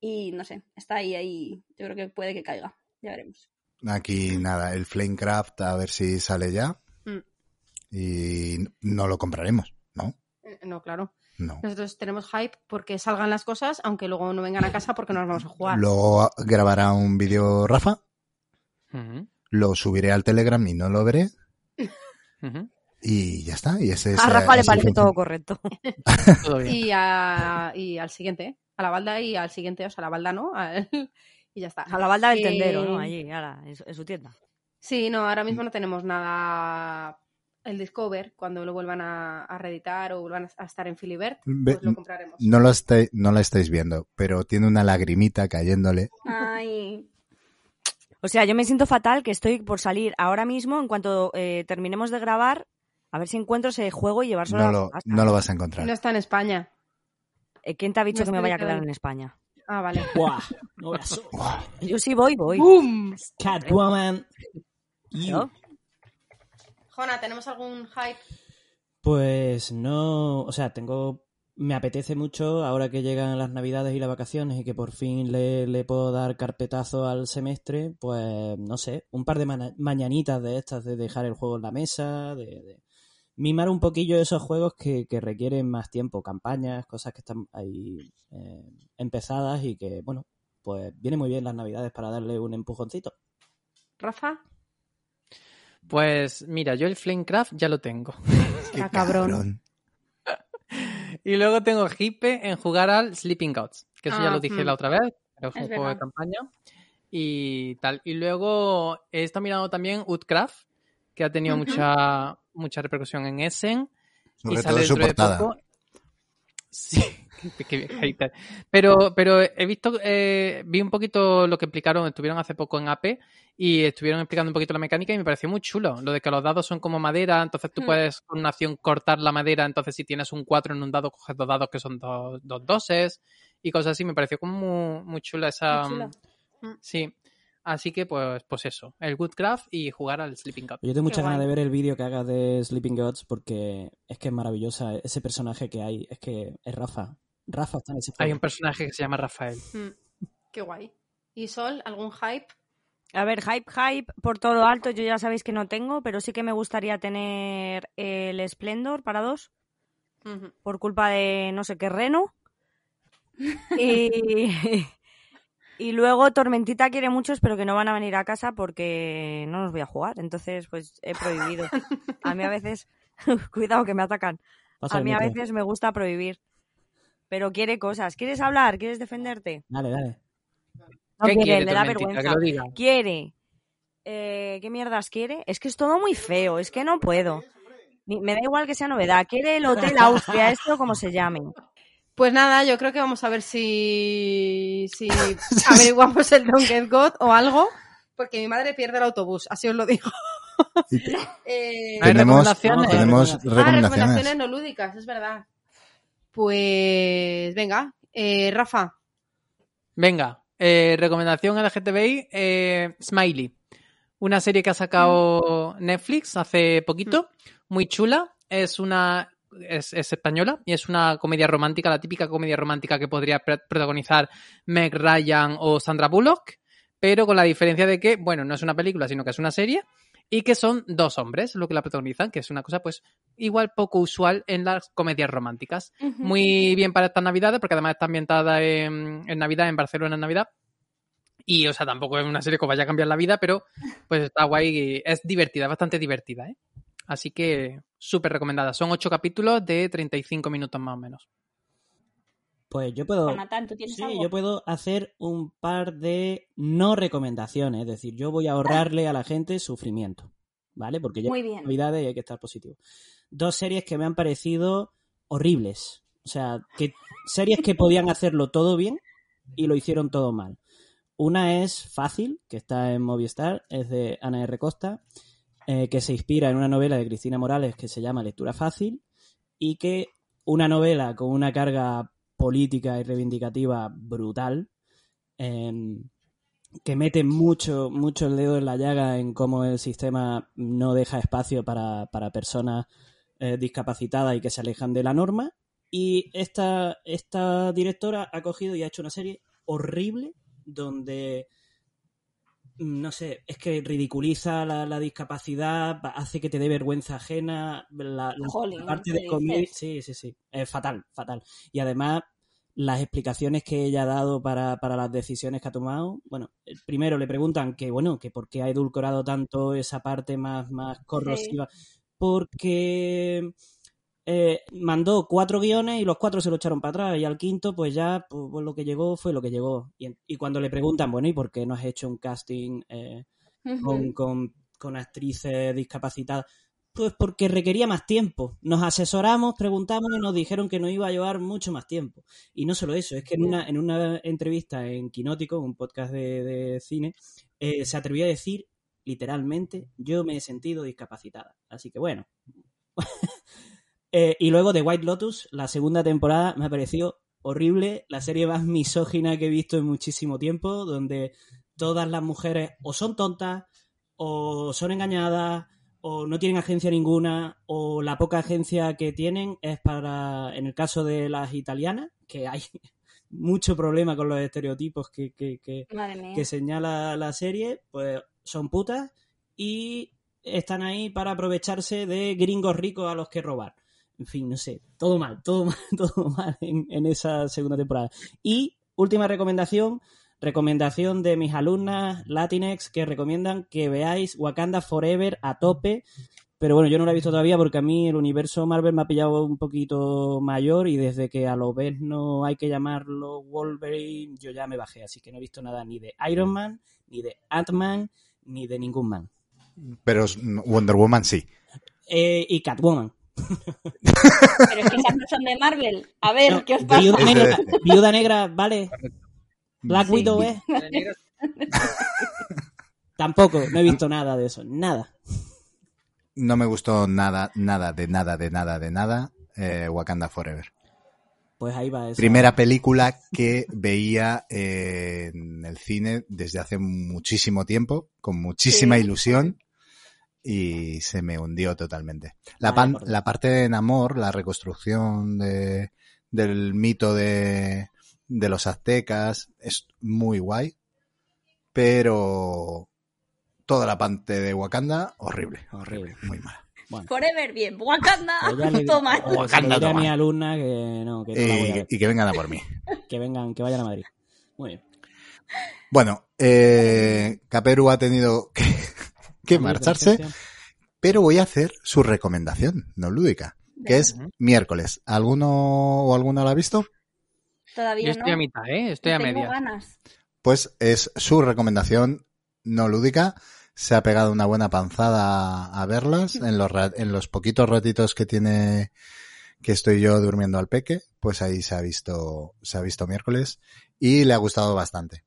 Speaker 4: Y no sé, está ahí, ahí. Yo creo que puede que caiga. Ya veremos.
Speaker 5: Aquí nada, el Flamecraft, a ver si sale ya.
Speaker 1: Mm.
Speaker 5: Y no lo compraremos, ¿no?
Speaker 1: Eh, No, claro.
Speaker 5: No.
Speaker 1: Nosotros tenemos hype porque salgan las cosas, aunque luego no vengan a casa porque no las vamos a jugar.
Speaker 5: Luego grabará un vídeo Rafa,
Speaker 8: Ujú,
Speaker 5: lo subiré al Telegram y no lo veré.
Speaker 8: ujú.
Speaker 5: Y ya está. Y ese, eh,
Speaker 3: A
Speaker 5: ese-
Speaker 3: Ah, Rafa le
Speaker 5: así
Speaker 3: parece
Speaker 5: funciona.
Speaker 3: todo correcto.
Speaker 8: Todo bien.
Speaker 1: Y, a- y al siguiente, ¿eh? a la balda y al siguiente, o sea, a la balda no. al- y ya está.
Speaker 3: A la balda del
Speaker 1: Eh,
Speaker 3: tendero, ¿no? Allí, ahora, en su, en su tienda.
Speaker 1: Sí, no,
Speaker 5: Mm.
Speaker 1: ahora mismo no tenemos nada. El Discover, cuando lo vuelvan a, a reeditar o vuelvan a estar en Filibert,
Speaker 5: Ve-
Speaker 1: pues lo compraremos.
Speaker 5: no, lo estáis, no la estáis viendo, pero tiene una lagrimita cayéndole.
Speaker 4: Ay.
Speaker 3: O sea, yo me siento fatal que estoy por salir ahora mismo, en cuanto eh, terminemos de grabar, a ver si encuentro ese juego y llevárselo
Speaker 5: No
Speaker 3: a
Speaker 5: lo,
Speaker 3: casa.
Speaker 5: no lo vas a
Speaker 1: No
Speaker 5: encontrar.
Speaker 1: está en España.
Speaker 3: Eh, ¿Quién te ha dicho
Speaker 1: no
Speaker 3: que me
Speaker 1: está
Speaker 3: vaya a
Speaker 1: ubicado
Speaker 3: quedar
Speaker 1: en-
Speaker 3: en España?
Speaker 1: Ah, vale.
Speaker 2: ¡Buah! No veas eso.
Speaker 3: Yo sí voy, voy.
Speaker 1: ¡Bum!
Speaker 2: Catwoman. You.
Speaker 3: ¿no?
Speaker 1: Jona, ¿tenemos algún hype?
Speaker 2: Pues no, o sea, tengo, me apetece mucho ahora que llegan las navidades y las vacaciones y que por fin le, le puedo dar carpetazo al semestre, pues no sé, un par de mana- mañanitas de estas, de dejar el juego en la mesa, de, de mimar un poquillo esos juegos que, que requieren más tiempo, campañas, cosas que están ahí eh, empezadas y que, bueno, pues viene muy bien las navidades para darle un empujoncito.
Speaker 1: ¿Rafa?
Speaker 8: Pues mira, yo el Flamecraft ya lo tengo. [laughs]
Speaker 1: Ah, cabrón.
Speaker 8: Y luego tengo hipe en jugar al Sleeping Gods, que eso ya
Speaker 1: Ah,
Speaker 8: lo dije
Speaker 1: mm.
Speaker 8: la otra vez, pero fue
Speaker 4: Es
Speaker 8: un juego de
Speaker 4: verdad.
Speaker 8: campaña y tal. Y luego he estado mirando también Woodcraft, que ha tenido
Speaker 4: Ujú.
Speaker 8: mucha, mucha repercusión en Essen.
Speaker 5: Sobre
Speaker 8: y
Speaker 5: todo
Speaker 8: sale
Speaker 5: su
Speaker 8: dentro de
Speaker 5: portada.
Speaker 8: poco. Sí, [laughs] qué- qué bien, ahí está. Pero, pero he visto, eh, vi un poquito lo que explicaron, estuvieron hace poco en AP y estuvieron explicando un poquito la mecánica y me pareció muy chulo. Lo de que los dados son como madera, entonces tú
Speaker 4: Hmm.
Speaker 8: puedes con una acción cortar la madera, entonces si tienes un 4 en un dado, coges dos dados que son dos, dos doses y cosas así. Me pareció como muy, muy chula esa.
Speaker 4: Muy chulo.
Speaker 3: Hmm.
Speaker 8: mm, Sí. Así que pues, pues eso, el Woodcraft y jugar al Sleeping Cup.
Speaker 2: Yo tengo muchas ganas
Speaker 1: guay.
Speaker 2: de ver el vídeo que hagas de Sleeping Gods porque es que es maravillosa ese personaje que hay. Es que es Rafa. Rafa está en ese
Speaker 8: Hay
Speaker 2: juego.
Speaker 8: un personaje que se llama Rafael.
Speaker 1: Mm, Qué guay. ¿Y Sol? ¿Algún hype?
Speaker 3: A ver, hype, hype, por todo lo alto, yo ya sabéis que no tengo, pero sí que me gustaría tener el Splendor para dos,
Speaker 1: Ujú.
Speaker 3: por culpa de no sé qué
Speaker 8: [laughs]
Speaker 3: reno. Y, y luego Tormentita quiere muchos, pero que no van a venir a casa porque no los voy a jugar. Entonces, pues he prohibido. A mí a veces, [laughs] cuidado que me atacan.
Speaker 2: Pasa
Speaker 3: A
Speaker 2: el
Speaker 3: mí a
Speaker 2: micro.
Speaker 3: veces me gusta prohibir, pero quiere cosas. ¿Quieres hablar? ¿Quieres defenderte?
Speaker 2: Dale, dale.
Speaker 3: No
Speaker 8: ¿Qué
Speaker 3: quiere,
Speaker 8: quiere,
Speaker 3: le da
Speaker 8: Tormentita?
Speaker 3: vergüenza.
Speaker 8: Que lo diga.
Speaker 3: Quiere. Eh, ¿Qué mierdas quiere? Es que es todo muy feo, es que no puedo. Ni- me da igual que sea novedad. Quiere el Hotel Austria, esto como se llame.
Speaker 1: Pues nada, yo creo que vamos a ver si,
Speaker 5: [laughs]
Speaker 1: si averiguamos el Don't Get God o algo, porque mi madre pierde el autobús, así os lo digo.
Speaker 5: Ah,
Speaker 1: Eh,
Speaker 8: Hay
Speaker 5: Tenemos,
Speaker 8: recomendaciones.
Speaker 5: tenemos
Speaker 1: Ah, recomendaciones
Speaker 5: recomendaciones.
Speaker 1: no lúdicas, es verdad. Pues venga, eh, Rafa.
Speaker 8: Venga, eh, recomendación LGTBI, eh, Smiley. Una serie que ha sacado Netflix hace poquito, muy chula. Es una es, es española y es una comedia romántica, la típica comedia romántica que podría pre- protagonizar Meg Ryan o Sandra Bullock, pero con la diferencia de que, bueno, no es una película, sino que es una serie y que son dos hombres lo que la protagonizan, que es una cosa pues igual poco usual en las comedias románticas. Muy bien para estas navidades, porque además está ambientada en, en Navidad, en Barcelona en Navidad. Y, o sea, tampoco es una serie que os vaya a cambiar la vida, pero pues está guay, y es divertida, bastante divertida, ¿eh? Así que súper recomendada. Son ocho capítulos de 35 minutos más o menos.
Speaker 2: Pues yo puedo.
Speaker 4: Jonathan, ¿tú tienes
Speaker 2: Sí,
Speaker 4: algo?
Speaker 2: yo puedo hacer un par de no recomendaciones. Es decir, yo voy a ahorrarle a la gente sufrimiento. ¿Vale? Porque ya
Speaker 4: Muy bien.
Speaker 2: Navidades y hay que estar positivo. Dos series que me han parecido horribles. O sea, que series que podían hacerlo todo bien y lo hicieron todo mal. Una es Fácil, que está en Movistar, es de Ana R. Costa, eh, que se inspira en una novela de Cristina Morales que se llama Lectura Fácil y que una novela con una carga política y reivindicativa brutal, em, que mete mucho, mucho el dedo en la llaga en cómo el sistema no deja espacio para, para personas eh, discapacitadas y que se alejan de la norma. Y esta, esta directora ha cogido y ha hecho una serie horrible donde, mm, no sé, es que ridiculiza la, la discapacidad, hace que te dé vergüenza ajena, la, la
Speaker 4: Jolín,
Speaker 2: parte
Speaker 4: ¿qué
Speaker 2: de comedia...
Speaker 4: dices?
Speaker 2: Sí, sí, sí, es fatal, fatal. Y además las explicaciones que ella ha dado para, para las decisiones que ha tomado. Bueno, eh, primero le preguntan que, bueno, que por qué ha edulcorado tanto esa parte más, más corrosiva. Porque eh, mandó cuatro guiones y los cuatro se lo echaron para atrás. Y al quinto, pues ya pues, pues lo que llegó fue lo que llegó. Y, en- y cuando le preguntan, bueno, ¿y por qué no has hecho un casting eh, con, con- con actrices discapacitadas? Pues porque requería más tiempo. Nos asesoramos, preguntamos y nos dijeron que nos iba a llevar mucho más tiempo. Y no solo eso, es que en una, en una entrevista en Quinótico, un podcast de, de cine, eh, se atrevió a decir literalmente, yo me he sentido discapacitada. Así que bueno. [laughs] Eh, y luego de White Lotus, la segunda temporada me ha parecido horrible, la serie más misógina que he visto en muchísimo tiempo, donde todas las mujeres o son tontas, o son engañadas, o no tienen agencia ninguna, o la poca agencia que tienen es para, en el caso de las italianas, que hay [laughs] mucho problema con los estereotipos que, que- que-
Speaker 4: Madre mía.
Speaker 2: que señala la serie, pues son putas y están ahí para aprovecharse de gringos ricos a los que robar. En fin, no sé, todo mal, [laughs] todo mal, todo mal en, en esa segunda temporada. Y última recomendación, recomendación de mis alumnas Latinex que recomiendan que veáis Wakanda Forever a tope. Pero bueno, yo no la he visto todavía porque a mí el universo Marvel me ha pillado un poquito mayor y desde que a lo vez no hay que llamarlo Wolverine, yo ya me bajé. Así que no he visto nada ni de Iron
Speaker 5: Mm.
Speaker 2: Man, ni de Ant-Man, ni de ningún man.
Speaker 5: Pero es- Wonder Woman sí.
Speaker 2: Eh, y Catwoman.
Speaker 4: Pero es que esas no son de Marvel. A ver,
Speaker 2: No,
Speaker 4: [laughs] ¿qué os pasa?
Speaker 2: Viuda
Speaker 5: Es de
Speaker 2: negra,
Speaker 5: DC.
Speaker 2: Viuda Negra, vale. Black
Speaker 5: Sí.
Speaker 2: Widow es. Tampoco, no he visto nada de eso, nada.
Speaker 5: No me gustó nada, nada, de nada, de nada, de nada. eh, Wakanda Forever.
Speaker 2: Pues ahí va eso.
Speaker 5: Primera película que veía eh, en el cine desde hace muchísimo tiempo, con muchísima
Speaker 4: Sí.
Speaker 5: ilusión, y se me hundió totalmente. La,
Speaker 2: Vale,
Speaker 5: pan-
Speaker 2: Ah, por-
Speaker 5: la parte de Namor, la reconstrucción de- del mito de, de los aztecas, es muy guay, pero toda la parte de Wakanda, horrible, horrible, muy mala.
Speaker 4: Forever bien. Wakanda,
Speaker 2: Pues ya le-
Speaker 4: [laughs] toma.
Speaker 2: pues se
Speaker 5: Wakanda,
Speaker 2: lo diré a
Speaker 5: toma.
Speaker 2: mi alumna que no, que no la voy a
Speaker 5: Y,
Speaker 2: ver.
Speaker 5: y que vengan a por mí.
Speaker 2: Que vengan, que vayan a Madrid. Muy bien.
Speaker 5: Bueno, eh, Caperu ha tenido que, [laughs] que
Speaker 2: Adiós,
Speaker 5: marcharse,
Speaker 2: Hortensia.
Speaker 5: pero voy a hacer su recomendación, no lúdica, que es miércoles. ¿Alguno o alguna la ha visto?
Speaker 4: Todavía
Speaker 8: Yo estoy
Speaker 4: no.
Speaker 8: a mitad, ¿eh? Estoy a
Speaker 4: Tengo
Speaker 8: media.
Speaker 4: ganas.
Speaker 5: Pues es su recomendación no lúdica. Se ha pegado una buena panzada a verlas en los, ra- en los poquitos ratitos que tiene que estoy yo durmiendo al peque, pues ahí se ha visto, se ha visto miércoles y le ha gustado bastante.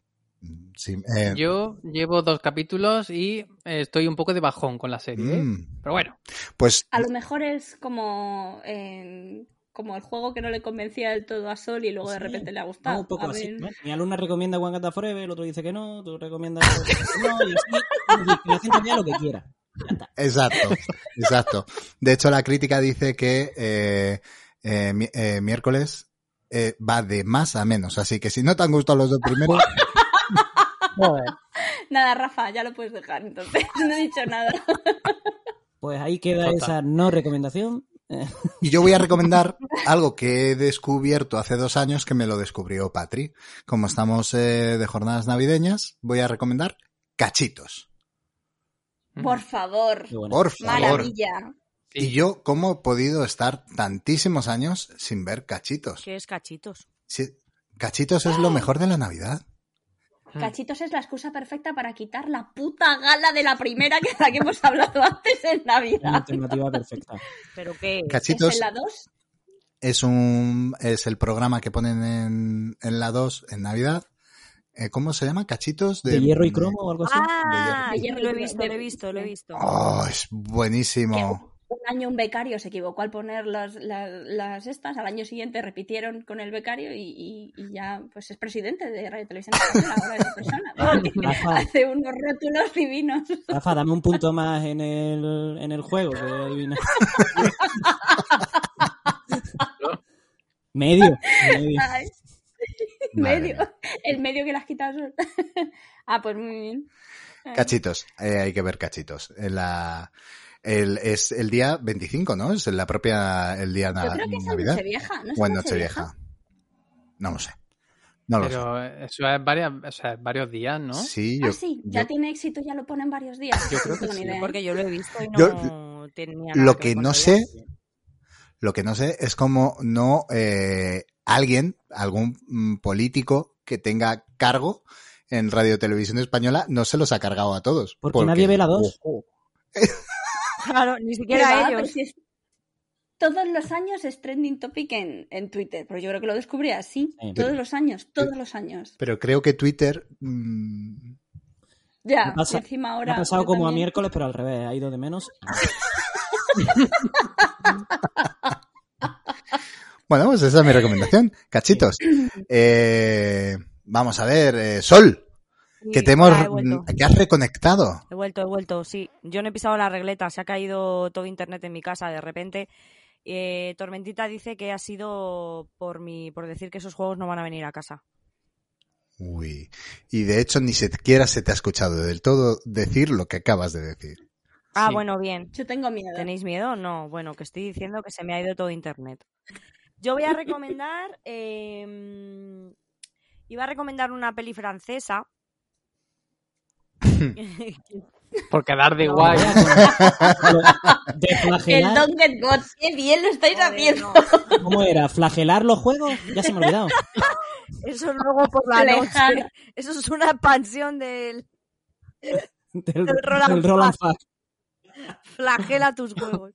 Speaker 5: Sí, eh,
Speaker 8: Yo llevo dos capítulos y eh, estoy un poco de bajón con la serie, ¿eh?
Speaker 5: mm,
Speaker 8: Pero bueno,
Speaker 5: pues
Speaker 4: A lo mejor es como, eh, como el juego que no le convencía del todo a Sol y luego de
Speaker 2: Sí.
Speaker 4: repente le ha
Speaker 2: No,
Speaker 4: gustado.
Speaker 2: un poco
Speaker 4: A
Speaker 2: así.
Speaker 4: ver.
Speaker 2: ¿no? Mi alumna recomienda Wakanda Forever, el otro dice que no, tú recomiendas que no, y así, y que la gente vea lo que quiera.
Speaker 5: Exacto, exacto. De hecho, la crítica dice que eh, eh, mi- eh, miércoles eh, va de más a menos. Así que si no te han gustado los dos primeros,
Speaker 4: Nada, Rafa, ya lo puedes dejar, entonces [laughs] no he
Speaker 2: [laughs]
Speaker 4: dicho nada.
Speaker 2: Pues ahí queda
Speaker 7: Total.
Speaker 2: esa no recomendación.
Speaker 5: Y yo voy a recomendar algo que he descubierto hace dos años que me lo descubrió Patri. Como estamos eh, de jornadas navideñas, voy a recomendar cachitos.
Speaker 4: Por favor,
Speaker 2: Qué bueno.
Speaker 5: Por favor.
Speaker 4: maravilla.
Speaker 8: Mm,
Speaker 5: Y yo, ¿cómo he podido estar tantísimos años sin ver cachitos?
Speaker 3: ¿Qué es cachitos?
Speaker 5: Sí, cachitos es lo mejor de la Navidad.
Speaker 8: Hmm.
Speaker 4: Cachitos es la excusa perfecta para quitar la puta gala de la primera que la que hemos hablado [laughs] antes en
Speaker 2: Una
Speaker 4: Navidad.
Speaker 2: alternativa perfecta.
Speaker 3: ¿Pero qué?
Speaker 5: Cachitos
Speaker 4: ¿Es en la 2?
Speaker 5: es un es el programa que ponen en, en la 2 en Navidad. Eh, ¿Cómo se llama? Cachitos de,
Speaker 2: ¿De hierro y
Speaker 5: de-
Speaker 2: cromo o algo así?
Speaker 3: Ah,
Speaker 4: De hierro.
Speaker 3: lo he visto, lo he visto, lo he visto.
Speaker 5: Oh, es buenísimo.
Speaker 4: Un año un becario se equivocó al poner las, la- las estas, al año siguiente repitieron con el becario y, y- y ya pues es presidente de Radio Televisión Española ahora esa persona. porque
Speaker 2: Rafa,
Speaker 4: Hace unos rótulos divinos.
Speaker 2: Rafa, dame un punto más en el, en el juego. que he adivinado. medio, medio.
Speaker 4: Ay,
Speaker 5: Madre
Speaker 4: medio.
Speaker 5: mía.
Speaker 4: El medio que las quitas. [laughs] ah, pues muy bien.
Speaker 5: Cachitos, eh, hay que ver cachitos. En la, el, es el día 25, ¿no? Es en la propia, el día
Speaker 4: Yo
Speaker 5: na-
Speaker 4: creo que es en
Speaker 5: Navidad.
Speaker 4: Nochevieja, ¿no? es
Speaker 5: o en
Speaker 4: en
Speaker 5: Nochevieja.
Speaker 4: Nochevieja?
Speaker 5: No lo sé. No lo sé.
Speaker 8: Pero eso es, varias, o sea, es varios días, ¿no?
Speaker 5: Sí, yo,
Speaker 4: Ah, sí, ya
Speaker 5: yo-
Speaker 4: tiene éxito, ya lo ponen varios días.
Speaker 8: Yo creo que
Speaker 4: No tengo ni
Speaker 8: sí,
Speaker 4: idea.
Speaker 3: Porque yo lo he visto y no
Speaker 5: Yo-
Speaker 3: tenía nada
Speaker 5: lo
Speaker 3: ver
Speaker 5: que
Speaker 3: con
Speaker 5: no
Speaker 3: Navidad. [laughs]
Speaker 5: sé, lo que no sé es cómo no eh, alguien, algún mm, político que tenga cargo en Radio Televisión Española no se los ha cargado a todos.
Speaker 2: Porque nadie ve la dos.
Speaker 5: Ojo.
Speaker 3: Claro, ni
Speaker 4: Pero
Speaker 3: siquiera
Speaker 4: va, pero
Speaker 3: ellos.
Speaker 4: si es- Todos los años es trending topic en, en Twitter, pero yo creo que lo descubrí así.
Speaker 2: Sí.
Speaker 4: Todos los años, todos los años.
Speaker 5: Pero creo que Twitter mm,
Speaker 4: Ya,
Speaker 2: Me pasa-
Speaker 4: y encima
Speaker 2: Me
Speaker 4: ahora.
Speaker 2: ha pasado
Speaker 4: yo
Speaker 2: como a
Speaker 4: también-
Speaker 2: miércoles, pero al revés. Ha ido de menos. a más.
Speaker 5: Bueno, pues
Speaker 3: Eh,
Speaker 5: esa es mi recomendación.
Speaker 3: [clears throat]
Speaker 5: Cachitos. Eh, vamos a ver, eh, Sol, que
Speaker 3: Sí,
Speaker 5: te hemos,
Speaker 3: ya he vuelto.
Speaker 5: que has reconectado.
Speaker 3: He vuelto, he vuelto, sí. Yo no he pisado la regleta, se ha caído todo internet en mi casa de repente. Eh, Tormentita dice que ha sido por mi, por decir que esos juegos no van a venir a casa.
Speaker 5: Uy. Y de hecho ni siquiera se te ha escuchado del todo decir lo que acabas de decir.
Speaker 3: Ah,
Speaker 8: Sí.
Speaker 3: bueno, bien.
Speaker 4: Yo tengo miedo.
Speaker 3: ¿Tenéis miedo? No, bueno, que estoy diciendo que se me ha ido todo internet. Yo voy a recomendar. eh, iba a recomendar una peli francesa. [laughs]
Speaker 8: Por quedar de
Speaker 3: No,
Speaker 2: [laughs]
Speaker 8: guay.
Speaker 2: De
Speaker 4: El
Speaker 2: flagelar.
Speaker 4: Don't Get Got, qué bien lo estáis
Speaker 3: Joder,
Speaker 4: haciendo.
Speaker 3: no.
Speaker 2: ¿Cómo era? ¿Flagelar los juegos? Ya se me ha olvidado.
Speaker 3: Eso luego por la
Speaker 4: Lejano.
Speaker 3: noche. Eso es una expansión del
Speaker 2: [laughs] Del,
Speaker 3: El Roland
Speaker 2: del Roland Fast.
Speaker 3: flagela tus huevos.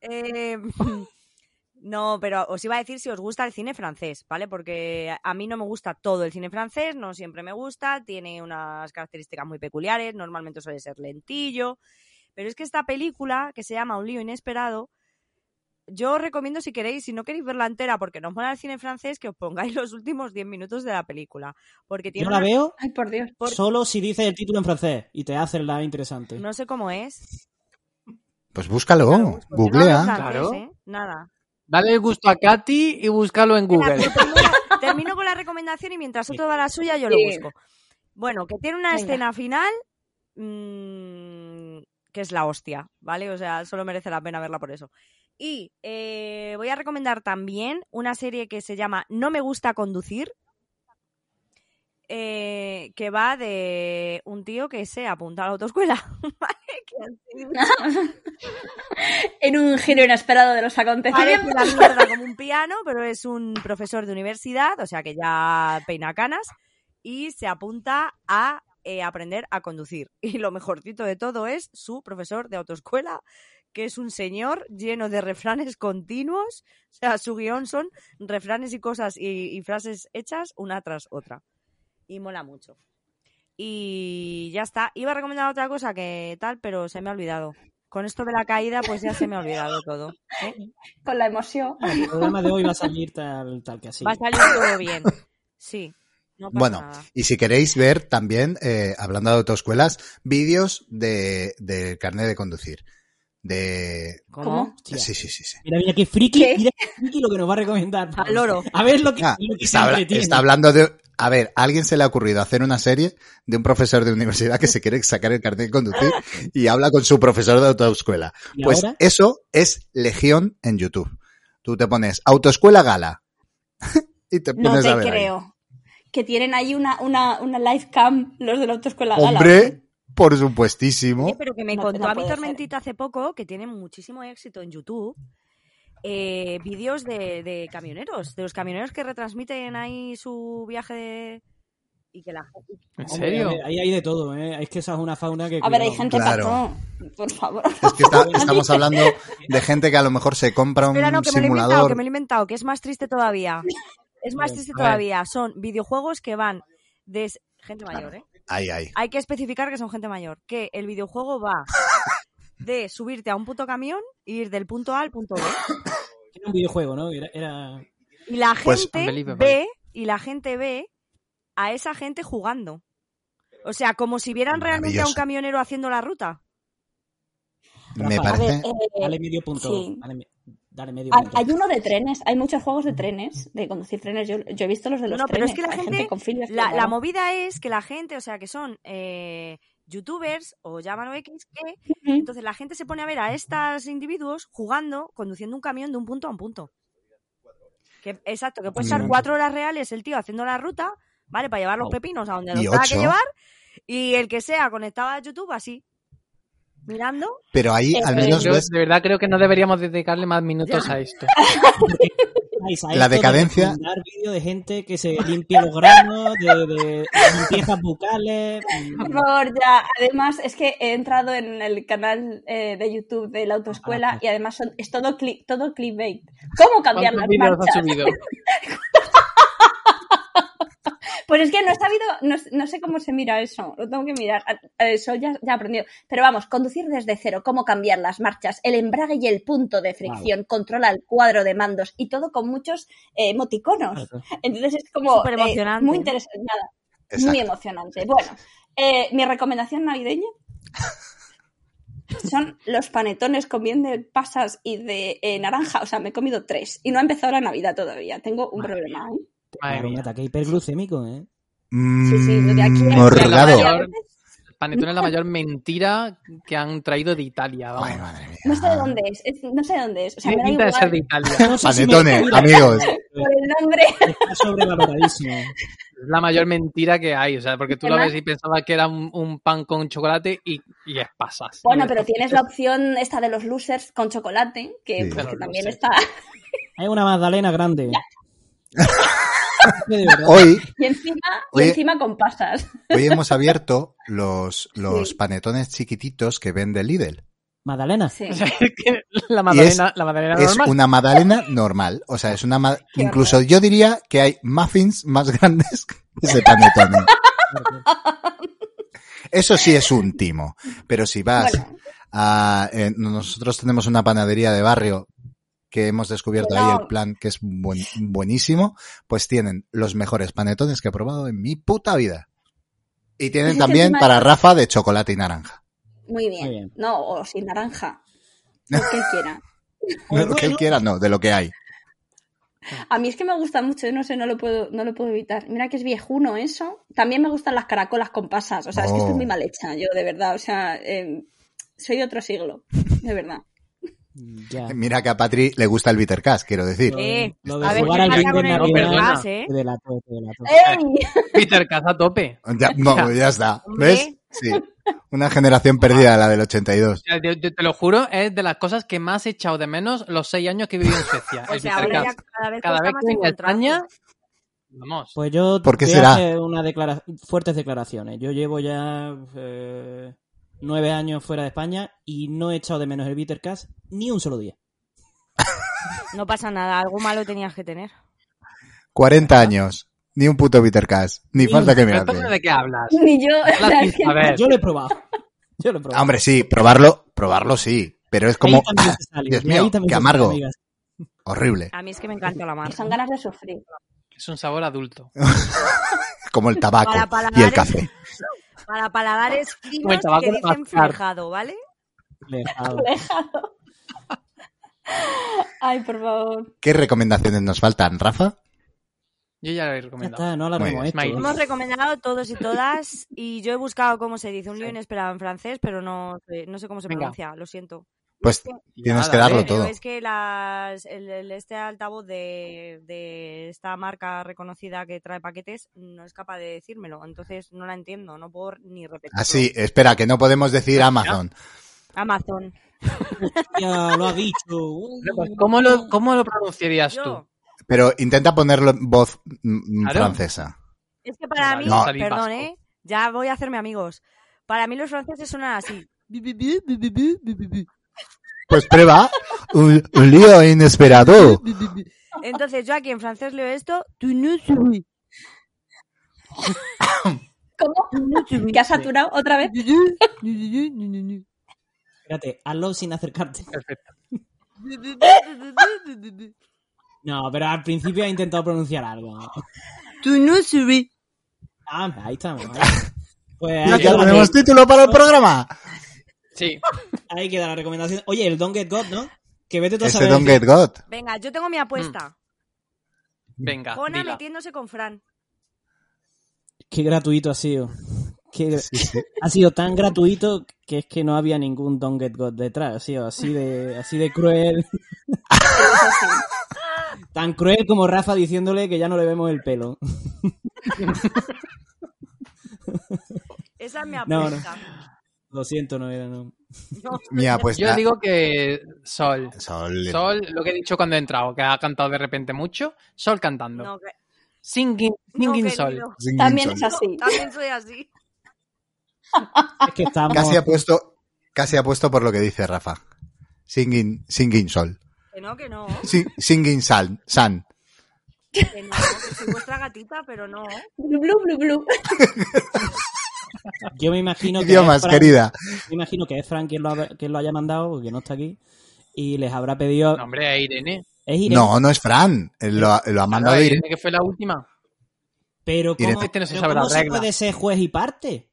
Speaker 3: Eh, [laughs] no, pero os iba a decir si os gusta el cine francés, ¿vale? Porque a mí no me gusta todo el cine francés, no siempre me gusta, tiene unas características muy peculiares, normalmente suele ser lentillo, pero es que esta película que se llama Un lío inesperado, yo os recomiendo si queréis, si no queréis verla entera porque no os mola el cine francés, que os pongáis los últimos 10 minutos de la película, porque tiene
Speaker 2: Yo la
Speaker 3: una-
Speaker 2: veo
Speaker 4: Ay, por Dios.
Speaker 3: Por-
Speaker 2: solo si dices el título en francés y te hace la interesante.
Speaker 3: no sé cómo es.
Speaker 5: Pues búscalo,
Speaker 3: Claro, pues, yo no hablo
Speaker 5: googlea.
Speaker 3: francés,
Speaker 8: Claro.
Speaker 3: ¿eh? Nada.
Speaker 8: Dale el gusto a Katy y búscalo en
Speaker 3: Espera, que
Speaker 8: Google. [laughs]
Speaker 3: termino- pues termino con la recomendación y mientras otro va a la suya, yo lo
Speaker 4: Sí.
Speaker 3: busco. Bueno, que tiene una
Speaker 4: Venga.
Speaker 3: escena final mm, que es la hostia, ¿vale? O sea, solo merece la pena verla por eso. Y eh, voy a recomendar también una serie que se llama No me gusta conducir, eh, que va de un tío que se apunta a la autoescuela. [laughs] ¿vale? Que así-
Speaker 4: en un giro inesperado de los
Speaker 3: Parece
Speaker 4: acontecimientos.
Speaker 3: la mierda como un piano, pero es un profesor de universidad, o sea que ya peina canas, y se apunta a eh, aprender a conducir. [laughs] Y lo mejorcito de todo es su profesor de autoescuela, que es un señor lleno de refranes continuos, o sea, su guión son refranes y cosas y, y frases hechas una tras otra. Y mola mucho. Y ya está. Iba a recomendar otra cosa que tal, pero se me ha olvidado. Con esto de la caída, pues ya se me ha olvidado todo. ¿eh?
Speaker 4: Con la
Speaker 2: [laughs]
Speaker 4: emoción.
Speaker 2: El programa de hoy va a salir tal, tal que así.
Speaker 3: Va a salir todo
Speaker 2: [laughs]
Speaker 3: bien. Sí. No pasa
Speaker 5: Bueno,
Speaker 3: nada.
Speaker 5: y si queréis ver también, eh, hablando de autoescuelas, vídeos de, del carnet de conducir. de...
Speaker 3: ¿Cómo?
Speaker 5: Sí, sí, sí, sí.
Speaker 2: Mira, mira qué friki,
Speaker 1: ¿Qué?
Speaker 2: mira qué friki lo que nos va a recomendar.
Speaker 3: Al loro.
Speaker 2: A ver lo que,
Speaker 5: Ah,
Speaker 2: lo que
Speaker 5: está, habla-
Speaker 2: siempre tiene.
Speaker 5: está hablando de... A ver, ¿a alguien se le ha ocurrido hacer una serie de un profesor de universidad que se quiere sacar el carnet de conducir y habla con su profesor de autoescuela?
Speaker 2: ¿Y
Speaker 5: Pues
Speaker 2: ahora?
Speaker 5: eso es Legión en YouTube. Tú te pones Autoescuela Gala [laughs] y te
Speaker 4: No
Speaker 5: pones a
Speaker 4: te
Speaker 5: ver. ahí.
Speaker 4: creo. Que tienen ahí una, una, una live cam los de la autoescuela. Gala.
Speaker 5: Hombre, por
Speaker 3: Oye,
Speaker 5: supuestísimo.
Speaker 3: Eh, pero que me
Speaker 4: No,
Speaker 3: contó
Speaker 4: no
Speaker 3: a mi
Speaker 4: puede ser.
Speaker 3: tormentita hace poco que tiene muchísimo éxito en YouTube. eh, vídeos de, de camioneros, de los camioneros que retransmiten ahí su viaje de... y que la
Speaker 8: ¿En
Speaker 2: Hombre,
Speaker 8: serio?
Speaker 2: a ver, Ahí hay de todo, ¿eh? Es que esa es una fauna que...
Speaker 4: A ver, hay
Speaker 2: cuidado.
Speaker 4: gente
Speaker 5: Claro.
Speaker 4: para todo. Por favor.
Speaker 5: Es que está- estamos hablando de gente que a lo mejor se compra un
Speaker 3: Espera, no, que me lo he inventado, que
Speaker 5: simulador.
Speaker 3: me lo he inventado, que es más triste
Speaker 2: [laughs]
Speaker 3: todavía. Es más
Speaker 2: Bien,
Speaker 3: triste
Speaker 2: a ver.
Speaker 3: todavía. Son videojuegos que van desde... Gente mayor, ¿eh?
Speaker 5: Ay, ay.
Speaker 3: Hay que especificar que son gente mayor. Que el
Speaker 2: [laughs]
Speaker 3: videojuego va de subirte a un puto camión e ir del punto A al punto B.
Speaker 2: Era un videojuego, ¿no? Era... era-
Speaker 3: Y la
Speaker 5: Pues-
Speaker 3: gente
Speaker 8: Unbelievable.
Speaker 3: ve, y la gente ve a esa gente jugando. O sea, como si vieran realmente a un
Speaker 5: Maravilloso.
Speaker 3: camionero haciendo la ruta.
Speaker 5: Me
Speaker 2: Rafa,
Speaker 4: A ver,
Speaker 5: parece.
Speaker 4: eh,
Speaker 2: Dale medio punto.
Speaker 4: sí.
Speaker 2: Dale, me- dale medio
Speaker 4: hay-
Speaker 2: punto.
Speaker 4: hay uno de trenes. Hay muchos juegos de trenes, de conducir trenes. Yo, yo he visto los de los
Speaker 3: No, pero
Speaker 4: trenes.
Speaker 3: es que la
Speaker 4: Hay
Speaker 3: gente-
Speaker 4: con filias
Speaker 3: La,
Speaker 4: que
Speaker 3: la
Speaker 4: van.
Speaker 3: movida es que la gente, o sea, que son eh, youtubers o llámalo X, que
Speaker 4: Ujú.
Speaker 3: entonces la gente se pone a ver a estos individuos jugando, conduciendo un camión de un punto a un punto. Que, exacto, que puede estar
Speaker 5: Mm.
Speaker 3: cuatro horas reales el tío haciendo la ruta, ¿vale? Para llevar los
Speaker 2: Au.
Speaker 3: pepinos a donde
Speaker 5: Y
Speaker 3: los tenga que
Speaker 5: ocho.
Speaker 3: llevar. Y el que sea conectado a YouTube así, mirando.
Speaker 5: Pero ahí
Speaker 4: Eh,
Speaker 5: al
Speaker 4: pero
Speaker 5: menos
Speaker 8: Yo
Speaker 5: ves
Speaker 8: de verdad creo que no deberíamos dedicarle más minutos
Speaker 4: [laughs]
Speaker 8: a esto.
Speaker 2: Vais a
Speaker 5: La
Speaker 2: esto de
Speaker 5: decadencia-
Speaker 2: recomendar vídeo de gente que se limpia los granos, de, de limpiezas bucales. Mm,
Speaker 4: Por favor, ya. Además, es que he entrado en el canal eh, de YouTube de la
Speaker 8: Ah,
Speaker 4: autoescuela y además son- es todo, cli- todo clickbait. ¿Cómo cambiar
Speaker 8: pues. ¿Cuántos
Speaker 4: las
Speaker 8: vídeos has
Speaker 4: marchas? [laughs]
Speaker 8: subido?
Speaker 4: Pues es que no he sabido, no, no sé cómo se mira eso, lo tengo que mirar. A- a Eso ya, ya he aprendido. Pero vamos, conducir desde cero, cómo cambiar las marchas, el embrague y el punto de fricción, controla el cuadro de mandos y todo con muchos eh, emoticonos. Entonces es como
Speaker 3: Súper
Speaker 4: eh,
Speaker 3: emocionante.
Speaker 4: muy interesante, nada, muy
Speaker 5: Exacto.
Speaker 4: emocionante. Bueno, eh, mi recomendación navideña son los panetones con bien de pasas y de eh, naranja. O sea, me he comido tres y no ha empezado la Navidad todavía. Tengo un problema. ¿eh?
Speaker 8: Madre
Speaker 2: Claro, un
Speaker 8: mía.
Speaker 2: ataque hiperglucémico, ¿eh?
Speaker 4: Sí, sí, lo de aquí-
Speaker 5: Mm,
Speaker 8: Morgado.
Speaker 5: Morgado.
Speaker 8: Mayor. Panetón es la mayor mentira que han traído de Italia. vamos.
Speaker 5: Ay, madre mía.
Speaker 4: No sé de dónde es, es- no sé de dónde es. O sea, me
Speaker 8: Tiene
Speaker 4: da
Speaker 8: pinta de ser de
Speaker 4: igual
Speaker 8: Italia.
Speaker 2: No sé si me-
Speaker 5: Panetones,
Speaker 2: mira,
Speaker 5: amigos.
Speaker 4: por el
Speaker 8: [laughs]
Speaker 4: nombre.
Speaker 2: Está sobrevaloradísimo.
Speaker 8: Es la mayor mentira que hay. O sea, porque tú lo
Speaker 4: Además-
Speaker 8: ves y pensabas que era un, un pan con chocolate y, y es pasas.
Speaker 4: Bueno,
Speaker 8: Y
Speaker 4: pero
Speaker 8: esto-
Speaker 4: tienes la opción esta de los losers con chocolate, que,
Speaker 5: Sí.
Speaker 4: pues,
Speaker 8: De
Speaker 4: que
Speaker 8: los
Speaker 4: también
Speaker 8: losers.
Speaker 4: está. [laughs]
Speaker 2: Hay una magdalena grande. Es que de verdad.
Speaker 5: [laughs] Hoy
Speaker 4: Y encima, y
Speaker 5: Oye.
Speaker 4: encima con pasas.
Speaker 5: Hoy hemos abierto los, los
Speaker 4: Sí.
Speaker 5: panetones chiquititos que vende Lidl.
Speaker 2: Magdalena.
Speaker 4: Sí.
Speaker 8: [laughs] O sea, es que la madalena, la magdalena
Speaker 5: Es
Speaker 8: normal.
Speaker 5: una magdalena normal. O sea, es una ma-
Speaker 4: Qué
Speaker 5: Incluso yo diría que hay muffins más [laughs] grandes que ese panetone. Eso sí es un timo. Pero si vas
Speaker 4: Bueno,
Speaker 5: a... eh, nosotros tenemos una panadería de barrio que hemos descubierto
Speaker 4: Que
Speaker 5: ahí
Speaker 4: no.
Speaker 5: el plan que es buen- buenísimo, pues tienen los mejores panetones que he probado en mi puta vida. Y
Speaker 4: Es
Speaker 5: tienen
Speaker 4: que
Speaker 5: también
Speaker 4: encima-
Speaker 5: para Rafa de chocolate y naranja.
Speaker 4: muy
Speaker 2: Muy
Speaker 4: bien.
Speaker 2: bien.
Speaker 4: No, o sin
Speaker 5: [laughs]
Speaker 4: naranja. Lo que él quiera.
Speaker 5: De lo que él quiera, no, de lo que hay.
Speaker 4: A mí es que me gusta mucho, yo no sé, no lo puedo, no lo puedo evitar. Mira que es viejuno eso. También me gustan las caracolas con pasas. O sea, es que
Speaker 5: Oh.
Speaker 4: estoy muy mal hecha, yo, de verdad. O sea, eh, soy de otro siglo, de
Speaker 8: [laughs]
Speaker 4: verdad.
Speaker 2: Ya.
Speaker 5: Mira que a Patri le gusta el bitter cash, quiero decir.
Speaker 3: Eh,
Speaker 2: Lo de
Speaker 5: a ver,
Speaker 2: jugar
Speaker 5: ¿qué
Speaker 2: al
Speaker 5: pasa
Speaker 2: bingo
Speaker 3: con
Speaker 2: en
Speaker 3: el
Speaker 8: Bitter
Speaker 2: Navidad.
Speaker 3: Cash, eh?
Speaker 2: Te delató, te delató.
Speaker 4: ¡Ey! [laughs]
Speaker 8: Peter Cass a tope.
Speaker 3: [laughs]
Speaker 5: Ya, no, pues ya está.
Speaker 3: Hombre.
Speaker 5: ¿Ves? Sí. Una generación perdida, la del 82.
Speaker 8: O sea, yo- yo te lo juro, es de las cosas que más he echado de menos los seis años que viví en Suecia.
Speaker 2: Pues
Speaker 3: O
Speaker 8: el
Speaker 3: sea,
Speaker 8: Peter
Speaker 3: ahora ya
Speaker 8: Cass.
Speaker 3: cada vez
Speaker 8: Cada
Speaker 3: cuesta
Speaker 8: vez
Speaker 3: más
Speaker 8: que vengo a
Speaker 3: encontrarlo.
Speaker 8: España, vamos.
Speaker 2: Pues yo
Speaker 5: ¿Por qué
Speaker 2: voy
Speaker 5: será?
Speaker 2: a hacer una declara- fuertes declaraciones. Yo llevo ya eh, nueve años fuera de España y no he echado de menos el Bittercast ni un solo día.
Speaker 3: No pasa nada, algo malo tenías que tener.
Speaker 5: 40 años. Ni un puto bitter cash. Ni
Speaker 2: Ni
Speaker 5: falta que me
Speaker 8: ¿Pero entonces
Speaker 5: hace.
Speaker 8: de qué hablas?
Speaker 3: [laughs]
Speaker 4: Ni yo. [laughs] o sea,
Speaker 8: Hablas
Speaker 4: es que-
Speaker 8: sin saber.
Speaker 2: Yo lo he probado. [laughs] Yo lo he probado.
Speaker 5: Hombre, sí, probarlo, probarlo sí. Pero es como,
Speaker 2: Ahí también se sale,
Speaker 5: [laughs] Dios
Speaker 2: de
Speaker 5: mío,
Speaker 2: ahí también
Speaker 5: qué
Speaker 2: se sale,
Speaker 5: amargo.
Speaker 2: amigas.
Speaker 5: horrible.
Speaker 3: A mí es que me encanta la marca.
Speaker 4: son ganas de sufrir.
Speaker 8: Es un sabor adulto.
Speaker 5: Como el tabaco
Speaker 3: Para paladares-
Speaker 5: y el café.
Speaker 3: Para paladares [laughs]
Speaker 8: Como el
Speaker 3: finos
Speaker 8: tabaco
Speaker 3: que
Speaker 8: de
Speaker 3: dicen
Speaker 8: mascar.
Speaker 3: fijado, ¿vale?
Speaker 2: Lejado.
Speaker 4: [laughs] Alejado. Ay, por favor.
Speaker 5: ¿Qué recomendaciones nos faltan, Rafa?
Speaker 8: Yo ya lo he
Speaker 2: Ya
Speaker 8: recomendado.
Speaker 2: está, no la
Speaker 5: Muy
Speaker 2: hemos
Speaker 8: bien.
Speaker 2: hecho.
Speaker 3: Hemos recomendado todos y todas y yo he buscado cómo se dice un lío inesperado en francés, pero no sé, no sé cómo se
Speaker 8: Venga.
Speaker 3: pronuncia, lo siento.
Speaker 5: Pues tienes que darlo
Speaker 8: eh.
Speaker 5: todo.
Speaker 3: Pero es que las, el, el- este altavoz de, de esta marca reconocida que trae paquetes no es capaz de decírmelo, entonces no la entiendo, no puedo ni repetirlo.
Speaker 5: Así, espera, que no podemos decir Amazon.
Speaker 3: Amazon.
Speaker 2: Ya lo ha dicho. Uh, Uy.
Speaker 8: pues, ¿Cómo lo, cómo lo pronunciarías
Speaker 3: Yo,
Speaker 8: tú?
Speaker 5: Pero intenta ponerlo en voz mm,
Speaker 8: Claro.
Speaker 5: francesa.
Speaker 3: es que para
Speaker 8: No,
Speaker 3: mí,
Speaker 5: no.
Speaker 3: perdón,
Speaker 8: Vasco.
Speaker 3: ¿eh? Ya voy a hacerme amigos. Para mí los franceses suenan así.
Speaker 5: Pues prueba un, un lío inesperado.
Speaker 8: Eh,
Speaker 3: Entonces yo aquí en francés leo esto,
Speaker 4: ¿Cómo? ¿Que has saturado otra vez?
Speaker 2: Espérate, hazlo sin acercarte.
Speaker 8: Perfecto.
Speaker 2: No, pero al principio ha intentado pronunciar algo.
Speaker 3: tu no subis.
Speaker 2: Ah, ahí estamos.
Speaker 5: Y [laughs]
Speaker 2: Pues
Speaker 5: ya
Speaker 2: ahí queda,
Speaker 5: tenemos
Speaker 2: la,
Speaker 5: título para el programa.
Speaker 8: Sí.
Speaker 2: ahí queda la recomendación. Oye, el Don't Get God, ¿no? Que vete tú a
Speaker 5: Ese
Speaker 2: saber.
Speaker 5: Don't Get God.
Speaker 3: Venga, yo tengo mi apuesta.
Speaker 8: Venga.
Speaker 3: Jona
Speaker 8: Mm, dila.
Speaker 3: metiéndose con Fran.
Speaker 2: Qué gratuito ha sido. Qué-
Speaker 5: Sí, sí.
Speaker 2: Ha sido tan gratuito que es que no había ningún Don't Get God detrás. Ha sido así de, así de
Speaker 5: [laughs]
Speaker 2: cruel. Tan cruel como Rafa diciéndole que ya no le vemos el pelo.
Speaker 3: Esa es mi
Speaker 2: no.
Speaker 3: apuesta.
Speaker 2: Lo siento, no era, no.
Speaker 5: Mi apuesta.
Speaker 8: [laughs] Yo digo que Sol.
Speaker 5: Sol.
Speaker 8: Sol, lo que he dicho cuando he entrado, que ha cantado de repente mucho. Sol cantando.
Speaker 3: No, que-
Speaker 8: Singing,
Speaker 3: no,
Speaker 8: singing Sol.
Speaker 3: querido.
Speaker 5: Singing
Speaker 4: También
Speaker 5: Sol.
Speaker 4: es así.
Speaker 3: También soy así.
Speaker 2: Es que estamos.
Speaker 5: Casi apuesto, casi apuesto por lo que dice Rafa. Singing, singing Sol.
Speaker 3: Que no, que no.
Speaker 5: Sing- singing San. San.
Speaker 3: Que no.
Speaker 4: [laughs]
Speaker 3: Que soy vuestra gatita, pero no.
Speaker 4: Blu, blu, blu, blu.
Speaker 2: Yo me imagino que.
Speaker 5: Idiomas,
Speaker 2: es Fran-
Speaker 5: querida.
Speaker 2: Me imagino que es Frank quien lo, ha- quien lo haya mandado, porque no está aquí. Y les habrá pedido.
Speaker 8: No, hombre, a Irene.
Speaker 2: es Irene,
Speaker 5: No, no es Fran. Lo, lo ha
Speaker 8: Claro,
Speaker 5: mandado
Speaker 8: a
Speaker 5: Irene.
Speaker 8: Irene, que fue la última.
Speaker 2: Pero ¿cómo,
Speaker 5: Irene.
Speaker 8: Este no se
Speaker 2: pero
Speaker 8: sabe la
Speaker 2: ¿cómo se
Speaker 8: regla.
Speaker 2: puede ser juez y parte?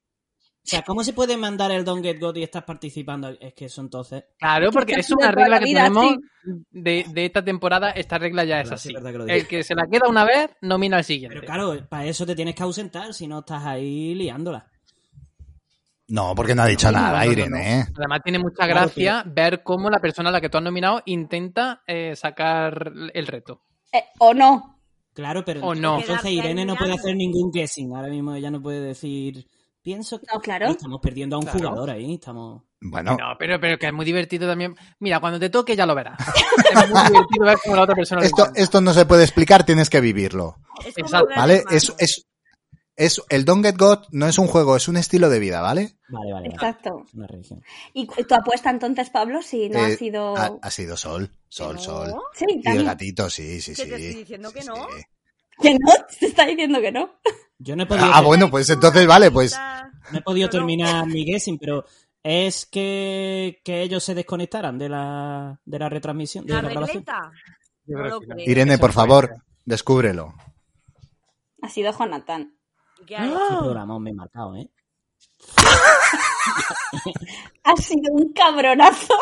Speaker 2: O sea, ¿cómo se puede mandar el Don't Get God y estás participando? Es que eso entonces.
Speaker 8: Claro, porque
Speaker 4: Que
Speaker 8: es
Speaker 4: ha
Speaker 8: una
Speaker 4: sido toda
Speaker 8: regla
Speaker 4: la
Speaker 8: que
Speaker 4: vida
Speaker 8: tenemos
Speaker 4: así.
Speaker 8: de, de esta temporada. Esta regla ya es
Speaker 2: Verdad, sí,
Speaker 8: así.
Speaker 2: verdad que lo dices.
Speaker 8: El que se la queda una vez, nomina al
Speaker 2: Pero
Speaker 8: siguiente.
Speaker 2: claro, para eso te tienes que ausentar, si no estás ahí liándola.
Speaker 5: No, porque no ha dicho
Speaker 8: No,
Speaker 5: nada,
Speaker 8: no, no,
Speaker 5: Irene. ¿eh?
Speaker 8: no. Además, tiene mucha
Speaker 2: Claro
Speaker 8: gracia ver cómo la persona a la que tú has nominado intenta eh, sacar el reto.
Speaker 4: Eh, o no.
Speaker 2: Claro, pero
Speaker 8: O no.
Speaker 2: entonces
Speaker 3: Quedarte
Speaker 2: Irene no puede
Speaker 3: alineando.
Speaker 2: hacer ningún guessing. Ahora mismo ella no puede decir. Pienso que
Speaker 4: No, claro.
Speaker 2: estamos perdiendo a un
Speaker 8: Claro.
Speaker 2: jugador ahí. Estamos.
Speaker 5: Bueno,
Speaker 8: No, pero, pero que es muy divertido también. Mira, cuando te toque ya lo verás. [laughs] es muy divertido ver cómo la otra persona lo
Speaker 5: esto,
Speaker 8: intenta.
Speaker 5: esto no se puede explicar, tienes que vivirlo.
Speaker 3: Es como
Speaker 8: Exacto.
Speaker 3: Gran
Speaker 5: ¿Vale?
Speaker 3: Hermano.
Speaker 5: Es, es, es, el Don't Get God no es un juego, es un estilo de vida, ¿vale?
Speaker 2: Vale, vale, vale.
Speaker 4: Exacto.
Speaker 2: Es una religión.
Speaker 4: ¿Y cu- tu apuesta entonces, Pablo, si no ha
Speaker 5: Eh,
Speaker 4: sido...
Speaker 5: Ha,
Speaker 3: Oh.
Speaker 5: ha sido Sol, Sol, Sol.
Speaker 4: Sí,
Speaker 5: Y el
Speaker 4: Dani,
Speaker 5: gatito, sí, sí, sí.
Speaker 3: Que te estoy diciendo
Speaker 5: Sí,
Speaker 3: que no.
Speaker 5: sí.
Speaker 4: Que no, [laughs] te está diciendo que no.
Speaker 2: Yo no he podido.
Speaker 5: Ah, bueno, pues entonces vale, pues
Speaker 3: Gatita.
Speaker 2: No he podido
Speaker 3: Pero no.
Speaker 2: terminar mi guessing, pero es que, que ellos se desconectaran de la, de la retransmisión, de
Speaker 3: La
Speaker 2: la, grabación.
Speaker 3: regleta.
Speaker 8: Yo
Speaker 3: No
Speaker 8: creo
Speaker 3: lo
Speaker 8: que no.
Speaker 3: creo.
Speaker 5: Irene,
Speaker 8: Eso
Speaker 5: por
Speaker 8: no
Speaker 5: favor,
Speaker 8: puede ser.
Speaker 5: descúbrelo.
Speaker 4: Ha sido Jonathan.
Speaker 3: ¿Qué
Speaker 5: Ah.
Speaker 3: haré?
Speaker 2: Qué programa me he marcado, ¿eh?
Speaker 4: Ha sido un [laughs] cabronazo.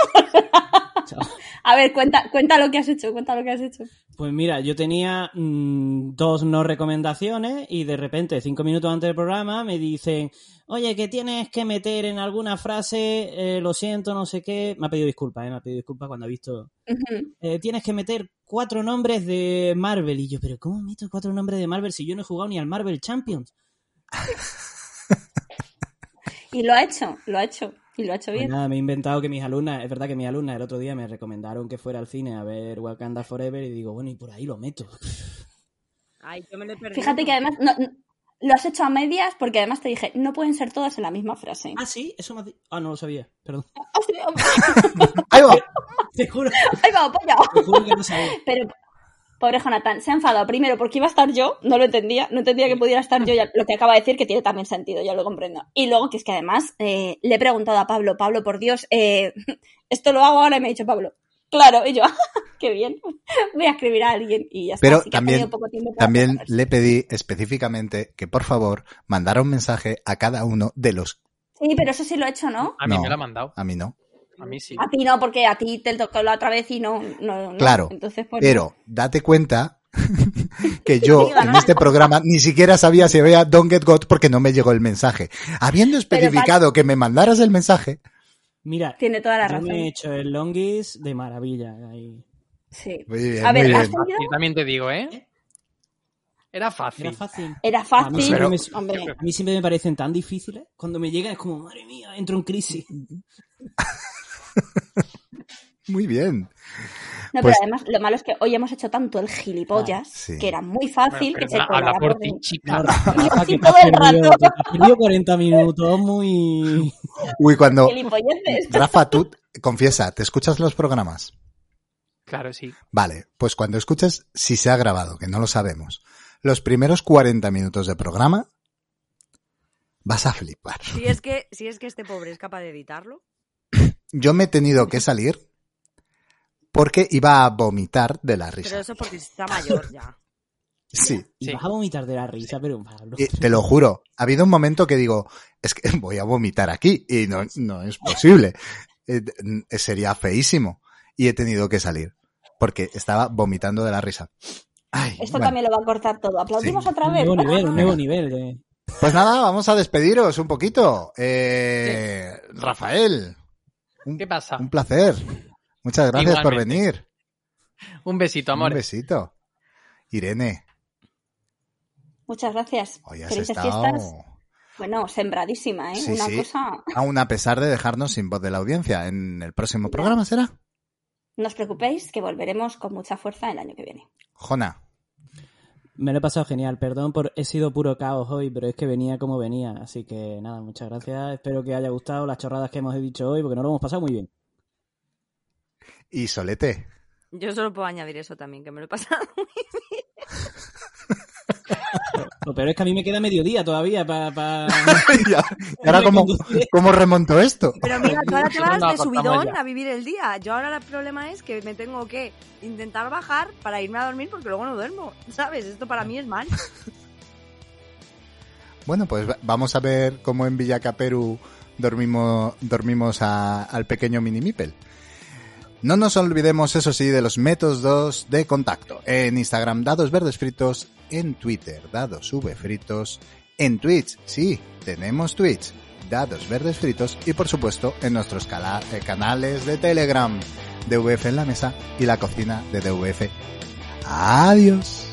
Speaker 4: A ver, cuenta, cuenta lo que has hecho, cuenta lo que has hecho.
Speaker 2: Pues mira, yo tenía mm, dos no recomendaciones y de repente, cinco minutos antes del programa, me dicen, oye, que tienes que meter en alguna frase, eh, lo siento, no sé qué. Me ha pedido disculpas, ¿eh? Me ha pedido disculpas cuando ha visto
Speaker 4: Ujú.
Speaker 2: eh, tienes que meter cuatro nombres de Marvel. Y yo, ¿pero cómo meto cuatro nombres de Marvel si yo no he jugado ni al Marvel Champions?
Speaker 4: Y lo ha hecho, lo ha hecho. Y lo ha hecho
Speaker 2: Pues
Speaker 4: bien.
Speaker 2: nada, me he inventado que mis alumnas, es verdad que mis alumnas el otro día me recomendaron que fuera al cine a ver Wakanda Forever y digo, bueno, y por ahí lo meto.
Speaker 3: Ay, yo me lo he perdido.
Speaker 4: Fíjate que además no- no- lo has hecho a medias porque además te dije, no pueden ser todas en la
Speaker 2: [laughs]
Speaker 4: misma frase.
Speaker 2: Ah, sí, eso me ha di- Ah, no lo sabía, perdón.
Speaker 4: Ah, sí, hombre.
Speaker 5: ¡Ahí va!
Speaker 2: Te juro,
Speaker 4: Ahí va, apoya.
Speaker 2: te juro que no sabía.
Speaker 4: Pero, pobre Jonathan, se ha enfadado primero porque iba a estar yo, no lo entendía, no entendía que pudiera estar yo, ya, lo que acaba de decir que tiene también sentido, ya lo comprendo. Y luego que es que además eh, le he preguntado a Pablo, Pablo, por Dios, eh, [laughs] esto lo hago ahora y me ha dicho Pablo, claro, y yo, [laughs] qué bien, voy a escribir a alguien y ya está.
Speaker 5: Pero
Speaker 4: así que ha
Speaker 5: también-
Speaker 4: tenido poco tiempo para
Speaker 5: También
Speaker 4: prepararse.
Speaker 5: le pedí específicamente que por favor mandara un mensaje a cada uno de los...
Speaker 4: Sí, pero eso sí lo he hecho, ¿no?
Speaker 8: A mí
Speaker 5: No.
Speaker 8: me lo ha mandado.
Speaker 5: A mí no.
Speaker 8: A mí sí.
Speaker 4: A ti no, porque a ti te tocó la otra vez y no. no, no.
Speaker 5: Claro,
Speaker 4: Entonces, pues,
Speaker 5: Pero date cuenta [laughs] que yo en este programa ni siquiera sabía si había Don't Get Got porque no me llegó el mensaje. Habiendo
Speaker 4: Pero,
Speaker 5: especificado que me mandaras el mensaje,
Speaker 2: Mira,
Speaker 4: Tiene toda la
Speaker 2: yo
Speaker 4: razón.
Speaker 2: me he hecho el longis de maravilla. ahí.
Speaker 4: Sí.
Speaker 5: muy bien,
Speaker 4: A ver,
Speaker 5: muy
Speaker 4: ¿la
Speaker 5: bien.
Speaker 4: has tenido?
Speaker 8: Yo también te digo, ¿eh? Era
Speaker 2: Era
Speaker 8: fácil.
Speaker 2: fácil.
Speaker 4: Era
Speaker 2: A mí,
Speaker 4: fácil.
Speaker 2: siempre
Speaker 5: Pero-
Speaker 2: me,
Speaker 4: Hombre,
Speaker 2: a mí siempre me parecen tan difíciles. Cuando me llegan es como, madre mía, entro en crisis.
Speaker 5: Muy bien.
Speaker 4: no, pero
Speaker 5: Pues-
Speaker 4: además lo malo es que hoy hemos hecho tanto el gilipollas
Speaker 5: Ah, sí.
Speaker 4: que era muy fácil
Speaker 8: Bueno,
Speaker 4: que se
Speaker 8: perdona, habla
Speaker 4: colara
Speaker 8: por
Speaker 4: por
Speaker 8: ti,
Speaker 4: dentro.
Speaker 8: chica. [laughs]
Speaker 2: No, Rafa,
Speaker 4: así
Speaker 2: que te
Speaker 4: todo
Speaker 2: has
Speaker 4: el
Speaker 2: perdido-
Speaker 4: rato.
Speaker 2: te has perdido 40 minutos muy...
Speaker 5: Uy, cuando.
Speaker 4: Gilipolleces.
Speaker 5: Rafa, tú confiesa, ¿te escuchas los programas?
Speaker 8: Claro, sí.
Speaker 5: Vale, pues cuando escuches, si se ha grabado, que no lo sabemos, los primeros 40 minutos de programa, vas a flipar.
Speaker 3: Si es que, si es que este pobre es capaz de editarlo.
Speaker 5: Yo me he tenido que salir porque iba a vomitar de la
Speaker 3: Pero
Speaker 5: risa.
Speaker 3: eso porque está mayor ya.
Speaker 5: Sí, Eh,
Speaker 2: Y
Speaker 8: Sí.
Speaker 2: vas a vomitar de la risa, pero Pablo.
Speaker 5: y te lo juro. Ha habido un momento que digo, es que voy a vomitar aquí y no, no es posible. Eh, eh, Sería feísimo. Y he tenido que salir porque estaba vomitando de la risa. Ay,
Speaker 4: Esto
Speaker 5: bueno.
Speaker 4: también lo va a cortar todo. Aplaudimos
Speaker 5: Sí.
Speaker 4: otra
Speaker 2: un
Speaker 4: vez.
Speaker 2: nuevo nivel, un nuevo
Speaker 5: Venga.
Speaker 2: nivel. eh. de-
Speaker 5: Pues nada, vamos a despediros un poquito. Eh, Rafael, un,
Speaker 8: ¿Qué pasa?
Speaker 5: un placer. Muchas gracias por
Speaker 8: Igualmente.
Speaker 5: venir.
Speaker 8: Un besito,
Speaker 5: Un
Speaker 8: amores.
Speaker 5: besito. Irene,
Speaker 4: Muchas gracias.
Speaker 5: hoy has
Speaker 4: Felices
Speaker 5: estado
Speaker 4: fiestas. Bueno, sembradísima, ¿eh?
Speaker 5: Sí,
Speaker 4: Una
Speaker 5: sí.
Speaker 4: cosa.
Speaker 5: aún a pesar de dejarnos sin voz de la audiencia. En el próximo programa será.
Speaker 4: No os preocupéis, que volveremos con mucha fuerza el año que viene.
Speaker 5: Jona,
Speaker 2: Me lo he pasado genial, perdón por he sido puro caos hoy, pero es que venía como venía, así que nada, muchas gracias, espero que haya gustado las chorradas que hemos dicho hoy, porque nos lo hemos pasado muy bien.
Speaker 5: y Solete. [laughs]
Speaker 3: Yo solo puedo añadir eso también, que me lo he pasado.
Speaker 2: Lo peor es que a mí me queda mediodía todavía para...
Speaker 5: Y
Speaker 2: [laughs]
Speaker 5: ahora, ¿cómo, ¿cómo remonto esto?
Speaker 3: [laughs] Pero mira, tú ahora te
Speaker 8: No,
Speaker 3: vas
Speaker 8: no,
Speaker 3: de
Speaker 8: cortamos
Speaker 3: subidón
Speaker 8: ya.
Speaker 3: a vivir el día. Yo ahora el problema es que me tengo que intentar bajar para irme a dormir porque luego no duermo. ¿Sabes? Esto para mí es mal.
Speaker 5: Bueno, pues va- vamos a ver cómo en Villacaperú dormimos, dormimos a- al pequeño Minimipel. No nos olvidemos, eso sí, de los métodos de contacto. En Instagram, dados verdes fritos. En Twitter, dados v fritos. En Twitch, sí, tenemos Twitch, dados verdes fritos. Y por supuesto, en nuestros cala- eh, canales de Telegram, DVF en la mesa y la cocina de DVF. Adiós.